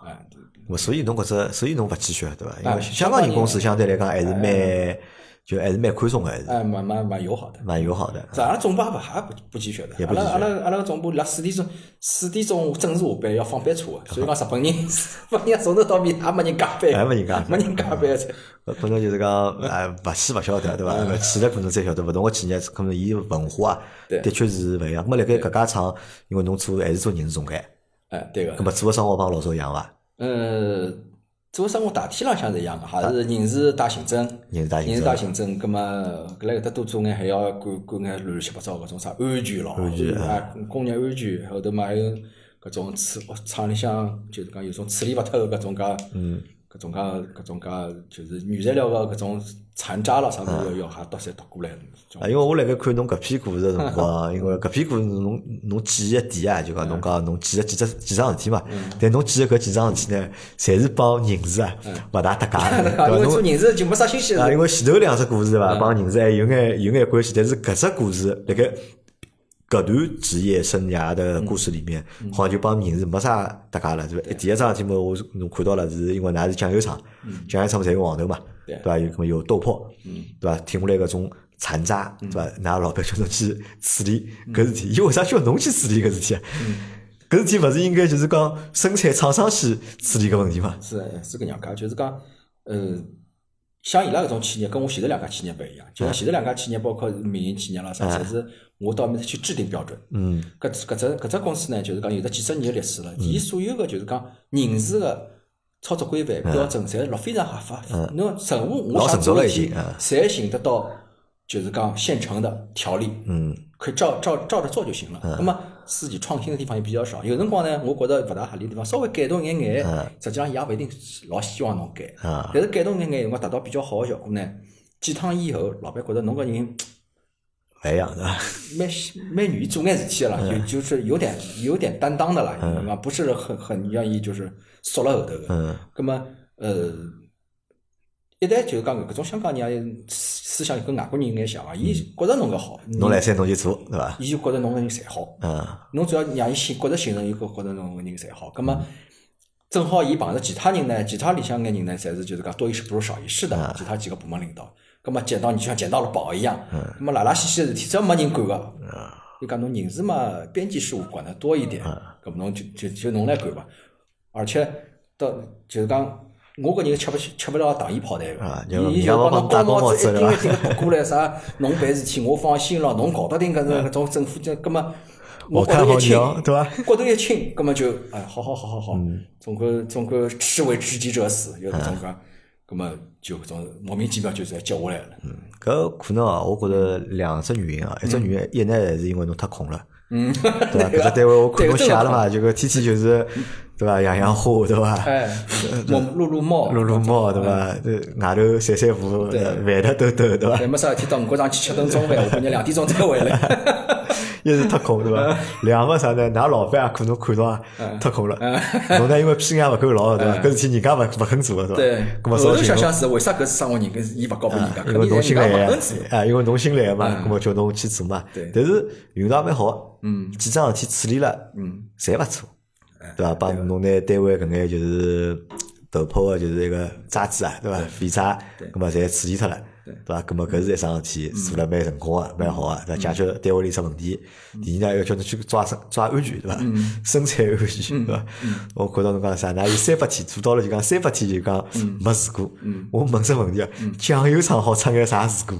A: 我所以侬搿只，所以侬勿鸡血对伐？因
B: 啊
A: 为香港人公司相对来讲还是蛮，就还是蛮宽松个，还是
B: 哎，蛮蛮蛮友好的。
A: 蛮友好的。
B: 是阿拉总部也勿也不不积雪的
A: 也，
B: 阿
A: 不积
B: 拉
A: 雪
B: 阿拉阿拉个总部辣四点钟四点钟正式下班要放班车个，所以讲日本人日本人从头到尾也没人加班，
A: 也没人加班
B: 没人加班的。
A: 呃可能就是讲，哎，勿去勿晓得，对伐？
B: 嗯
A: 勿去了可能才晓得，勿同个企业可能伊文化啊，
B: 对
A: 的确是勿一样。咁么辣盖搿家厂，因为侬做还是做人事总监，
B: 哎，对个
A: 咁。么做个生活帮老早一样伐？
B: 呃，做生活大体浪向是一样个，还是人事带行政，
A: 人事带行政
B: 啊人事带行政，葛末搿来搿搭多做眼，还要管管眼乱七八糟搿种啥安全咯，安全啊，工业安全，后头嘛还有搿种处厂里向就是讲有种处理勿透搿种介，嗯，搿种介搿种介就是原材料个搿种残渣咯啥物事要还到侪读过来，种
A: 啊，因为我辣盖看侬搿篇故事个辰
B: [laughs]
A: 光，因为搿篇故事侬侬记忆个点啊，就
B: 嗯
A: 讲侬讲侬记得几只几桩事体嘛，但侬记得搿几桩事体呢，侪是帮人事啊
B: 嗯
A: 勿大搭界
B: [laughs]
A: 的，对伐？
B: 因为
A: 侬
B: 做人事就没啥新鲜
A: 啊，
B: 事，
A: 因为前头两只故事伐，帮人事还有眼有眼关系，但是搿只故事辣盖搿段职业生涯的故事里面，好像就帮人事没啥搭界嗯了，对伐？第一桩事体嘛，我是侬看到了，是因为㑚是酱油厂，酱油厂嘛侪用黄豆嘛，
B: 对
A: 嗯对嗯伐？有搿么有豆泡，对伐？停下来搿种残渣，对伐？㑚老板叫侬去处理搿事体，伊为啥叫侬去处理搿事体啊？搿事体勿是应该就是讲生产厂商去处理搿问题嘛？
B: 是是搿样介，就是讲，呃，像伊拉搿种企业，跟我前头两家企业不一样，就像前头两家企业，包括民营企业啦啥，侪是我到面头去制定标准。
A: 嗯，
B: 搿只搿只搿只公司呢，就是讲有得几十年的历史了，伊所有个就是讲人事个操作规范标准，侪落非常合法。侬任何
A: 嗯老成
B: 我想
A: 熟
B: 做
A: 了
B: 的
A: 已
B: 事体
A: 经啊，
B: 侪寻得到就是讲现成的条例，
A: 嗯，
B: 可以照照照着做就行了。那么自己创新的地方也比较少，有辰光呢，我觉着勿大合理的地方，稍微改动一眼
A: 嗯
B: 眼，实际上也勿一定是老希望侬改
A: 啊，
B: 但是改动一眼眼，有辰光达到比较好的效果呢，几趟以后，老板觉着侬搿人
A: 勿
B: 嗯
A: 一样对伐？
B: 蛮蛮愿意做眼事体的了，
A: 嗯
B: 就就是有点有点担当的了，对伐？不是很很愿意就是缩了后头的。
A: 嗯
B: 葛么呃，一旦就是讲搿种香港人思想跟外国人有眼像啊，伊觉着侬搿好，
A: 侬嗯来三侬就做对伐？
B: 伊就觉着侬个人侪好，
A: 嗯
B: 侬只要让伊信，觉着信任，伊觉觉着侬个人侪好。葛
A: 嗯
B: 么正好伊碰着其他人呢，其他里向眼人呢，侪是就是啊讲多一事不如少一事
A: 啊
B: 的，其他几个部门领导。葛么捡到你就像捡到了宝一样，
A: 嗯
B: 葛么拉拉稀稀的事体，只要没人管个，
A: 啊
B: 就讲侬人事嘛，编辑事务管得多一点，葛么侬就就就侬来管吧。而且到就是讲。我个人吃不吃不了糖衣炮弹
A: 啊
B: 个，
A: 就
B: 伊伊
A: 人家
B: 就帮
A: 帮
B: 侬
A: 侬戴高
B: 高帽
A: 帽
B: 子
A: 子
B: 一
A: 了
B: 顶一顶的过来啥，侬办事体我放心了，侬搞得定搿种搿种政府就搿么，我
A: 我
B: 觉
A: 看
B: 头
A: 好
B: 一
A: 鸟
B: 清，
A: 对伐？
B: 骨头一轻，葛么就哎，好好好好好，总归总归士为知己者死，有搿种讲，葛么就搿种莫名其妙就直接接下来了。
A: 搿可能啊，我觉着两只原因啊，一只原因一呢是因为侬太空了，
B: 嗯，
A: 对
B: [laughs]
A: 伐？搿
B: 对吧
A: 只单位我看
B: 对
A: 侬写了
B: 真的
A: 嘛，就搿天天就是对伐，养养花对伐？
B: 哎，我撸撸猫，
A: 撸撸猫对伐？这外头散散步，
B: 对
A: 呃饭头兜兜对伐？
B: 对，没啥事体到五角场去吃顿中饭，下半日两点钟才回来。
A: 一是脱空对
B: [laughs]
A: 伐？两个啥呢？㑚老板也可能看到啊，
B: 嗯
A: 脱空了。侬呢，因为批量勿够牢对伐？搿事体人家勿勿肯做对伐？
B: 对，
A: 搿么
B: 后
A: 少
B: 头
A: 寻
B: 想
A: 侬
B: 想是为啥搿生活人跟伊勿交拨人家，
A: 因为
B: 肯定
A: 侬
B: 是
A: 新
B: 人家
A: 来
B: 勿
A: 个
B: 肯做。
A: 啊，因为侬新来个嘛，搿么叫侬去做嘛。
B: 嗯对
A: 但是运道蛮好，
B: 嗯，
A: 几桩事体处理了，
B: 嗯，
A: 侪勿错，对伐？帮侬拿单位搿眼就是头抛个就是一个渣子啊，对伐？废渣，搿么侪处理脱了。对嗯伐？搿么搿是一桩事体，做了蛮成功个，蛮好个，对伐？解决单位里只问题。第二呢，要叫侬去抓生抓安全，对伐？ [laughs] 生产安全，对伐？我觉着侬讲啥？㑚有三百天做到了，就讲三百天就讲没事故。我问只问题啊，酱油厂好出眼啥事故？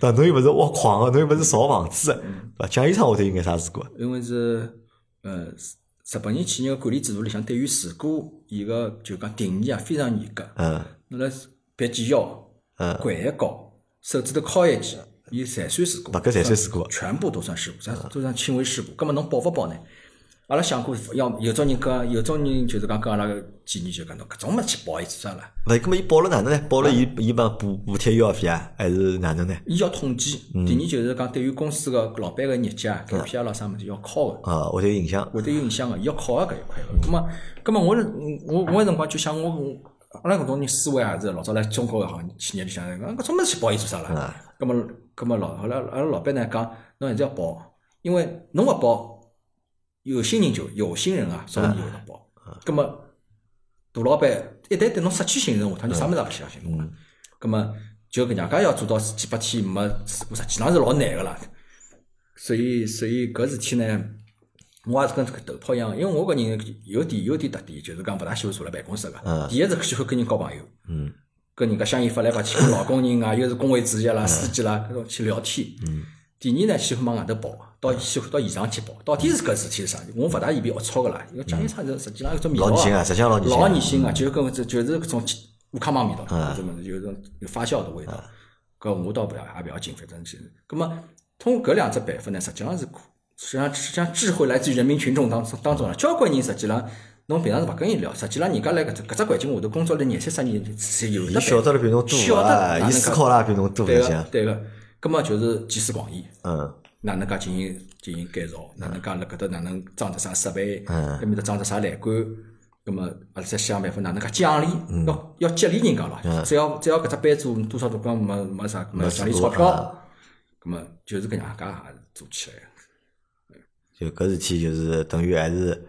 A: 对伐？侬又勿是挖矿个，侬又勿是造房子个，对伐？酱油厂会得有眼啥事故啊？
B: 因为是呃，日本人企业个管理制度里向对于事故伊个就讲定义啊非常严格。
A: 嗯
B: 侬辣别几腰，
A: 嗯
B: 掼一高，手指头敲一记，伊侪算事故。
A: 勿搿侪算事嗯故
B: 全部都算事故，咱都算轻微事故。葛末侬保勿保呢？阿拉想过，要有种人跟有种人就是讲跟阿拉个建议就讲侬搿种物事保伊做啥啦？
A: 勿是，搿么伊报了哪能呢？报了伊伊帮补补贴医药费啊，还是哪能呢？
B: 伊要统计，
A: 嗯
B: 第二就是讲对于公司个老板个业绩啊、KPI 啦啥物事要敲个。
A: 啊，会得有影响。
B: 会得有影响啊个，伊要考个搿一块个。葛么，葛么啊我是我我有辰光就想我我阿拉搿种人思维啊也是老早来中国个行企业里向，啊讲搿种物事保伊做啥
A: 嗯
B: 啦？
A: 啊
B: 葛么葛么啊老后来阿拉老板呢讲，侬现在要保，因为侬勿保，有心人就有心人啊，所以你会得保。葛么大老板一旦对侬失去信任，下趟就啥物事也勿相信
A: 嗯
B: 侬了。葛么就搿能介要做到几百天没事故，实际上是老难个啦。所以所以搿事体呢，我也是跟这个头炮一样，因为我搿人有点有点特点，就是讲勿大喜欢坐辣办公室个
A: 嗯。
B: 第一是喜欢跟人交朋友，
A: 嗯
B: 跟人家相依发来发去，跟老工人啊，又是工会主席
A: 嗯
B: 啦、书记啦，搿种去聊天。第二呢，喜欢往外头跑，到喜欢到现场去跑。到底是搿事体是啥？我勿大愿意龌龊个啦，因为讲一啥就实际上有种味道
A: 嗯老年轻啊实际上老年轻啊
B: 老年轻啊，就是跟这就是搿种乌康帮味道，
A: 嗯
B: 搿种有种有发酵的味道。搿我倒勿要也勿要紧，反正是。葛么通过搿两只办法呢，实际上是可实际上实际上智慧来自于人民群众当中当中了。交关人实际上侬平常是勿跟伊聊，实际上人家辣搿只搿只环境下头工作了廿三十年，是有
A: 伊晓得了比侬多
B: 晓得
A: 啊，伊思考了也比侬多，
B: 对
A: 实
B: 啊个
A: 际上。
B: 对个。葛么就是集思广益，
A: 嗯
B: 哪能介进行进行改造，哪能介辣搿搭哪能装着啥设备，
A: 嗯
B: 搿面搭装着啥栏杆，葛末阿拉再想办法哪能介奖励，
A: 嗯
B: 要要激励人家咯。只要只要搿只班主多少辰光没没啥，没奖励
A: 事
B: 钞
A: 故
B: 票
A: 啊，
B: 葛末就是搿能介也是做起来的。
A: 就搿事体就是等于还是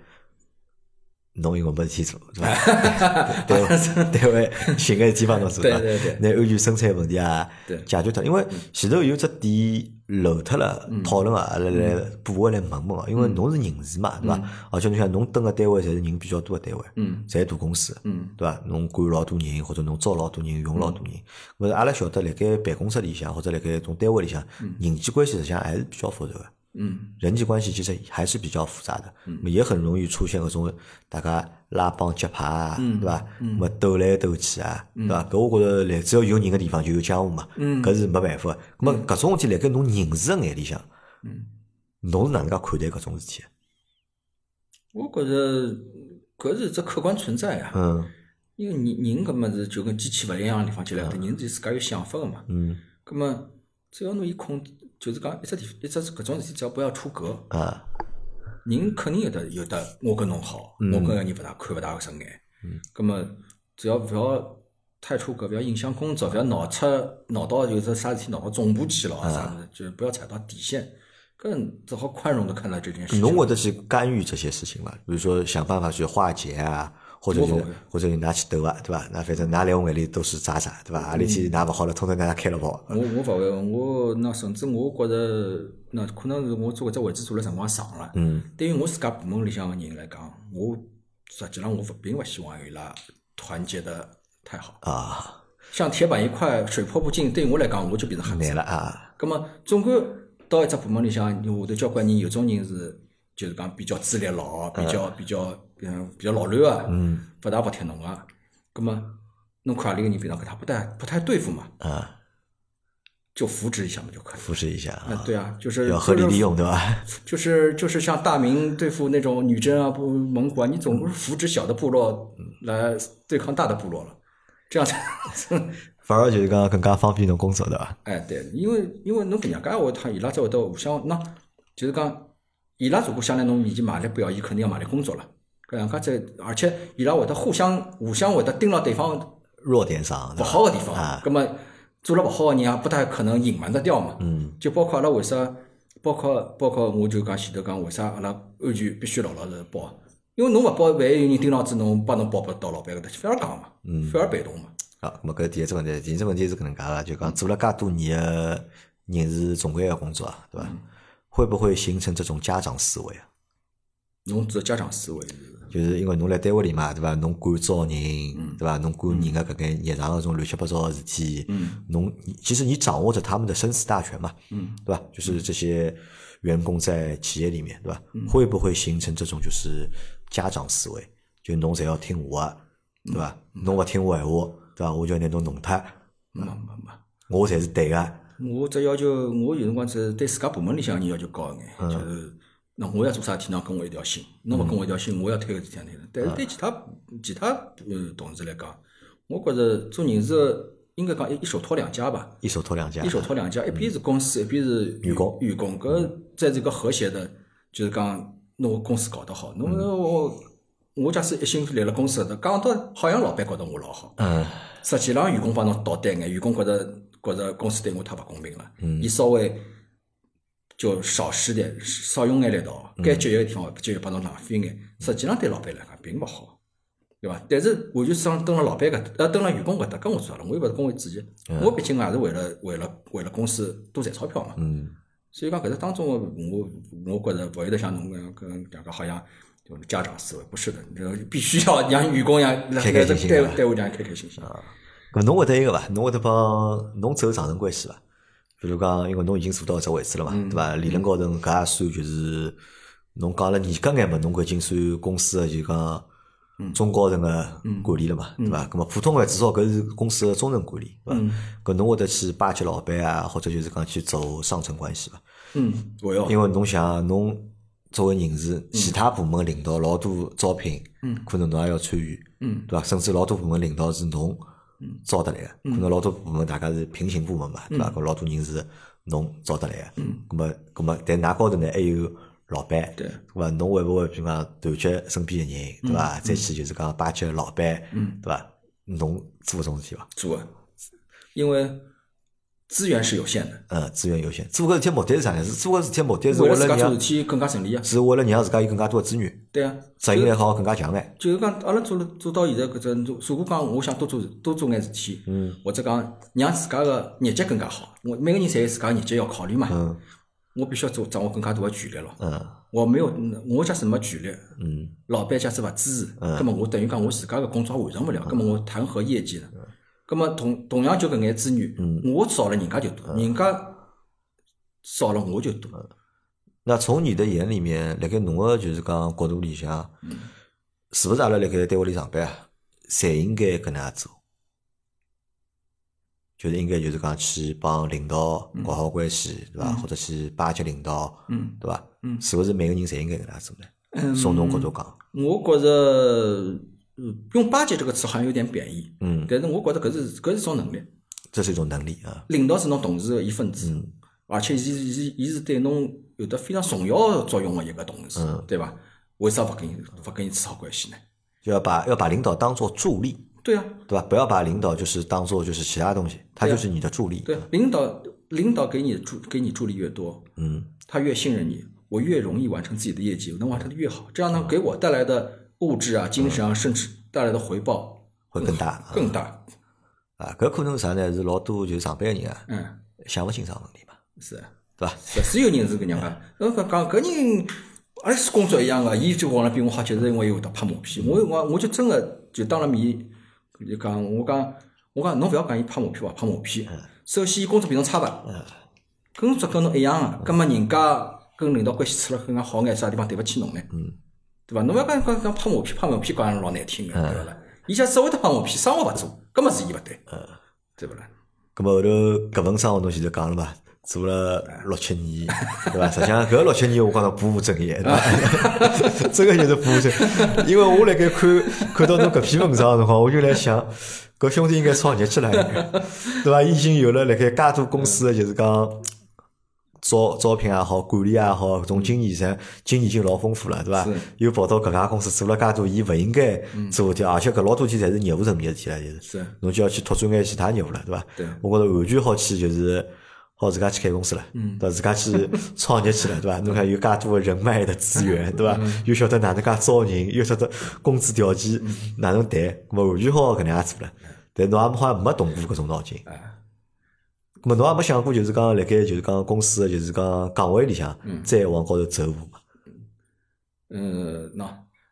A: 侬因为没事体做，对伐？
B: [laughs]
A: 对 [laughs] 对对位寻个事体帮侬做，
B: 对
A: 伐
B: 对对
A: 拿安全生产问题啊
B: 对
A: 解决脱，因为前头有只点漏脱了
B: 嗯
A: 讨论啊，阿拉来补回来问问啊，因为侬是人事嘛，对伐？而且侬想侬蹲个单位侪是人比较多个单位，
B: 嗯，
A: 侪大公司，
B: 嗯，
A: 对伐？侬管老多人，或者侬招老多人，用老多人。咁阿拉晓得，辣盖办公室里向或者辣盖种单位里向，人际关系实际上还是比较复杂个。
B: 嗯
A: 人际关系其实还是比较复杂的，嗯，也很容易出现搿种大家拉帮结派啊，对伐？嗯，么斗来斗去啊，对伐？搿我觉着来，只要有人个地方就有江湖嘛，嗯，搿是没办法。咾么搿种事体辣盖侬人事个眼里向，
B: 嗯，
A: 侬是哪能介看待搿种事体？啊
B: 我觉着搿是只客观存在啊。
A: 嗯
B: 因为人人搿么子就跟机器勿一样个地方就来得，人是自家有想法个嘛。
A: 嗯
B: 葛么只要侬伊控，就是讲一只地一只搿种事体，只要不要出格，
A: 啊
B: 人肯定有得有得我跟侬好，
A: 嗯
B: 我跟个人勿大看勿大顺眼。
A: 嗯。
B: 葛么只要勿要太出格，勿要影响工作，勿要闹出闹到就是啥事体闹到总部去
A: 啊
B: 了啥物事，就是不要踩到底线，搿只好宽容的看待这件事情。
A: 侬会得去干预这些事情伐？比如说想办法去化解啊，或者
B: 我
A: 是
B: 不会
A: 或者是拿去斗啊，对伐？那反正㑚来我眼里都是渣渣，对伐？阿里天㑚勿好了，统统拿㑚开了跑。
B: 我我勿会，我那甚至我觉着，那可能是我做搿只位置做了辰光长了。
A: 嗯
B: 对于我自家部门里向个人来讲，我实际上我勿并勿希望伊拉团结的太好，
A: 啊，
B: 像铁板一块，水泼不进。对于我来讲，我就变成瞎
A: 难
B: 子。
A: 了啊，
B: 葛么，总归到一只部门里向，有下头交关人，有种人是就是讲比较资历老，比较比较嗯比较老卵个，
A: 嗯
B: 勿大服帖侬个。葛啊么，侬看阿里个人平常跟他不太不太对付嘛，
A: 啊，
B: 就扶持一下嘛就可以了。
A: 复试一下
B: 啊，
A: 啊，
B: 对啊，就是
A: 要合理利，用，对伐？
B: 就是就是就是像大明对付那种女真啊、不蒙古啊，你总是扶植小的部落来对抗大的部落了，这样才。
A: [laughs]
B: [laughs]
A: 反而就是讲更加方便侬工作，对伐？
B: 哎，对，因为因为侬搿能介话，他伊拉才会得互相那，就是讲伊拉如果想来侬面前卖力表演，肯定要卖力工作了。搿能介在，而且伊拉会得互相互相会得盯牢对方
A: 弱点上，
B: 勿
A: 对伐
B: 好个地方
A: 啊，
B: 葛么做了勿好个人也不太可能隐瞒得掉嘛。
A: 嗯
B: 就包括阿拉为啥，包括包括我就讲前头讲为啥阿拉安全必须老老实实报，因为侬勿报，万一有人盯牢子侬，帮侬报拨到老板搿搭去，反而讲嘛，
A: 嗯
B: 反而被动嘛。
A: 好，那么搿第一只问题，第二只问题是搿能介个，就讲做了介多年个人事总归要工作啊，对伐？会不会形成这种家长思维啊？
B: 侬只有家长思维是，
A: 就是因为侬辣单位里嘛，对伐？侬管招人，对伐？侬管人个搿眼日常个种乱七八糟个事体，
B: 嗯
A: 侬其实你掌握着他们的生死大权嘛，
B: 嗯，
A: 对吧？就是这些员工在企业里面，对吧？
B: 嗯
A: 会不会形成这种就是家长思维？就侬侪要听我的，
B: 嗯
A: 对吧？侬勿听我闲话，对吧？我就要拿侬弄脱，
B: 没没没。
A: 我才是对个。
B: 我只要求，我有辰光只对自家部门里向人要求高一眼，
A: 嗯
B: 就是那我要做啥事体，侬跟我一条心，侬勿跟我一条心，我要推个事体推但
A: 嗯
B: 是对其他其他呃同事来讲，我觉着做人事应该讲一一手托两家吧，
A: 一手托两家
B: 一，手托两家，一边是公司，一边是
A: 嗯员工
B: 员工搿才是一个和谐的，就是讲侬个公司搞得好，侬
A: 嗯
B: 我我假使一心立辣公司搿搭，讲到好像老板觉得我老好，
A: 嗯
B: 实际浪员工帮侬倒对眼，员工觉着觉着公司对我太勿公平了，
A: 嗯
B: 伊稍微就少使点，少用眼力道，
A: 嗯
B: 该节约个地方不节约，帮侬浪费眼，实际浪对老板来讲并勿好，对伐？但是我就想蹲辣老板搿搭，呃，蹲辣员工搿搭，跟我做啥了？我又勿是工会主席，我毕竟也是为了为了为了公司多赚钞票嘛，
A: 嗯
B: 所以讲搿只当中我，我我觉着勿会得像侬搿样跟两个好像就是家长思维，不是的，你这必须要让员工让
A: 开开心心
B: 单
A: 啊
B: 位单位里向开开心心。
A: 咁侬会得一个伐？侬会得帮侬走上层关系伐？比如讲，因为侬已经做到搿只位置了嘛，对伐？理论高头搿也算就是侬讲了严格眼嘛，侬搿已经算公司个就讲中高层个管理了嘛，对伐？咁么普通个至少搿是公司个中层管理，对伐？搿侬会得去巴结老板啊，或者就是讲去走上层关系伐？
B: 嗯，我要。
A: 因为侬想，侬作为人事，其他部门领导老多招聘，可能侬也要参与，
B: 嗯
A: 对伐？甚至老多部门领导是侬招得来个，
B: 嗯
A: 可能老多部门大家是平行部门嘛，对伐？搿老多人是侬招得来个，咁么咁么，但㑚高头呢还有老板，
B: 嗯对嗯做，因为资源是有限的，
A: 嗯，资源有限，做搿事体目的是啥呢？是做搿事体目的是
B: 为
A: 为
B: 了自
A: 了
B: 家做事
A: 让，
B: 体更加顺利啊。
A: 是为了让自家有更加多的资源。
B: 对啊，
A: 执行力好更加强哎。
B: 就是讲阿拉做了做到现在搿只，如如果讲我想多做多做眼事体，嗯，或者讲让自家个业绩更加好，我每个人侪有自家业绩要考虑嘛。
A: 嗯
B: 我必须要做掌握更加大的权力咯。
A: 嗯
B: 我没有，我假使没权力，
A: 嗯
B: 老板假使勿支持，
A: 嗯
B: 那么我等于讲我自家个工作也完成勿了，那么我谈何业绩呢？
A: 嗯
B: 那么同同样就搿眼资
A: 嗯
B: 源，我少了人家就多，人家少了我就多。
A: 那从你的眼里面，辣盖侬个就是讲角度里向，是勿是阿拉辣盖单位里上班啊，侪应该搿能样做？就是应该就是讲去帮领导搞好关系，对伐？或者去巴结领导，
B: 嗯，
A: 对伐？
B: 嗯
A: 是勿是每个人侪应该搿能样做呢？从侬角度讲，
B: 我觉着嗯用“巴结”这个词好像有点贬义，
A: 嗯，
B: 但是我觉着搿是搿是一种能力。
A: 这是一种能力啊。
B: 领导是侬同事的一份子，
A: 嗯
B: 而且伊是伊是伊是对侬有得非常重要作用的一个同事，
A: 嗯
B: 对伐？为啥勿跟伊勿跟伊处好关系呢？
A: 就要把要把领导当做助力，
B: 对啊，
A: 对吧？不要把领导就是当做就是其他东西，他
B: 对啊
A: 就是你的助力。
B: 对啊，领导领导给你助给你助力越多，
A: 嗯
B: 他越信任你，我越容易完成自己的业绩，我能完成的越好，这样呢，给我带来的物质啊、精神啊，甚至带来的回报
A: 会更大啊
B: 更大。
A: 啊。搿可能是啥呢？是老多就是上班的人啊，
B: 嗯，
A: 想勿清啥问题嘛，
B: 是啊。
A: 对吧？
B: 是是有人是搿样个，侬讲讲搿人，阿拉是工作一样个，啊伊就往了比我好，就是因为伊会得拍马屁。我我我就真个就当了面，就讲我讲我讲侬勿要讲伊拍马屁伐，拍马屁。首先，伊工作比侬差伐？工作跟侬一样个，葛末人家跟领导关系处了更加好眼，啥地方对勿起侬呢？对伐？侬勿要讲讲讲拍马屁，拍马屁讲老难听个，对勿啦？伊家只会得拍马屁，生活勿做，搿么是伊勿对，对勿啦？
A: 咁么后头搿份生活侬前头讲了嘛，做了六七年， [laughs] 对伐？实际上搿六七年我讲到不务正业，对 [laughs] 伐？真个就是不务正业，因为我辣盖看看到侬搿篇文章个辰光，我就来想，搿兄弟应该创业去了， [laughs] 应该，对伐？已经有了辣盖介多公司个就是讲。招招聘也好，管理也好，搿种经验噻，经验已经老丰富了，对伐
B: 是？
A: 又跑到搿家公司做了介多伊勿应该做个事体，而且搿老多天侪是业务层面个事体了，就是。
B: 是
A: 侬就要去拓展眼其他业务了，对伐？
B: 对
A: 我觉着完全好去就是好自家去开公司了，
B: 嗯
A: 到自家去创业去了，
B: [laughs]
A: 对伐？侬看有介多的人脉的资源，对伐？
B: 嗯
A: 又晓得哪能介招人，又晓得工资条件哪能谈，咾么完全好搿能介做了。但侬也好像没动过搿种脑筋，
B: 啊。
A: 咾么侬也没想过就是讲辣盖就是讲公司的就是讲岗位里向再往高头走一步嘛？
B: 嗯，喏，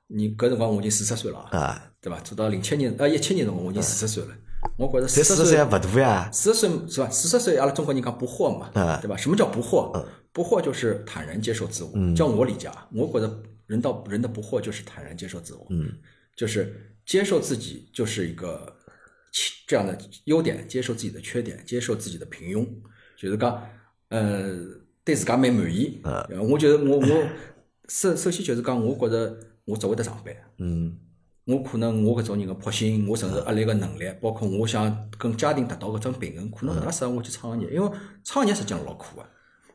B: 你搿辰光我已经四十岁了啊，
A: 啊，
B: 对伐？做到零七年呃一七年辰光我已经四十岁了，我觉着
A: 才
B: 四
A: 四
B: 十
A: 十岁啊还
B: 岁
A: 勿大呀，
B: 四十岁是吧？四十岁阿拉中国人讲不惑嘛
A: 啊，嗯
B: 对吧？什么叫不惑？不惑就是坦然接受自我，叫我理解啊，我觉着人到人的不惑就是坦然接受自我，
A: 嗯，
B: 就是接受自己就是一个其这样的优点，接受自己的缺点，接受自己的平庸，就是讲呃对自家蛮满意。
A: 嗯
B: 呃我觉得我我首首先就是讲，我觉着我只会得上班，
A: 嗯
B: 我可能我搿种人个魄性，我承受压力个能力，包括我想跟家庭达到搿种平衡，可能搿适合我去创业，因为创业实际上老苦个。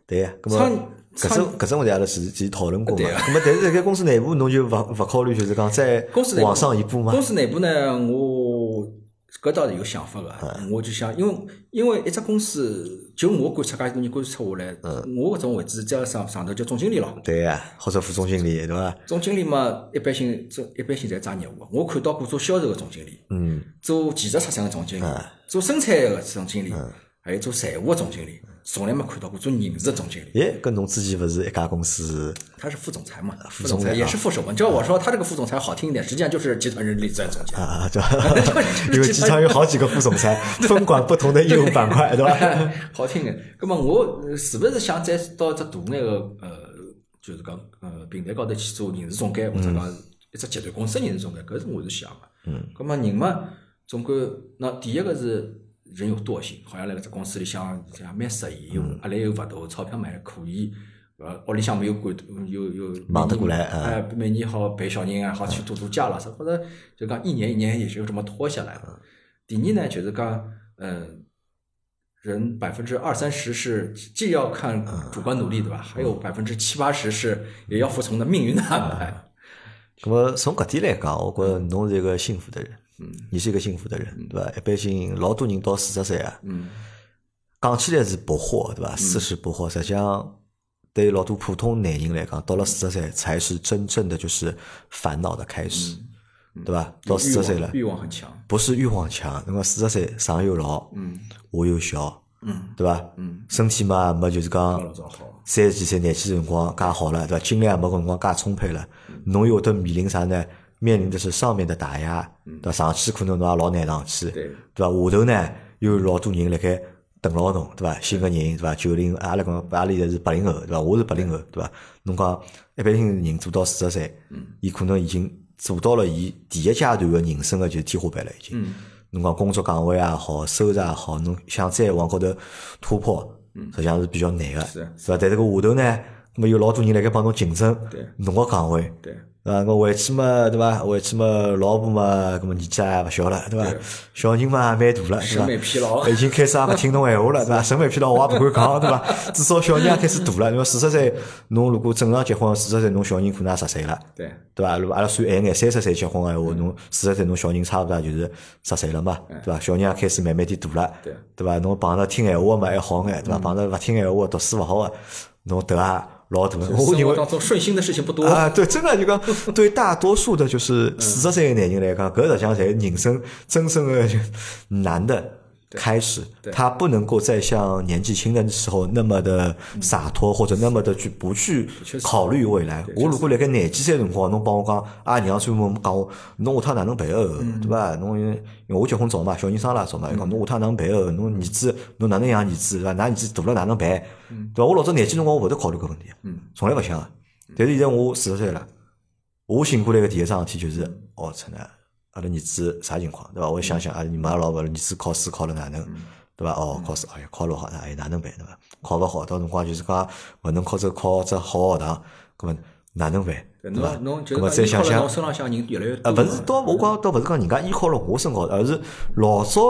A: 对呀，咾
B: 创
A: 么。搿
B: 创
A: 种搿种问题阿拉前前讨论过嘛？
B: 对啊
A: 咁么，但是辣盖公司内部，侬就勿勿考虑就是讲再
B: 公司内部
A: 往上一步吗
B: 公？司内部呢，我搿倒是有想法个，我就想，因为因为一只公司，就我观察介多年观察下来，我搿种位置只要上上头叫总经理咯，
A: 对呀、或者副总经理对伐？
B: 总经理嘛，一般性做一般性侪抓业务个。啊我看到过做销售个总经理，
A: 嗯，
B: 做技术出身个总经理，做生产个总经理，还有做财务个总经理，从来没看到过做人事个总经理。
A: 诶，搿侬之前勿是一家公司？
B: 他是副总裁嘛，副
A: 总
B: 总
A: 裁
B: 裁也
A: 啊
B: 是副手嘛。你知道我说他这个副总裁好听一点，实际上就是集团人力资源总监。
A: 啊， [laughs] 对
B: [laughs]
A: 伐？因为集团有好几个副总裁，
B: 啊
A: 分管不同的业务板块，对伐？
B: [laughs] 好听的。葛么我呃是勿是想再到只大眼个呃，就是讲呃平台高头去做人事总监，或者讲一只集团公司的人事总监，搿是我是想个。嗯。葛么人嘛，总归那第一个是人有惰性，好像辣搿只公司里向像蛮适宜，压力又勿大，钞票嘛还可以。呃，屋里向没有管，有有
A: 忙得过来啊
B: 哎，每年好陪小人啊，好去度度假了，啥或者就讲一年一年也就这么拖下来
A: 嗯
B: 了。第二呢，就是讲，呃，人百分之二三十是既要看主观努力，
A: 嗯
B: 对吧？还有百分之七八十是也要服从的命运的安排。
A: [laughs] 咁么从搿点来讲，我觉着侬是一个幸福的人，嗯，你是一个幸福的人，对伐？一般性老多人到四十岁啊，
B: 嗯，
A: 讲起来是不惑，对伐？四十不惑，实际上对于老多普通男人来讲，到了四十岁才是真正的就是烦恼的开始，对伐？到四十岁了，
B: 嗯欲望欲望很强。
A: 不是欲望强，那么四十岁上有老，
B: 嗯
A: 下有小，
B: 嗯
A: 对伐？
B: 嗯，
A: 身体嘛没就是
B: 老
A: 讲
B: 老早好。
A: 三十几岁、廿几岁辰光介好了，对伐？精力也没搿辰光介充沛了，
B: 嗯
A: 侬又得面临啥呢？面临的是上面的打压，对伐？上去可能侬也老难上去，
B: 嗯对
A: 对伐？下头呢，又有老多人辣盖邓老侬对伐？新个人对伐？九零，阿拉讲阿拉现在是八零后对伐？我是八零后对伐？侬讲一般性人做到四十岁，
B: 嗯
A: 伊可能已经做到了伊第一阶段个人生个就是天花板了已
B: 嗯
A: 经。侬讲工作岗位也好，收入也好，侬想再往高头突破，实际上是比较难个，
B: 嗯是
A: 伐？但这个下头呢，那么有老多人辣盖帮侬竞争
B: 对
A: 侬个岗位，
B: 对，
A: 啊，我回去嘛，对伐？回去嘛，老婆嘛，搿么年纪也勿小了，对伐
B: 对？
A: 小人嘛也蛮大了，
B: 审
A: 对
B: 美
A: 伐？
B: 疲劳
A: 已经开始也勿听侬闲话了，对伐？审美疲劳我也勿敢讲，对伐？至少小人也开始大了，因为四十岁，侬如果正常结婚，四十岁侬小人可能也十岁了，
B: 对，
A: 对伐？如果阿拉算晚眼，三十岁结婚个闲话，侬四十岁侬小人差勿多也就是十岁了嘛，对伐？小人也开始慢慢点大了，
B: 嗯对嗯
A: 对伐？侬碰着听闲话嘛还好眼，对伐？碰着勿听闲话、读书勿好个，侬头也老大。我
B: 生
A: 认
B: 活
A: 为
B: 当中顺心的事情不多，
A: 啊，对，真的就讲对大多数的，就是四十岁的年龄来讲，搿实际上才是人生真正的就难的开始。他不能够再像年纪轻的时候那么的洒脱，或者那么的去不去考虑未来。我如果辣盖廿几岁的辰光，侬帮我讲啊，娘专门讲我，侬下趟哪能陪儿后，对伐？侬因为因为我结婚早嘛，小人生了早嘛，伊讲侬下趟哪能陪儿后，侬儿子侬哪能养儿子对伐？㑚儿子大了哪能陪，对伐？我老早廿几辰光我勿会得考虑搿问题，从来勿想啊。但是现在我四十岁了，我醒过来个第一桩事体就是，哦，操呢，阿拉儿子啥情况，对伐？我想想，阿拉
B: 嗯
A: 妈老婆儿子考试考了哪能，对伐？哦，考试，哎呀，考了好，哎呀，哪能办，对伐？考勿好，到辰光就是讲勿能考只考只好学堂，搿么哪能办，
B: 对
A: 对伐？
B: 侬侬就
A: 搿么再
B: 是讲
A: 想
B: 依靠
A: 想
B: 了侬，身浪向人越来越
A: 啊，
B: 多
A: 勿是，倒我讲倒勿是讲人家依靠了我身高头，而是老早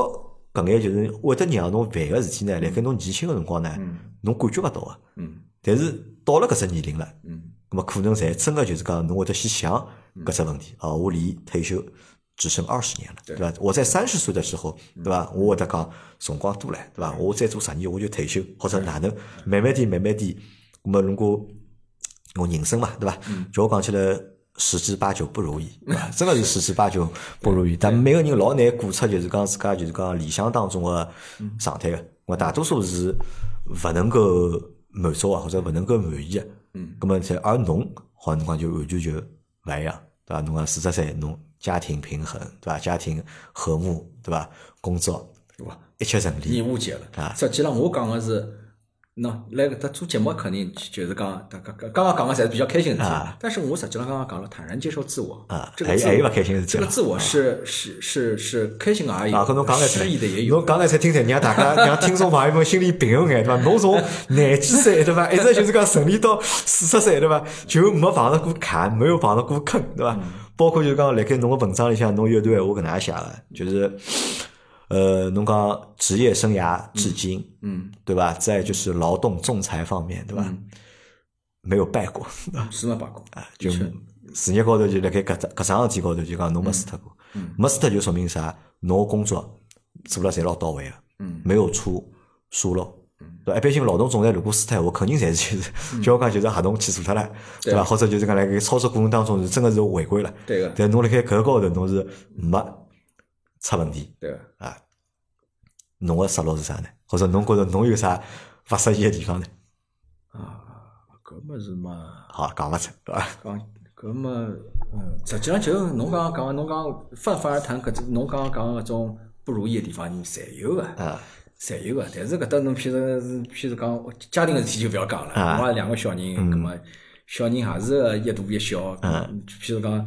A: 搿眼就是会得让侬烦个事体呢，辣盖侬年轻个辰光呢，侬感觉勿到个，啊
B: 嗯
A: 但是到了搿只年龄了。
B: 嗯，
A: 那么可能才真个就是讲，侬会得去想搿只问题啊，我离退休只剩二十年了，对
B: 对
A: 伐？我在三十岁的时候，对伐？我会得讲辰光多了，对伐？我再做十年我就退休，或者哪能慢慢点慢慢点，那么如果我人生嘛，对伐？叫我讲起来。十之八九不如意，对伐真个是十之八九不如意。但每个人老难顾出，就是讲自家就是讲理想当中个状态个。我大多数是勿能够满足啊，或者勿能够满意个。
B: 嗯，
A: 咁么才而侬，好侬讲就完全就勿一样，对伐？侬讲四十岁，侬家庭平衡，对伐？家庭和睦，对伐？工作
B: 哇，
A: 一切顺
B: 你
A: 利，
B: 误解
A: 啊
B: 了。实际上我讲的是，喏，来搿搭做节目肯定就是讲，刚刚刚讲的侪是比较开心的事
A: 啊
B: 体。但是我实际上刚刚讲了，坦然接受自我
A: 啊
B: 这
A: 还
B: 个自
A: 还有
B: 我
A: 勿开心的事体
B: 这个
A: 了
B: 自我是是是是开心的也
A: 啊啊，搿侬讲
B: 有，
A: 来
B: 失意的也
A: 才，
B: 有
A: 侬。讲来才听才，让大家让听众朋友们心里平衡哎眼，对伐？侬从廿几岁对伐，一直就是讲顺利到四十岁对伐，就没碰着过坎，没有碰着过坑，对伐？
B: 嗯
A: 包括就讲辣盖侬个文章里向，侬有一段闲话搿能介写个，就是呃，侬讲职业生涯至今，
B: 嗯，
A: 对吧？在就是劳动仲裁方面，对吧？没有败过，对吧
B: 是没办过，
A: 啊就
B: 的确
A: 事业高头就辣盖搿只搿桩事体高头就讲侬没输脱过，没输脱就说明啥？侬个工作做了侪老到位个，
B: 嗯
A: 没有出疏漏。对吧，一般性劳动仲裁如果输脱闲话，肯定侪是就是，就我讲就是啊合同起诉脱了，对吧？或者就是讲辣盖操作过程当中是真个是违规了，
B: 对个，
A: 但侬辣盖搿高头侬是没出问题，
B: 对个。
A: 啊，侬个失落是啥呢？或者侬觉着侬有啥勿适意个地方呢？
B: 啊，搿么是嘛？
A: 好，讲勿出，对伐？
B: 讲搿么，嗯，实际上就是侬刚刚讲，侬讲泛泛而谈，搿种侬刚刚讲的搿种不如意的地方，人侪有个，
A: 啊，
B: 侪有个。但是搿搭侬譬如是譬如讲家庭个事体就勿要讲了，
A: 啊
B: 我也两个小人，搿么小人也是个一大一小，
A: 啊
B: 嗯，譬如讲，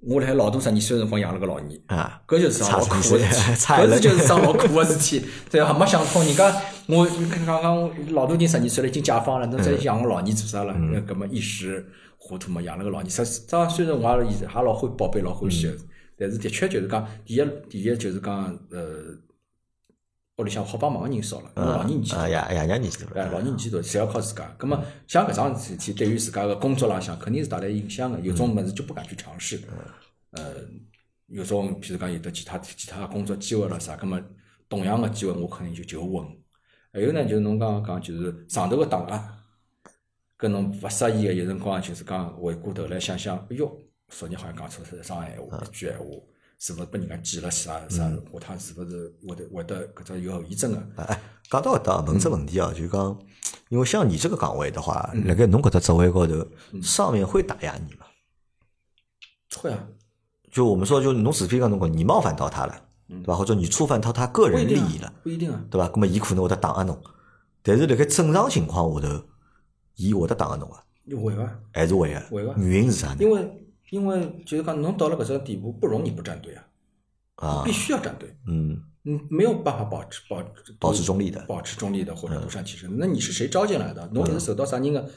B: 我辣海老大十二岁个辰光养了个老二，
A: 啊，
B: 搿就是桩老苦个事体，
A: 差一
B: 搿
A: 轮
B: 是就是桩老苦个事体，对伐？没想通，人家我刚刚老大人十二岁了，已经解放了，侬再养个老二做啥了？搿么一时糊涂嘛，养了个老二。实当虽然我也也老欢宝贝，老欢喜，但是的确就是讲，第一第一就是讲，呃，屋里向好帮忙个人少了，因为老人年纪大
A: 啊，嗯爷爷娘年纪大
B: 哎，
A: 了，
B: 老人年纪大，侪要靠自家。葛么像搿桩事体，对于自家个工作浪向肯定是带来影响个，有种物事就不敢去尝试。
A: 嗯
B: 呃，有种譬如讲有的其他其他工作机会了啥，葛么同样个机会我肯定就求稳。还有呢，就是侬刚刚讲就是上头个档案，跟侬勿适意个有辰光就是讲回过头来想想，哎哟，昨日好像讲错一桩闲话，一句闲话。
A: 嗯
B: 是勿是被人家记了啥啥？下趟是勿是会得会得搿只有后遗症啊个？
A: 哎，讲到搿搭问这问题啊，就是讲，因为像你这个岗位的话，
B: 嗯
A: 辣盖侬搿只职位高头，上面会打压你嘛？
B: 会啊，
A: 就我们说，就侬除非讲侬讲你冒犯到他了，
B: 嗯
A: 对伐？或者你触犯到他个
B: 不一
A: 人利
B: 定啊
A: 益了，
B: 不一定啊。
A: 对伐？那么伊可能会得打压侬，但是辣盖正常情况下头，伊会得打压侬个，
B: 你会伐？
A: 还是会个
B: 会个。啊
A: 原因是啥呢
B: 因？为因为就是讲，侬到了搿只地步，不容你不站队啊，
A: 啊
B: 必，须要站队，
A: 嗯，
B: 你没有办法保持保
A: 保持中立嗯的，
B: 保持中立的或者独善其身。那你是谁招进来的？侬是受到啥人个？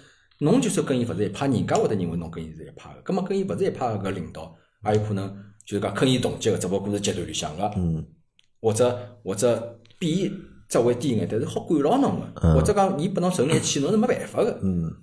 B: 侬就算跟伊勿是一派，人家会得认为侬跟伊是一派个。葛末跟伊勿是一派个搿领导，也有可能就是讲跟伊同级个，只不过是集团里向个，
A: 嗯
B: 或者或者比伊职位低一眼，但是好管牢侬个，
A: 嗯
B: 或者讲伊拨侬受眼气，侬是没办法个。
A: 嗯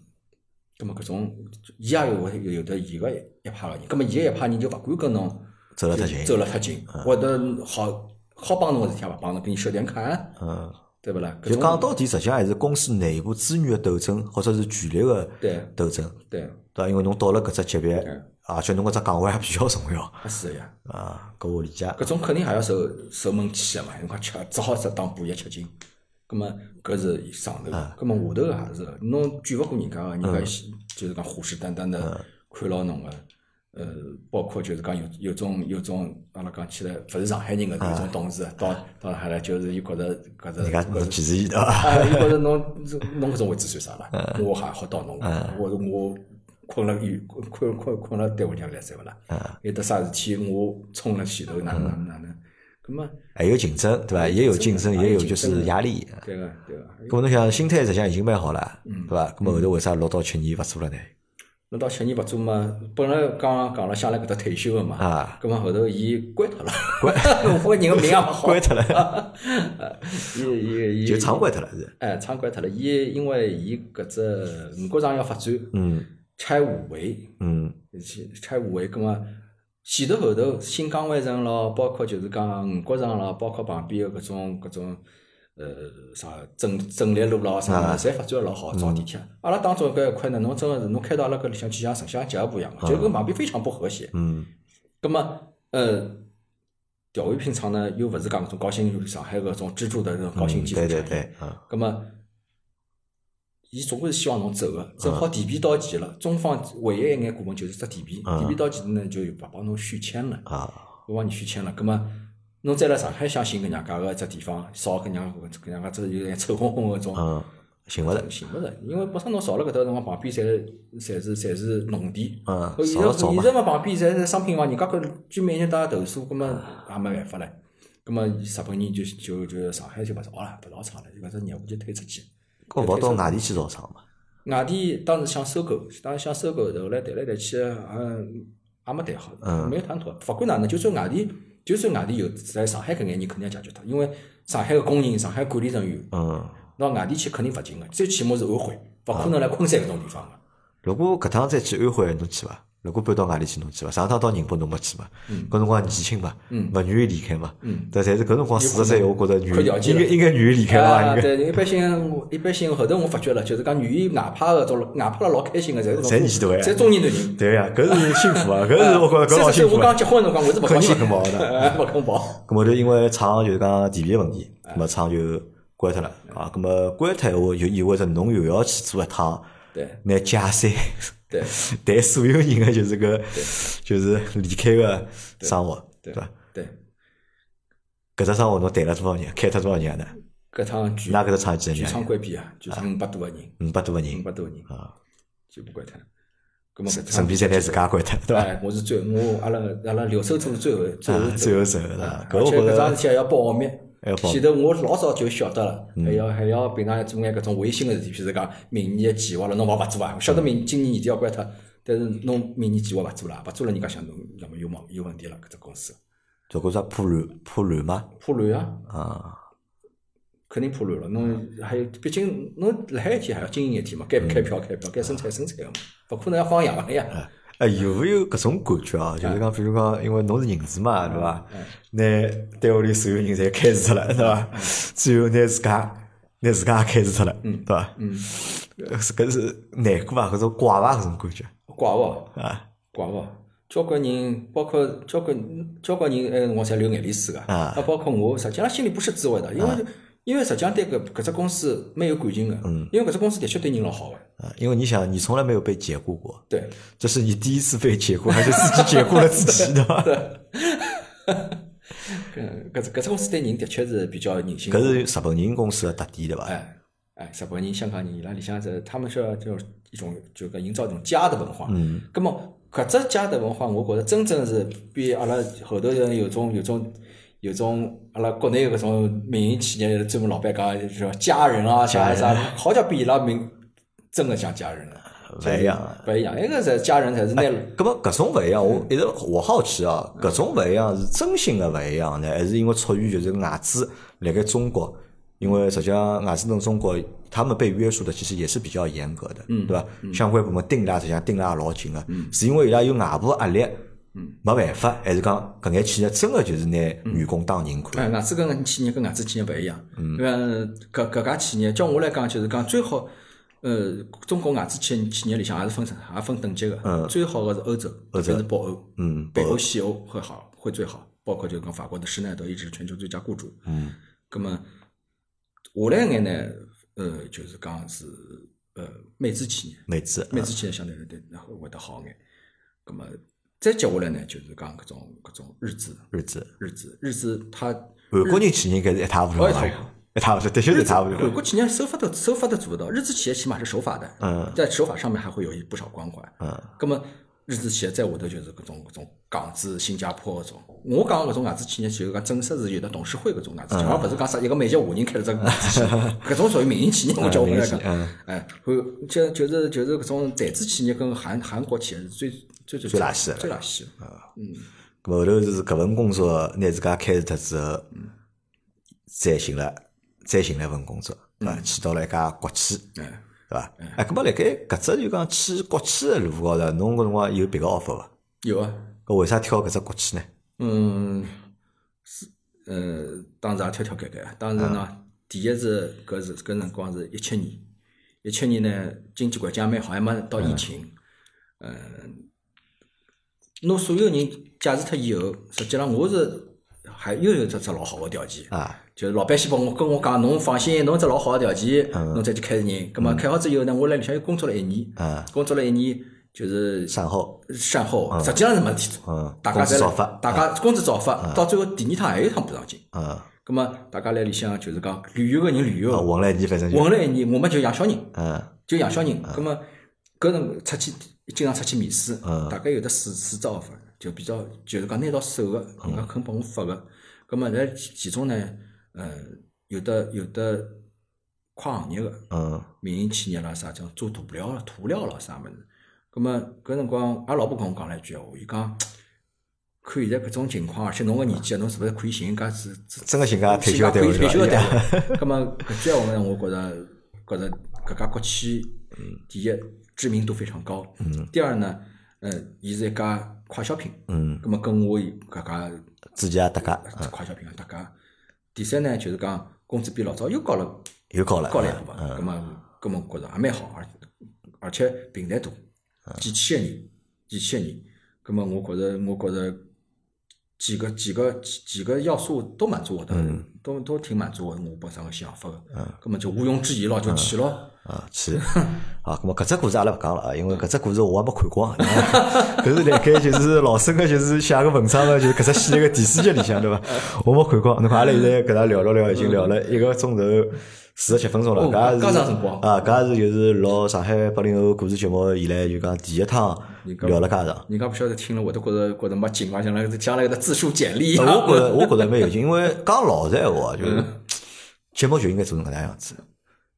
B: 葛末搿种伊也有有有的伊个一派个人，葛末伊个一派人就勿敢跟侬
A: 走了太近
B: 就走了太近，
A: 啊
B: 或者好好帮侬个事体也勿帮侬，给你设点坎，
A: 嗯，
B: 对勿啦？搿
A: 就
B: 种
A: 讲到底，实际上还是公司内部资源的斗争，或者是权力的
B: 对
A: 斗争，
B: 对，
A: 对伐？因为侬到了搿只级别啊
B: 嗯，
A: 而且侬搿只岗位还比较重要
B: 还是个呀。
A: 啊，搿我理解。
B: 搿种肯定还要受受闷气个嘛，侬讲吃只好只当补药吃进。葛么搿是上头，
A: 啊
B: 葛么下头个也是个，侬卷勿过人家个，人家
A: 嗯
B: 喜就是讲虎视眈眈的看牢侬个。呃，包括就是讲有有种有种，阿拉讲起来勿是上海人个有种同事，到到上海来就是伊觉着搿
A: 嗯
B: 只
A: 人家
B: 搿
A: 是
B: 只
A: 歧视伊对伐？
B: 啊，伊觉着 [laughs] 侬侬搿种位置算啥啦？我还好到侬，
A: 嗯
B: 我我困了医困困困了单位里向来塞勿啦？
A: 嗯
B: 有得啥事体我冲了前头，哪能哪能哪能？葛么
A: 还有竞争对伐？也有竞争，
B: 啊
A: 也有就是压力。
B: 对个对啊个，
A: 搿么侬想心态实际上已经蛮好了，
B: 嗯
A: 对伐？搿么后头为啥六到七年勿做了
B: 哦
A: 呢？
B: 侬到七年勿做嘛，本来刚刚讲了想来搿搭退休个嘛，
A: 啊，
B: 葛么后头伊关脱了，关 [laughs] 我人个命也勿好，
A: 关脱了，
B: 啊，伊伊伊
A: [laughs] 就厂关脱了是。
B: 哎，仓关脱了，伊因为伊搿只五角场要发展，
A: 嗯
B: 拆五围。
A: 嗯
B: 去拆五围，葛末前头后头新港湾城咯，包括就是讲五角场咯，包括旁边个搿种搿种呃啥正正立路咯
A: 啊
B: 啥物事，侪发展得老好，造地
A: 嗯
B: 铁。阿拉当中搿一块呢，侬真个是侬开到阿拉搿里向去像城乡结合部一样个，就跟旁边非常不和谐。
A: 嗯
B: 葛末呃，调味品厂呢又勿是讲搿种高新上海搿种支柱的这种高新
A: 嗯，
B: 技术
A: 对
B: 产业
A: 对。对，嗯
B: 咁么，伊总归是希望侬走个，
A: 嗯
B: 正好地皮到期了，中方唯一一眼股份就是只地皮，
A: 嗯
B: 地皮到期呢就勿帮侬续签了，
A: 啊
B: 勿帮你续签了。咁么，侬再来上海相信搿能介个一只地方，少搿能介搿能介只有点臭烘烘个种，
A: 嗯，寻勿着。
B: 寻勿着，因为本身侬少了搿搭辰光，旁边侪侪是侪是农田，
A: 嗯
B: 搿
A: 少了
B: 现
A: 早
B: 在
A: 嘛
B: 现在嘛旁边侪是商品房，人家搿居民也大家投诉，葛末也没办法唻。葛末日本人就就就上海就勿造了，勿造厂了，就搿只业务就推出去。
A: 搿勿好到外地去造厂嘛？
B: 外地当时想收购，当时想收购，后来谈来谈去，嗯，也没谈好，
A: 嗯
B: 没有谈妥。勿管哪能，就算外地，就算外地有，在上海搿眼人肯定要解决脱，因为上海个工人、上海管理人员
A: 嗯。
B: 到外地去肯定勿行个，最起码是安徽，勿可能来昆山搿种地方个。
A: 如果搿趟再去安徽，侬去伐？如果搬到外地去，侬去伐？上趟到宁波侬没去嘛？搿辰光年轻嘛，
B: 嗯
A: 勿愿意离开嘛。
B: 嗯
A: 但但是搿辰光四十岁，我觉着
B: 快
A: 愿
B: 调
A: 意
B: 剂
A: 应
B: 了
A: 该应该愿意离开
B: 啊，
A: 伐？应该
B: 对，一般性我一般性后头我发觉了，就是讲愿意外派个，种外派了老开心个，侪是
A: 侪年纪大哎
B: 侪中年男
A: [laughs]
B: 人。
A: 对呀，搿是幸福啊！搿是我觉着搿老
B: 三十岁
A: 幸福
B: 我
A: 啊。
B: 刚结婚个辰光，我是勿高兴，
A: 肯定勿肯跑
B: [laughs]
A: 的
B: 勿肯跑。
A: 咁后头因为厂就是讲地皮个问题，
B: 啊
A: 咁么厂就关脱了啊。咁么关脱闲话就意味着侬又要去做一趟
B: 对
A: 拿假山， [laughs]
B: 对。
A: 带所有人个就是个就是离开个生活，
B: 对
A: 对伐？
B: 对，
A: 搿只生活侬谈了多少年？开脱多少年呢？
B: 搿趟全
A: 㑚搿只厂几
B: 全
A: 年
B: 场？关闭啊，就是五百多个人，
A: 五百多个
B: 五
A: 人
B: 百多个人
A: 啊，
B: 全部关脱。咁么搿趟
A: 顺便再拿自家关脱，对伐？
B: 哎，我是最我阿拉阿拉留守者是最后最后
A: 啊，
B: 走
A: 最
B: 的
A: 后走了
B: 啊，
A: 搿
B: 而
A: 我
B: 且
A: 觉
B: 搿桩
A: 着
B: 事体还要报奥秘
A: 还要报。嗯
B: 前头我老早就晓得了，还要还要平常做眼搿种违心个事体，譬如讲明年的计划了，侬勿勿做啊？晓得明
A: 嗯
B: 今年年底要关脱，但是侬明年计划勿做了，勿做了，人家想侬要么有毛有问题了，搿只公司
A: 就搿只破乱破乱嘛
B: 破乱啊，
A: 啊，嗯
B: 肯定破乱了。侬还有，毕竟侬辣海一天还要经营一天嘛，该开票开票，该
A: 啊
B: 生产生产个嘛，勿可能要放养个呀。
A: 哎，有没有搿种感觉啊？就是讲，比如讲，因为侬是人事
B: 啊
A: 嘛，对伐？拿单位里所有人侪开除脱了，对伐？
B: 嗯
A: 最后拿自家拿自家也开除脱了，对伐？嗯，搿是难过啊伐？搿种怪伐？搿种感觉
B: 怪勿
A: 啊
B: 怪勿，交关人，包括交关交关人，哎，我侪流眼泪水个。
A: 啊
B: 那包括我，实际上心里不是滋味的，因为因为实际上对搿搿只公司蛮有感情个，
A: 嗯
B: 因为搿只公司的确对人老好个。
A: 啊！因为你想，你从来没有被解雇过，
B: 对， [laughs]
A: 这是你第一次被解雇，还是自己解雇了自己，对伐？
B: 搿搿只搿只公司对人的确是比较人性化。
A: 搿是日本人公司的特点，对伐？
B: 哎哎，日本人、香港人，伊拉里向是他们需要就是一种就搿营造一种家的文化。嗯。葛么搿只家的文化，我觉着真正是比阿拉后头人有种有种有种阿拉国内有搿种民营企业专门老板讲就是说家人啊啥啥，好像比伊拉民真的像家人了。
A: 勿一样啊。
B: 不一样，一个是家人才是拿
A: 搿么搿种勿一样，我一直我好奇啊，搿种勿一样是真心的勿一样呢，还是因为出于就是外资辣盖中国，因为实际上外资跟中国他们被约束的其实也是比较严格的，
B: 嗯
A: 对伐？相关部门盯拉实际上盯拉也老紧的，啊是因为伊拉有外部压力，
B: 嗯
A: 没办法，还是讲搿眼企业真的就是拿员工当人看，
B: 哎，外资跟企业跟外资企业勿一样。嗯，搿搿家企业，叫我来讲就是讲最好，呃，中国外资企企业里向也是分成也分等级个。嗯，最好个是欧洲，特别是北欧。
A: 嗯，
B: 北欧、西欧会好，会最好。包括就跟法国的施耐德一直是全球最佳雇主。
A: 嗯，
B: 葛么下来眼呢，呃，就是讲是呃美资企业，
A: 美资，
B: 美资企业相对来对会得好眼。葛么再接下来呢，就是讲搿种搿种日资，
A: 日资，
B: 日资，日资它
A: 韩国人企业应该是一塌糊涂
B: 哦
A: 吧，
B: 一塌
A: 一塌糊涂，
B: 糊涂
A: 的确是一塌糊
B: 韩
A: 涂。
B: 国企业守法都守法都做不到，日资企业起码是守法的，
A: 嗯
B: 在守法上面还会有一不少关怀。
A: 嗯，
B: 那么日资企业再下头就是各种各种港资、新加坡搿种。我讲搿种外资企业，就是讲正式是有的董事会搿种外
A: 嗯
B: 资企业，而不是讲啥一个美籍华人开了只外资
A: [laughs]
B: 企业，搿种属于民营企业，我叫我们来讲
A: 啊民营企业。嗯
B: 哎，会就就是就是搿种台资企业跟韩韩国企业是最最最
A: 最垃圾的嗯
B: 最垃圾的。
A: 咾后头是搿份工作拿自家开除脱之后，再寻了再寻了一份工作，对伐？去到了一家国企，对
B: 哎，
A: 伐？哎，搿么辣盖搿只就讲去国企的路高头，侬搿辰光有别个 offer 伐？
B: 有啊，
A: 搿为啥挑搿只国企呢？
B: 嗯，是呃，当时也挑挑拣拣。啊当时
A: 啊
B: 呢，第一是搿是搿辰光是一七年，一七年呢经济环境还蛮好，还没到疫情。嗯，拿所有人解除脱以后，实际上我是还又有只只老好个条件。
A: 啊，
B: 就是老板先帮我跟我讲，侬放心，侬只老好个条件，侬再去开人。葛么开好之后呢，我辣里向又工作了一年，
A: 嗯
B: 工作了一年就是
A: 善后，
B: 善后，实际上是没提做
A: 嗯，
B: 大
A: 工
B: 家
A: 资嗯
B: 在
A: 照发
B: 大家工资照发，到最后第二趟还有一趟补偿金。
A: 嗯，
B: 葛么大家来里向啊就是讲旅游个人旅
A: 啊
B: 游，
A: 混了一年反正就，
B: 混了一年，我们就养小人，
A: 嗯
B: 就养小人。葛么搿辰出去经常出去面试，
A: 嗯
B: 大概有得四四只 offer，就比较就是讲拿到手个，
A: 嗯
B: 人家肯帮我发个。葛么在其其中呢，呃，有的有的跨行业个，
A: 嗯
B: 民营企业啦啥，叫做涂料啦、涂料啦啥物事。葛么搿辰光，阿拉老婆跟我讲了一句闲话，伊讲看现在搿种情况，而且侬个年纪啊，侬是勿是可以寻一家是
A: 真的寻家退休的单位
B: 可以退休个
A: 是吧
B: 单位？葛么搿句闲话呢，我觉着觉着搿家国企，第一知名度非常高，第二呢，呃，伊是一家快消品，
A: 嗯，
B: 葛么跟我搿家
A: 自己也搭界，嗯，
B: 快消品啊搭界。第三呢，就是讲工资比老早又高了。
A: 又高了，
B: 高了一步嘛，
A: 嗯，
B: 咁么咁么觉着也蛮好，而而且平台大，几千个人，几千个人，咁么我觉着我觉着几个几个几几个要素都满足我的，
A: 嗯
B: 都都挺满足我我本身个想法个，咁么就毋庸置疑咯，就去咯。
A: 啊，去 [laughs] 啊，咁么搿只故事阿拉勿讲了啊，因为搿只故事我还没看光， [laughs] 搿是辣盖就是老生个就是写个文章个，就是搿只系列个第四集里向对伐？我没看光，侬看阿拉现在搿搭聊了聊，已经聊了一个钟头四十七分钟了，
B: 哦
A: 搿也
B: 介
A: 是
B: 长辰光
A: 啊，搿也是就是老上海八零后故事节目以来就讲第一趟聊了介长。
B: [laughs] 人家不晓得听了，我都觉着觉着没劲，而且那个将来有得自述简历一样。
A: 呃我觉着我觉着蛮有劲，因为讲老实闲话，就是
B: 嗯
A: 节目就应该做成搿能样子。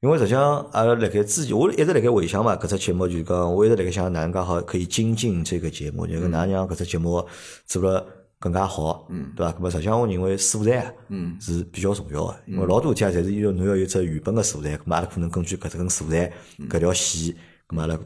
A: 因为实际上，阿拉辣盖之前，我一直辣盖回想嘛，搿只节目就是讲，我一直辣盖想哪能介好可以精进这个节目，就是哪能让搿只节目做了更加好，嗯，对伐？搿么实际上，我认为素材，啊
B: 嗯，
A: 是比较重要个，因为老多事体啊，侪是要侬要有只原本个素材，搿么阿拉可能根据搿只根素材搿条线，搿么阿拉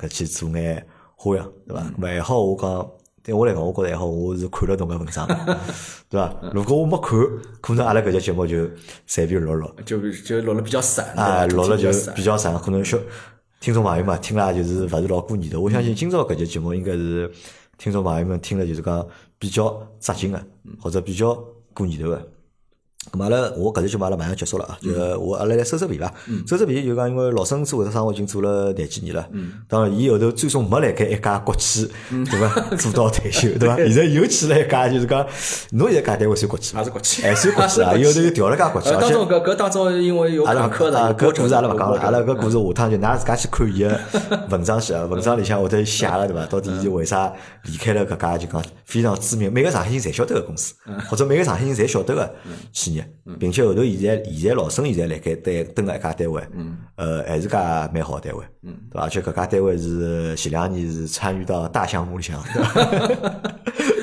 A: 搿去做眼花样，对伐？搿么还好，我讲对我来讲，我觉着还好，我是看了侬个文章， [laughs] 对伐？如果我没看，可能阿拉搿节节目就随便录录，
B: [laughs] 就就录了比较散，
A: 啊，
B: 对吧
A: 录了
B: 比
A: 就
B: 较
A: 是
B: 散
A: 比。较散，可能小听众朋友们听了就是勿是老过瘾的。我相信今朝搿节节目应该是听
B: 嗯
A: 众朋友们听了就是讲比较扎劲的，或者比较过瘾头的。咁阿拉我搿期节目阿拉马上结束了啊，就
B: 嗯
A: 是我阿拉来收收皮吧。收收皮就讲，因为老生做搿只生活已经做了廿几年了。
B: 嗯
A: 当然，伊后头最终没辣盖一家国企，对
B: [laughs]
A: 伐？做到退休，对伐？现在又去了一家，就是讲，侬现在家单位算国企伐
B: 也是国企
A: 还算国企啊！
B: 也是国企
A: 伊后头又调了家国企，
B: [laughs] 呃，
A: 而
B: 当
A: 且
B: 中搿搿当中因为有
A: 阿拉
B: 坎
A: 勿
B: 坷
A: 讲啊
B: 的，
A: 搿故事阿拉勿
B: 勿
A: 讲了，阿拉搿故
B: 事
A: 事下趟就㑚自家去看伊个文章去啊，文章里向会得写个对伐？到底伊为啥离开了搿家就讲非常知名，每个上海人侪晓得个公司，
B: 嗯
A: 或者每个上海人侪晓得个企业，并且后头现在现在老孙现在辣盖对蹲个一家单位，
B: 嗯
A: 呃，还是家蛮好个单位，对伐？而且搿家单位是前两年是参与到大项目里向。对伐
B: [laughs]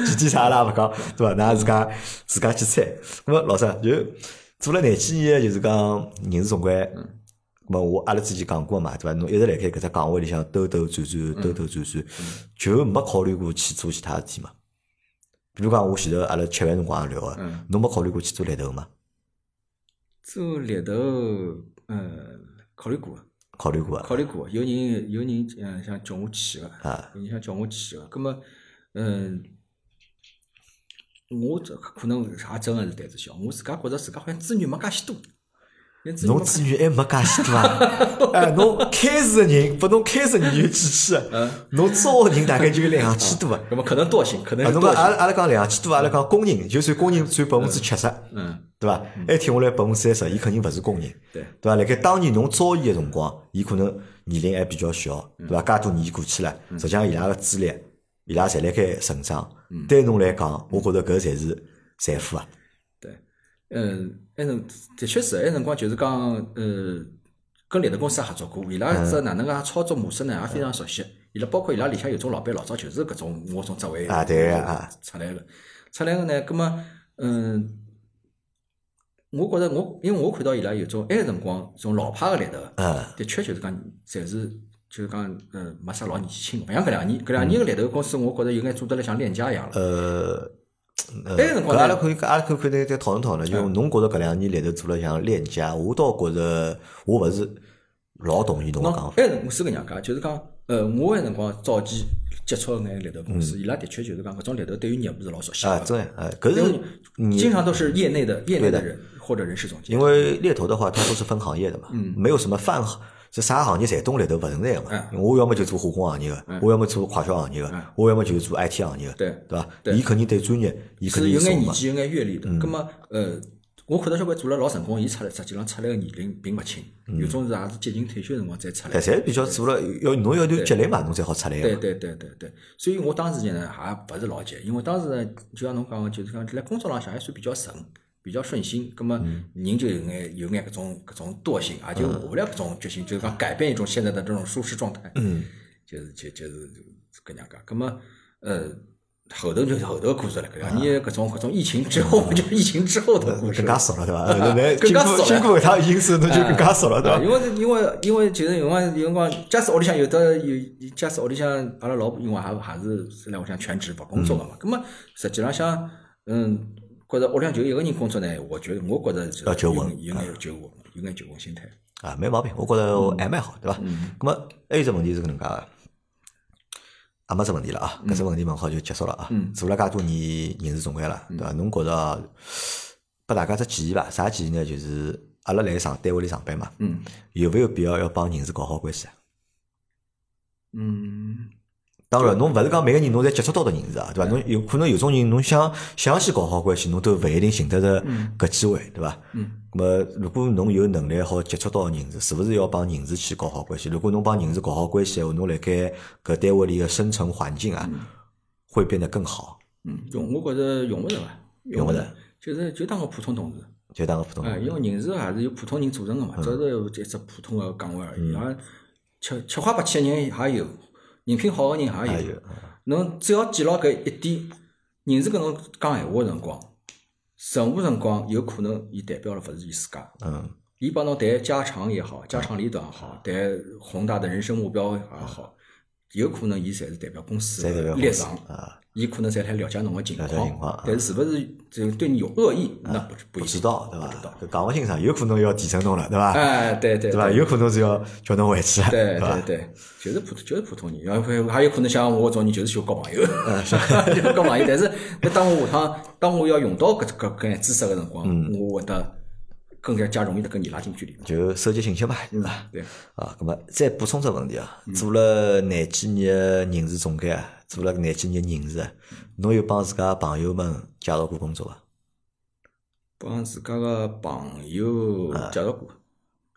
A: 具体啥阿拉也勿讲，对伐？㑚自家自家去猜。那么老师就做了廿几年，就是讲人事总管。
B: 嗯
A: 咁么我阿拉之前讲过嘛，对伐？侬一直辣盖搿只岗位里向兜兜转转，
B: 嗯
A: 兜兜转转，就没考虑过去做其他事体嘛。比如讲，我前头阿拉吃饭辰光也聊个
B: 嗯，
A: 侬没考虑过去做猎头嘛？
B: 做猎头，嗯，考虑过。
A: 考虑过啊？
B: 考虑过，有人有人嗯想叫我去个，
A: 啊
B: 有人想叫我去个，葛么嗯，我这可能也真个是胆子小，我自家觉着自家好像资源没介许多，因为资源
A: 侬
B: 没
A: 资源还没介许
B: [laughs]
A: 多啊！哎，侬开除个人，拨侬开除个人有几千
B: 嗯
A: 啊？ [laughs] 侬招个人大概就有两千多啊。
B: 葛么可能惰性，可能
A: 啊，
B: 是
A: 侬讲
B: 惰
A: 阿
B: 性，
A: 拉阿拉讲两千多，阿拉讲工人，就算工人占百分之七十，
B: 嗯，
A: 对伐？还停下来百分之三十，伊肯定勿是工人，
B: 对
A: 对伐？辣盖当年侬招伊个辰光，伊可能年龄还比较小，对伐？介多年过去了，实际上伊拉个资历，伊拉侪辣盖成长。对侬来讲，我觉着搿才是财富啊！
B: 对，嗯，埃辰的确是，埃辰光就是讲呃，跟猎头公司也合作过，伊
A: 嗯
B: 拉这哪能介操作模式呢也非常熟悉，伊拉包括伊拉里向有种老板老早就是搿种我种职位
A: 啊对个啊
B: 出来个，出来个呢，葛么嗯。我觉着我，因为我看到伊拉有种埃个辰光，种老派个猎头，
A: 嗯
B: 的确就是讲，侪是就是讲，呃，没啥老年轻个。勿像搿两年，搿两年个猎头公司，我觉着有眼做得来像链家一样了。
A: 嗯呃，呃
B: 埃个辰
A: 搿嗯
B: 光呢
A: 阿拉可以，阿拉可以可以再讨论讨论，因为侬觉着搿两年来头做了像链家，我倒觉着我勿是老同意侬个讲
B: 喏，
A: 法。
B: 埃辰光是搿能介，就是讲，呃，我埃辰光早期接触眼猎头公司，伊拉的确就是讲，搿种猎头对于业务是老熟悉
A: 嗯啊，
B: 个，
A: 真的，哎，搿
B: 因
A: 是
B: 为经常都是业内的业内
A: 对
B: 的
A: 的
B: 人或者人事总监。
A: 因为猎头的话，它都是分行业的嘛，
B: 嗯
A: 没有什么泛行，就啥行业侪懂猎头不存在的嘛。
B: 哎
A: 我要么就做化工行业的，我要么做快销行业的，我要么就是做 IT 行业的，
B: 嗯对
A: 对吧？
B: 对
A: 伊肯定对专业，伊肯
B: 是
A: 定
B: 有
A: 懂
B: 眼年
A: 嘛。嗯
B: 纪，有眼阅历的。葛么，呃，我看到小关做了老成功，伊出来实际上出来个年龄并勿轻，
A: 嗯
B: 有种是也是接近退休的辰光再出来
A: 但。侪比较做了，要侬要有积累嘛，侬才好出来
B: 对
A: 的嘛。
B: 对对对对，所以我当时呢也勿是老急，因为当时呢就像侬讲个，就是讲辣工作浪向还算比较顺，比较顺心，葛么
A: 嗯
B: 人就有眼有眼搿种搿种惰性，也就下勿了搿种决心，就是讲改变一种现在的这种舒适状态。嗯， [laughs] 就是就就是搿能介，葛么呃。后头就是后头的故事了，搿样，你搿种搿种疫情之后， [laughs] 就是疫情之后的故事
A: 啊更
B: 了
A: 加。熟了，对吧？呃那
B: [laughs] 更
A: 经
B: 加
A: 过
B: 熟了
A: 经过搿趟因素，侬就更加熟了，对
B: 啊，
A: 吧？
B: 因为因为因为就是有辰光有辰光，假使屋里向有的有，假使屋里向阿拉老婆因为还还是是来屋里向全职勿工作个嘛，葛么实际浪向嗯，觉着屋里向就一个人工作呢，我觉得我觉着
A: 要求稳
B: 有眼求稳，有眼求稳心态。
A: 啊，没毛病，我觉着还蛮好，对吧？那么还有只问题是搿能介个，也没只问题了啊，搿只问题问好就结束了啊。做了介多年人事总管了，对伐？侬觉着拨大家只建议伐？啥建议呢？就是阿拉来上单位里上班嘛，
B: 嗯
A: 有没有必要要帮人事搞好关系啊？
B: 嗯，
A: 当然，侬勿是讲每个人侬侪接触到的人事啊，对伐？侬有可能有种人侬想想先搞好关系，侬都勿一定寻得着搿机会，对伐？
B: 嗯。
A: 咁么，如果侬有能力好接触到人事，是勿是要帮人事去搞好关系？如果侬帮人事搞好关系，闲话，侬辣盖搿单位里个生存环境啊，会变得更好，
B: 嗯，用我觉着用勿着伐，
A: 用
B: 用
A: 勿
B: 勿
A: 着
B: 着，就是就当个普通同事。
A: 就当个普通
B: 哎，
A: 人。
B: 因为人事还是由普通人组成的嘛，只是有一只普通的岗位而已。啊，七七花八七的人也有，人品好的人
A: 哎
B: 也有。侬只要记牢搿一点，人事跟侬讲闲话的辰光，任何辰光有可能伊代表了勿是伊自家，
A: 嗯，
B: 伊帮侬谈家常也好，家长里短也好，谈宏大的人生目标也好，有可能伊侪是代表公司
A: 嗯侪代表
B: 的
A: 公
B: 立
A: 司
B: 场
A: 啊
B: 伊可能侪来了解侬个情
A: 了解情况嗯
B: 况，但是是勿是就对你有恶意，那不不
A: 不
B: 一
A: 知
B: 定。
A: 道对
B: 不知
A: 伐
B: 道？
A: 搿讲勿清爽，有可能要提升侬了对伐？
B: 哎，对对
A: 对伐？有可能是要叫侬回去了
B: 对
A: 伐
B: 对？对，就是普就是普通人，然后还有可能像我这种人，就是喜欢交朋友，
A: 呃
B: [laughs] 喜欢交朋友。但是，那当我下趟当我要用到搿搿搿眼知识个辰光，
A: 嗯
B: 我会得更加加容易的跟你拉近距离。
A: 就收集信息嘛，对伐？
B: 对，
A: 啊，咁么再补充只问题啊，做了廿几年的人事总监啊，做了廿几年人事啊，侬有帮自家朋友们介绍过工作伐？
B: 帮自家个朋友
A: 啊
B: 介绍过，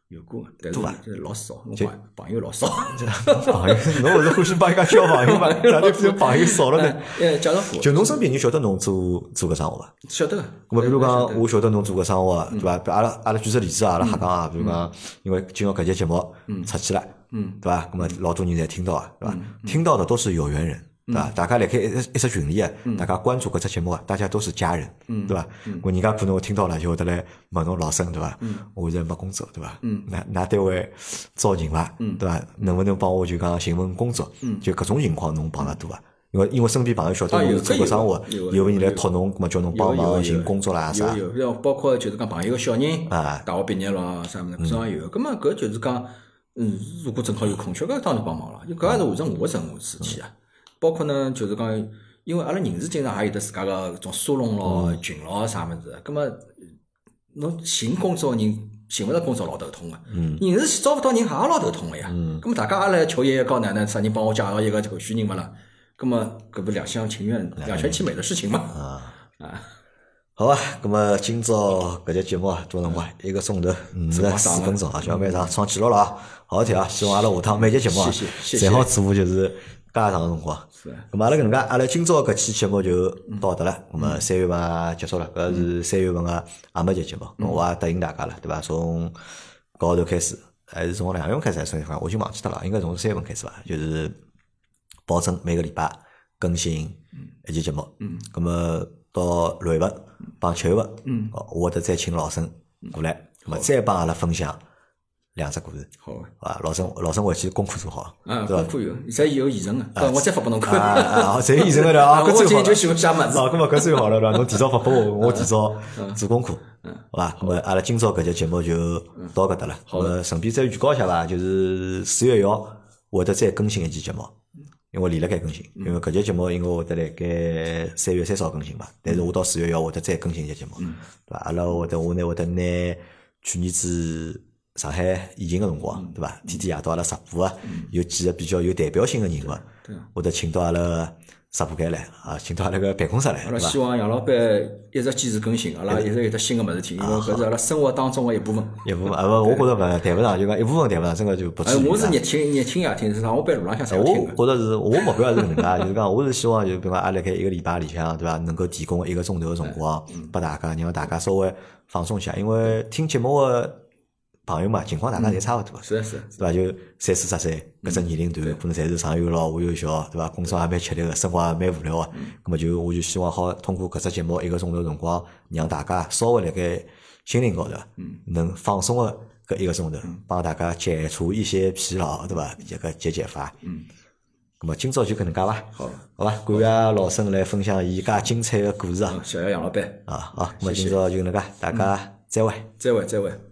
B: 有过，但是这老少，我朋朋友老少。
A: [laughs] 朋友，侬勿是欢喜帮人家交朋 [laughs] 友嘛？哪里变朋友少了
B: [laughs]
A: 呢？
B: 哎，介绍过，
A: 就侬身边人晓得侬做做搿生活伐？
B: 晓得个。
A: 咁么比如
B: 晓得
A: 讲，
B: 个
A: 我晓得嗯侬做搿生活，啊对伐？阿拉阿拉举只例子啊，阿拉瞎讲啊，比如讲，因为今朝搿节节目出去了，
B: 嗯
A: 对伐？咁么老多人侪听到啊，对伐？听到的都是有缘人，对
B: 嗯
A: 伐？大家辣盖一只一只群里啊，大家关注搿只节目啊，大家都是家人，
B: 嗯
A: 对伐？我人家可能我听到了就会得来问侬老生，对伐？
B: 嗯
A: 我现在没工作，对伐？那那单位招人伐？
B: 嗯
A: 对伐？能不能帮我就讲寻份工作？就搿种情况侬帮得多伐？因为因为身边朋友晓得
B: 啊
A: 侬
B: 有
A: 是做
B: 这
A: 搿生
B: 有
A: 活，
B: 有
A: 有个人来
B: 有
A: 托侬，咁么叫侬
B: 有
A: 帮
B: 有
A: 忙
B: 有
A: 寻工作啊啦啥？
B: 有有，要包括就是讲朋友个小人
A: 啊嗯
B: 大学毕业咯啥物事，搿种也有。葛末搿就是讲，嗯，如果正好有空缺，搿当然帮忙了，因为搿也是完成我个任务事体
A: 嗯
B: 啊。包括呢，就是讲，因为阿拉人事经常还有得自家个搿种沙龙咯、
A: 嗯
B: 群咯啥物事，葛末啊侬寻工作个人。寻勿着工作老头痛个，啊
A: 嗯
B: 人事招勿到人也老头痛个呀。咁么大家也来求爷爷告奶奶，啥人帮我介绍一个候选人勿啦？咁么搿不两厢情愿、两全其美的事情嘛？
A: 啊好啊，咁么今朝搿节节目啊，多辰光一个钟头五十四分钟啊，小蛮长创纪录了啊，好听啊！希望阿拉下趟每节节目啊
B: 谢谢，谢谢
A: 侪好做就是介长个辰光。
B: 是啊
A: 咁么阿拉搿能介，阿拉今朝搿期节目就到得了。咁么三月份啊结束了，搿是三月份个阿末节节目，咁我也答应大家了，对伐？从高头开始，还是从两月份开始还是从一月份，啊我已经忘记脱了，应该从三月份开始伐？就是保证每个礼拜更新一期节目。嗯，咁么到六月份帮七月份，嗯，我会得再请老沈过来，咁么啊再帮阿拉分享两只故事，
B: 好啊。
A: 好伐？老沈，老沈回去嗯功课做好，
B: 啊，
A: 对伐
B: 功？课有，现在有现成的，到我再发拨侬
A: 啊
B: 看。
A: 啊，啊！侪医生个了 [laughs] 啊，
B: 我
A: 搿最
B: 今
A: 好
B: 天
A: 了
B: 就。喜欢写么子。
A: 哦，搿么搿最好了对伐？侬提早发拨我，我提早
B: 嗯
A: 做功课，好伐？咁么啊阿拉今朝搿节节目就到搿搭了。
B: 好的
A: 呃，顺便再预告一下伐，就是四月一号会得再更新一期节目，因为连辣盖更新，因
B: 嗯
A: 为搿节节目应该会得辣盖三月三十号更新伐？但
B: 嗯
A: 是我到四月一号会得再更新一期节目，对伐？阿拉会得我呢会得拿去年子。上海疫情个辰
B: 嗯
A: 光，对伐？天天夜到阿拉直播啊，有几个比较有代表性个人物，会得请到阿拉直播间来啊，请到阿拉个办公室来，
B: 阿
A: 对
B: 拉
A: 伐
B: 希？望杨老板一直坚持更新，阿拉一直有得新的么事体，因为
A: 啊
B: 搿是阿拉生活当中的一部分。
A: 一部分啊，勿，我觉着勿谈勿上，就讲一部分谈勿上，真个就不
B: 哎
A: 至于。，
B: 我是
A: 啊
B: 日听日听夜听，是上下班路浪向侪要听
A: 我
B: 的。
A: 觉着是，我目标是搿能介，啊就是讲，我是希望就是比如讲，阿拉盖一个礼拜里向，对伐，能够提供一个钟头个辰光拨大家，让大家稍微放松一下，因为听节目个朋友嘛，情况大家侪差勿多。
B: 是啊是啊，
A: 对伐？就三四十岁搿只年龄
B: 嗯
A: 段，可能侪是上有老下有小，对伐？工作也蛮吃力个，生活也蛮无聊个。
B: 嗯
A: 咁么就我就希望好通过搿只节目一个钟头辰光，让大家稍微辣盖心灵高头
B: 嗯
A: 能放松个搿一个钟头，帮大家解除一些疲劳，对伐？一个解解乏。
B: 嗯。
A: 咁么今朝就搿能介伐？
B: 好，
A: 好伐？感谢老沈来分享伊介精彩个故事啊！
B: 哦嗯谢谢杨老板，
A: 啊，好，咁么
B: 谢谢嗯
A: 今朝就搿能介，大家再会。
B: 再会再会。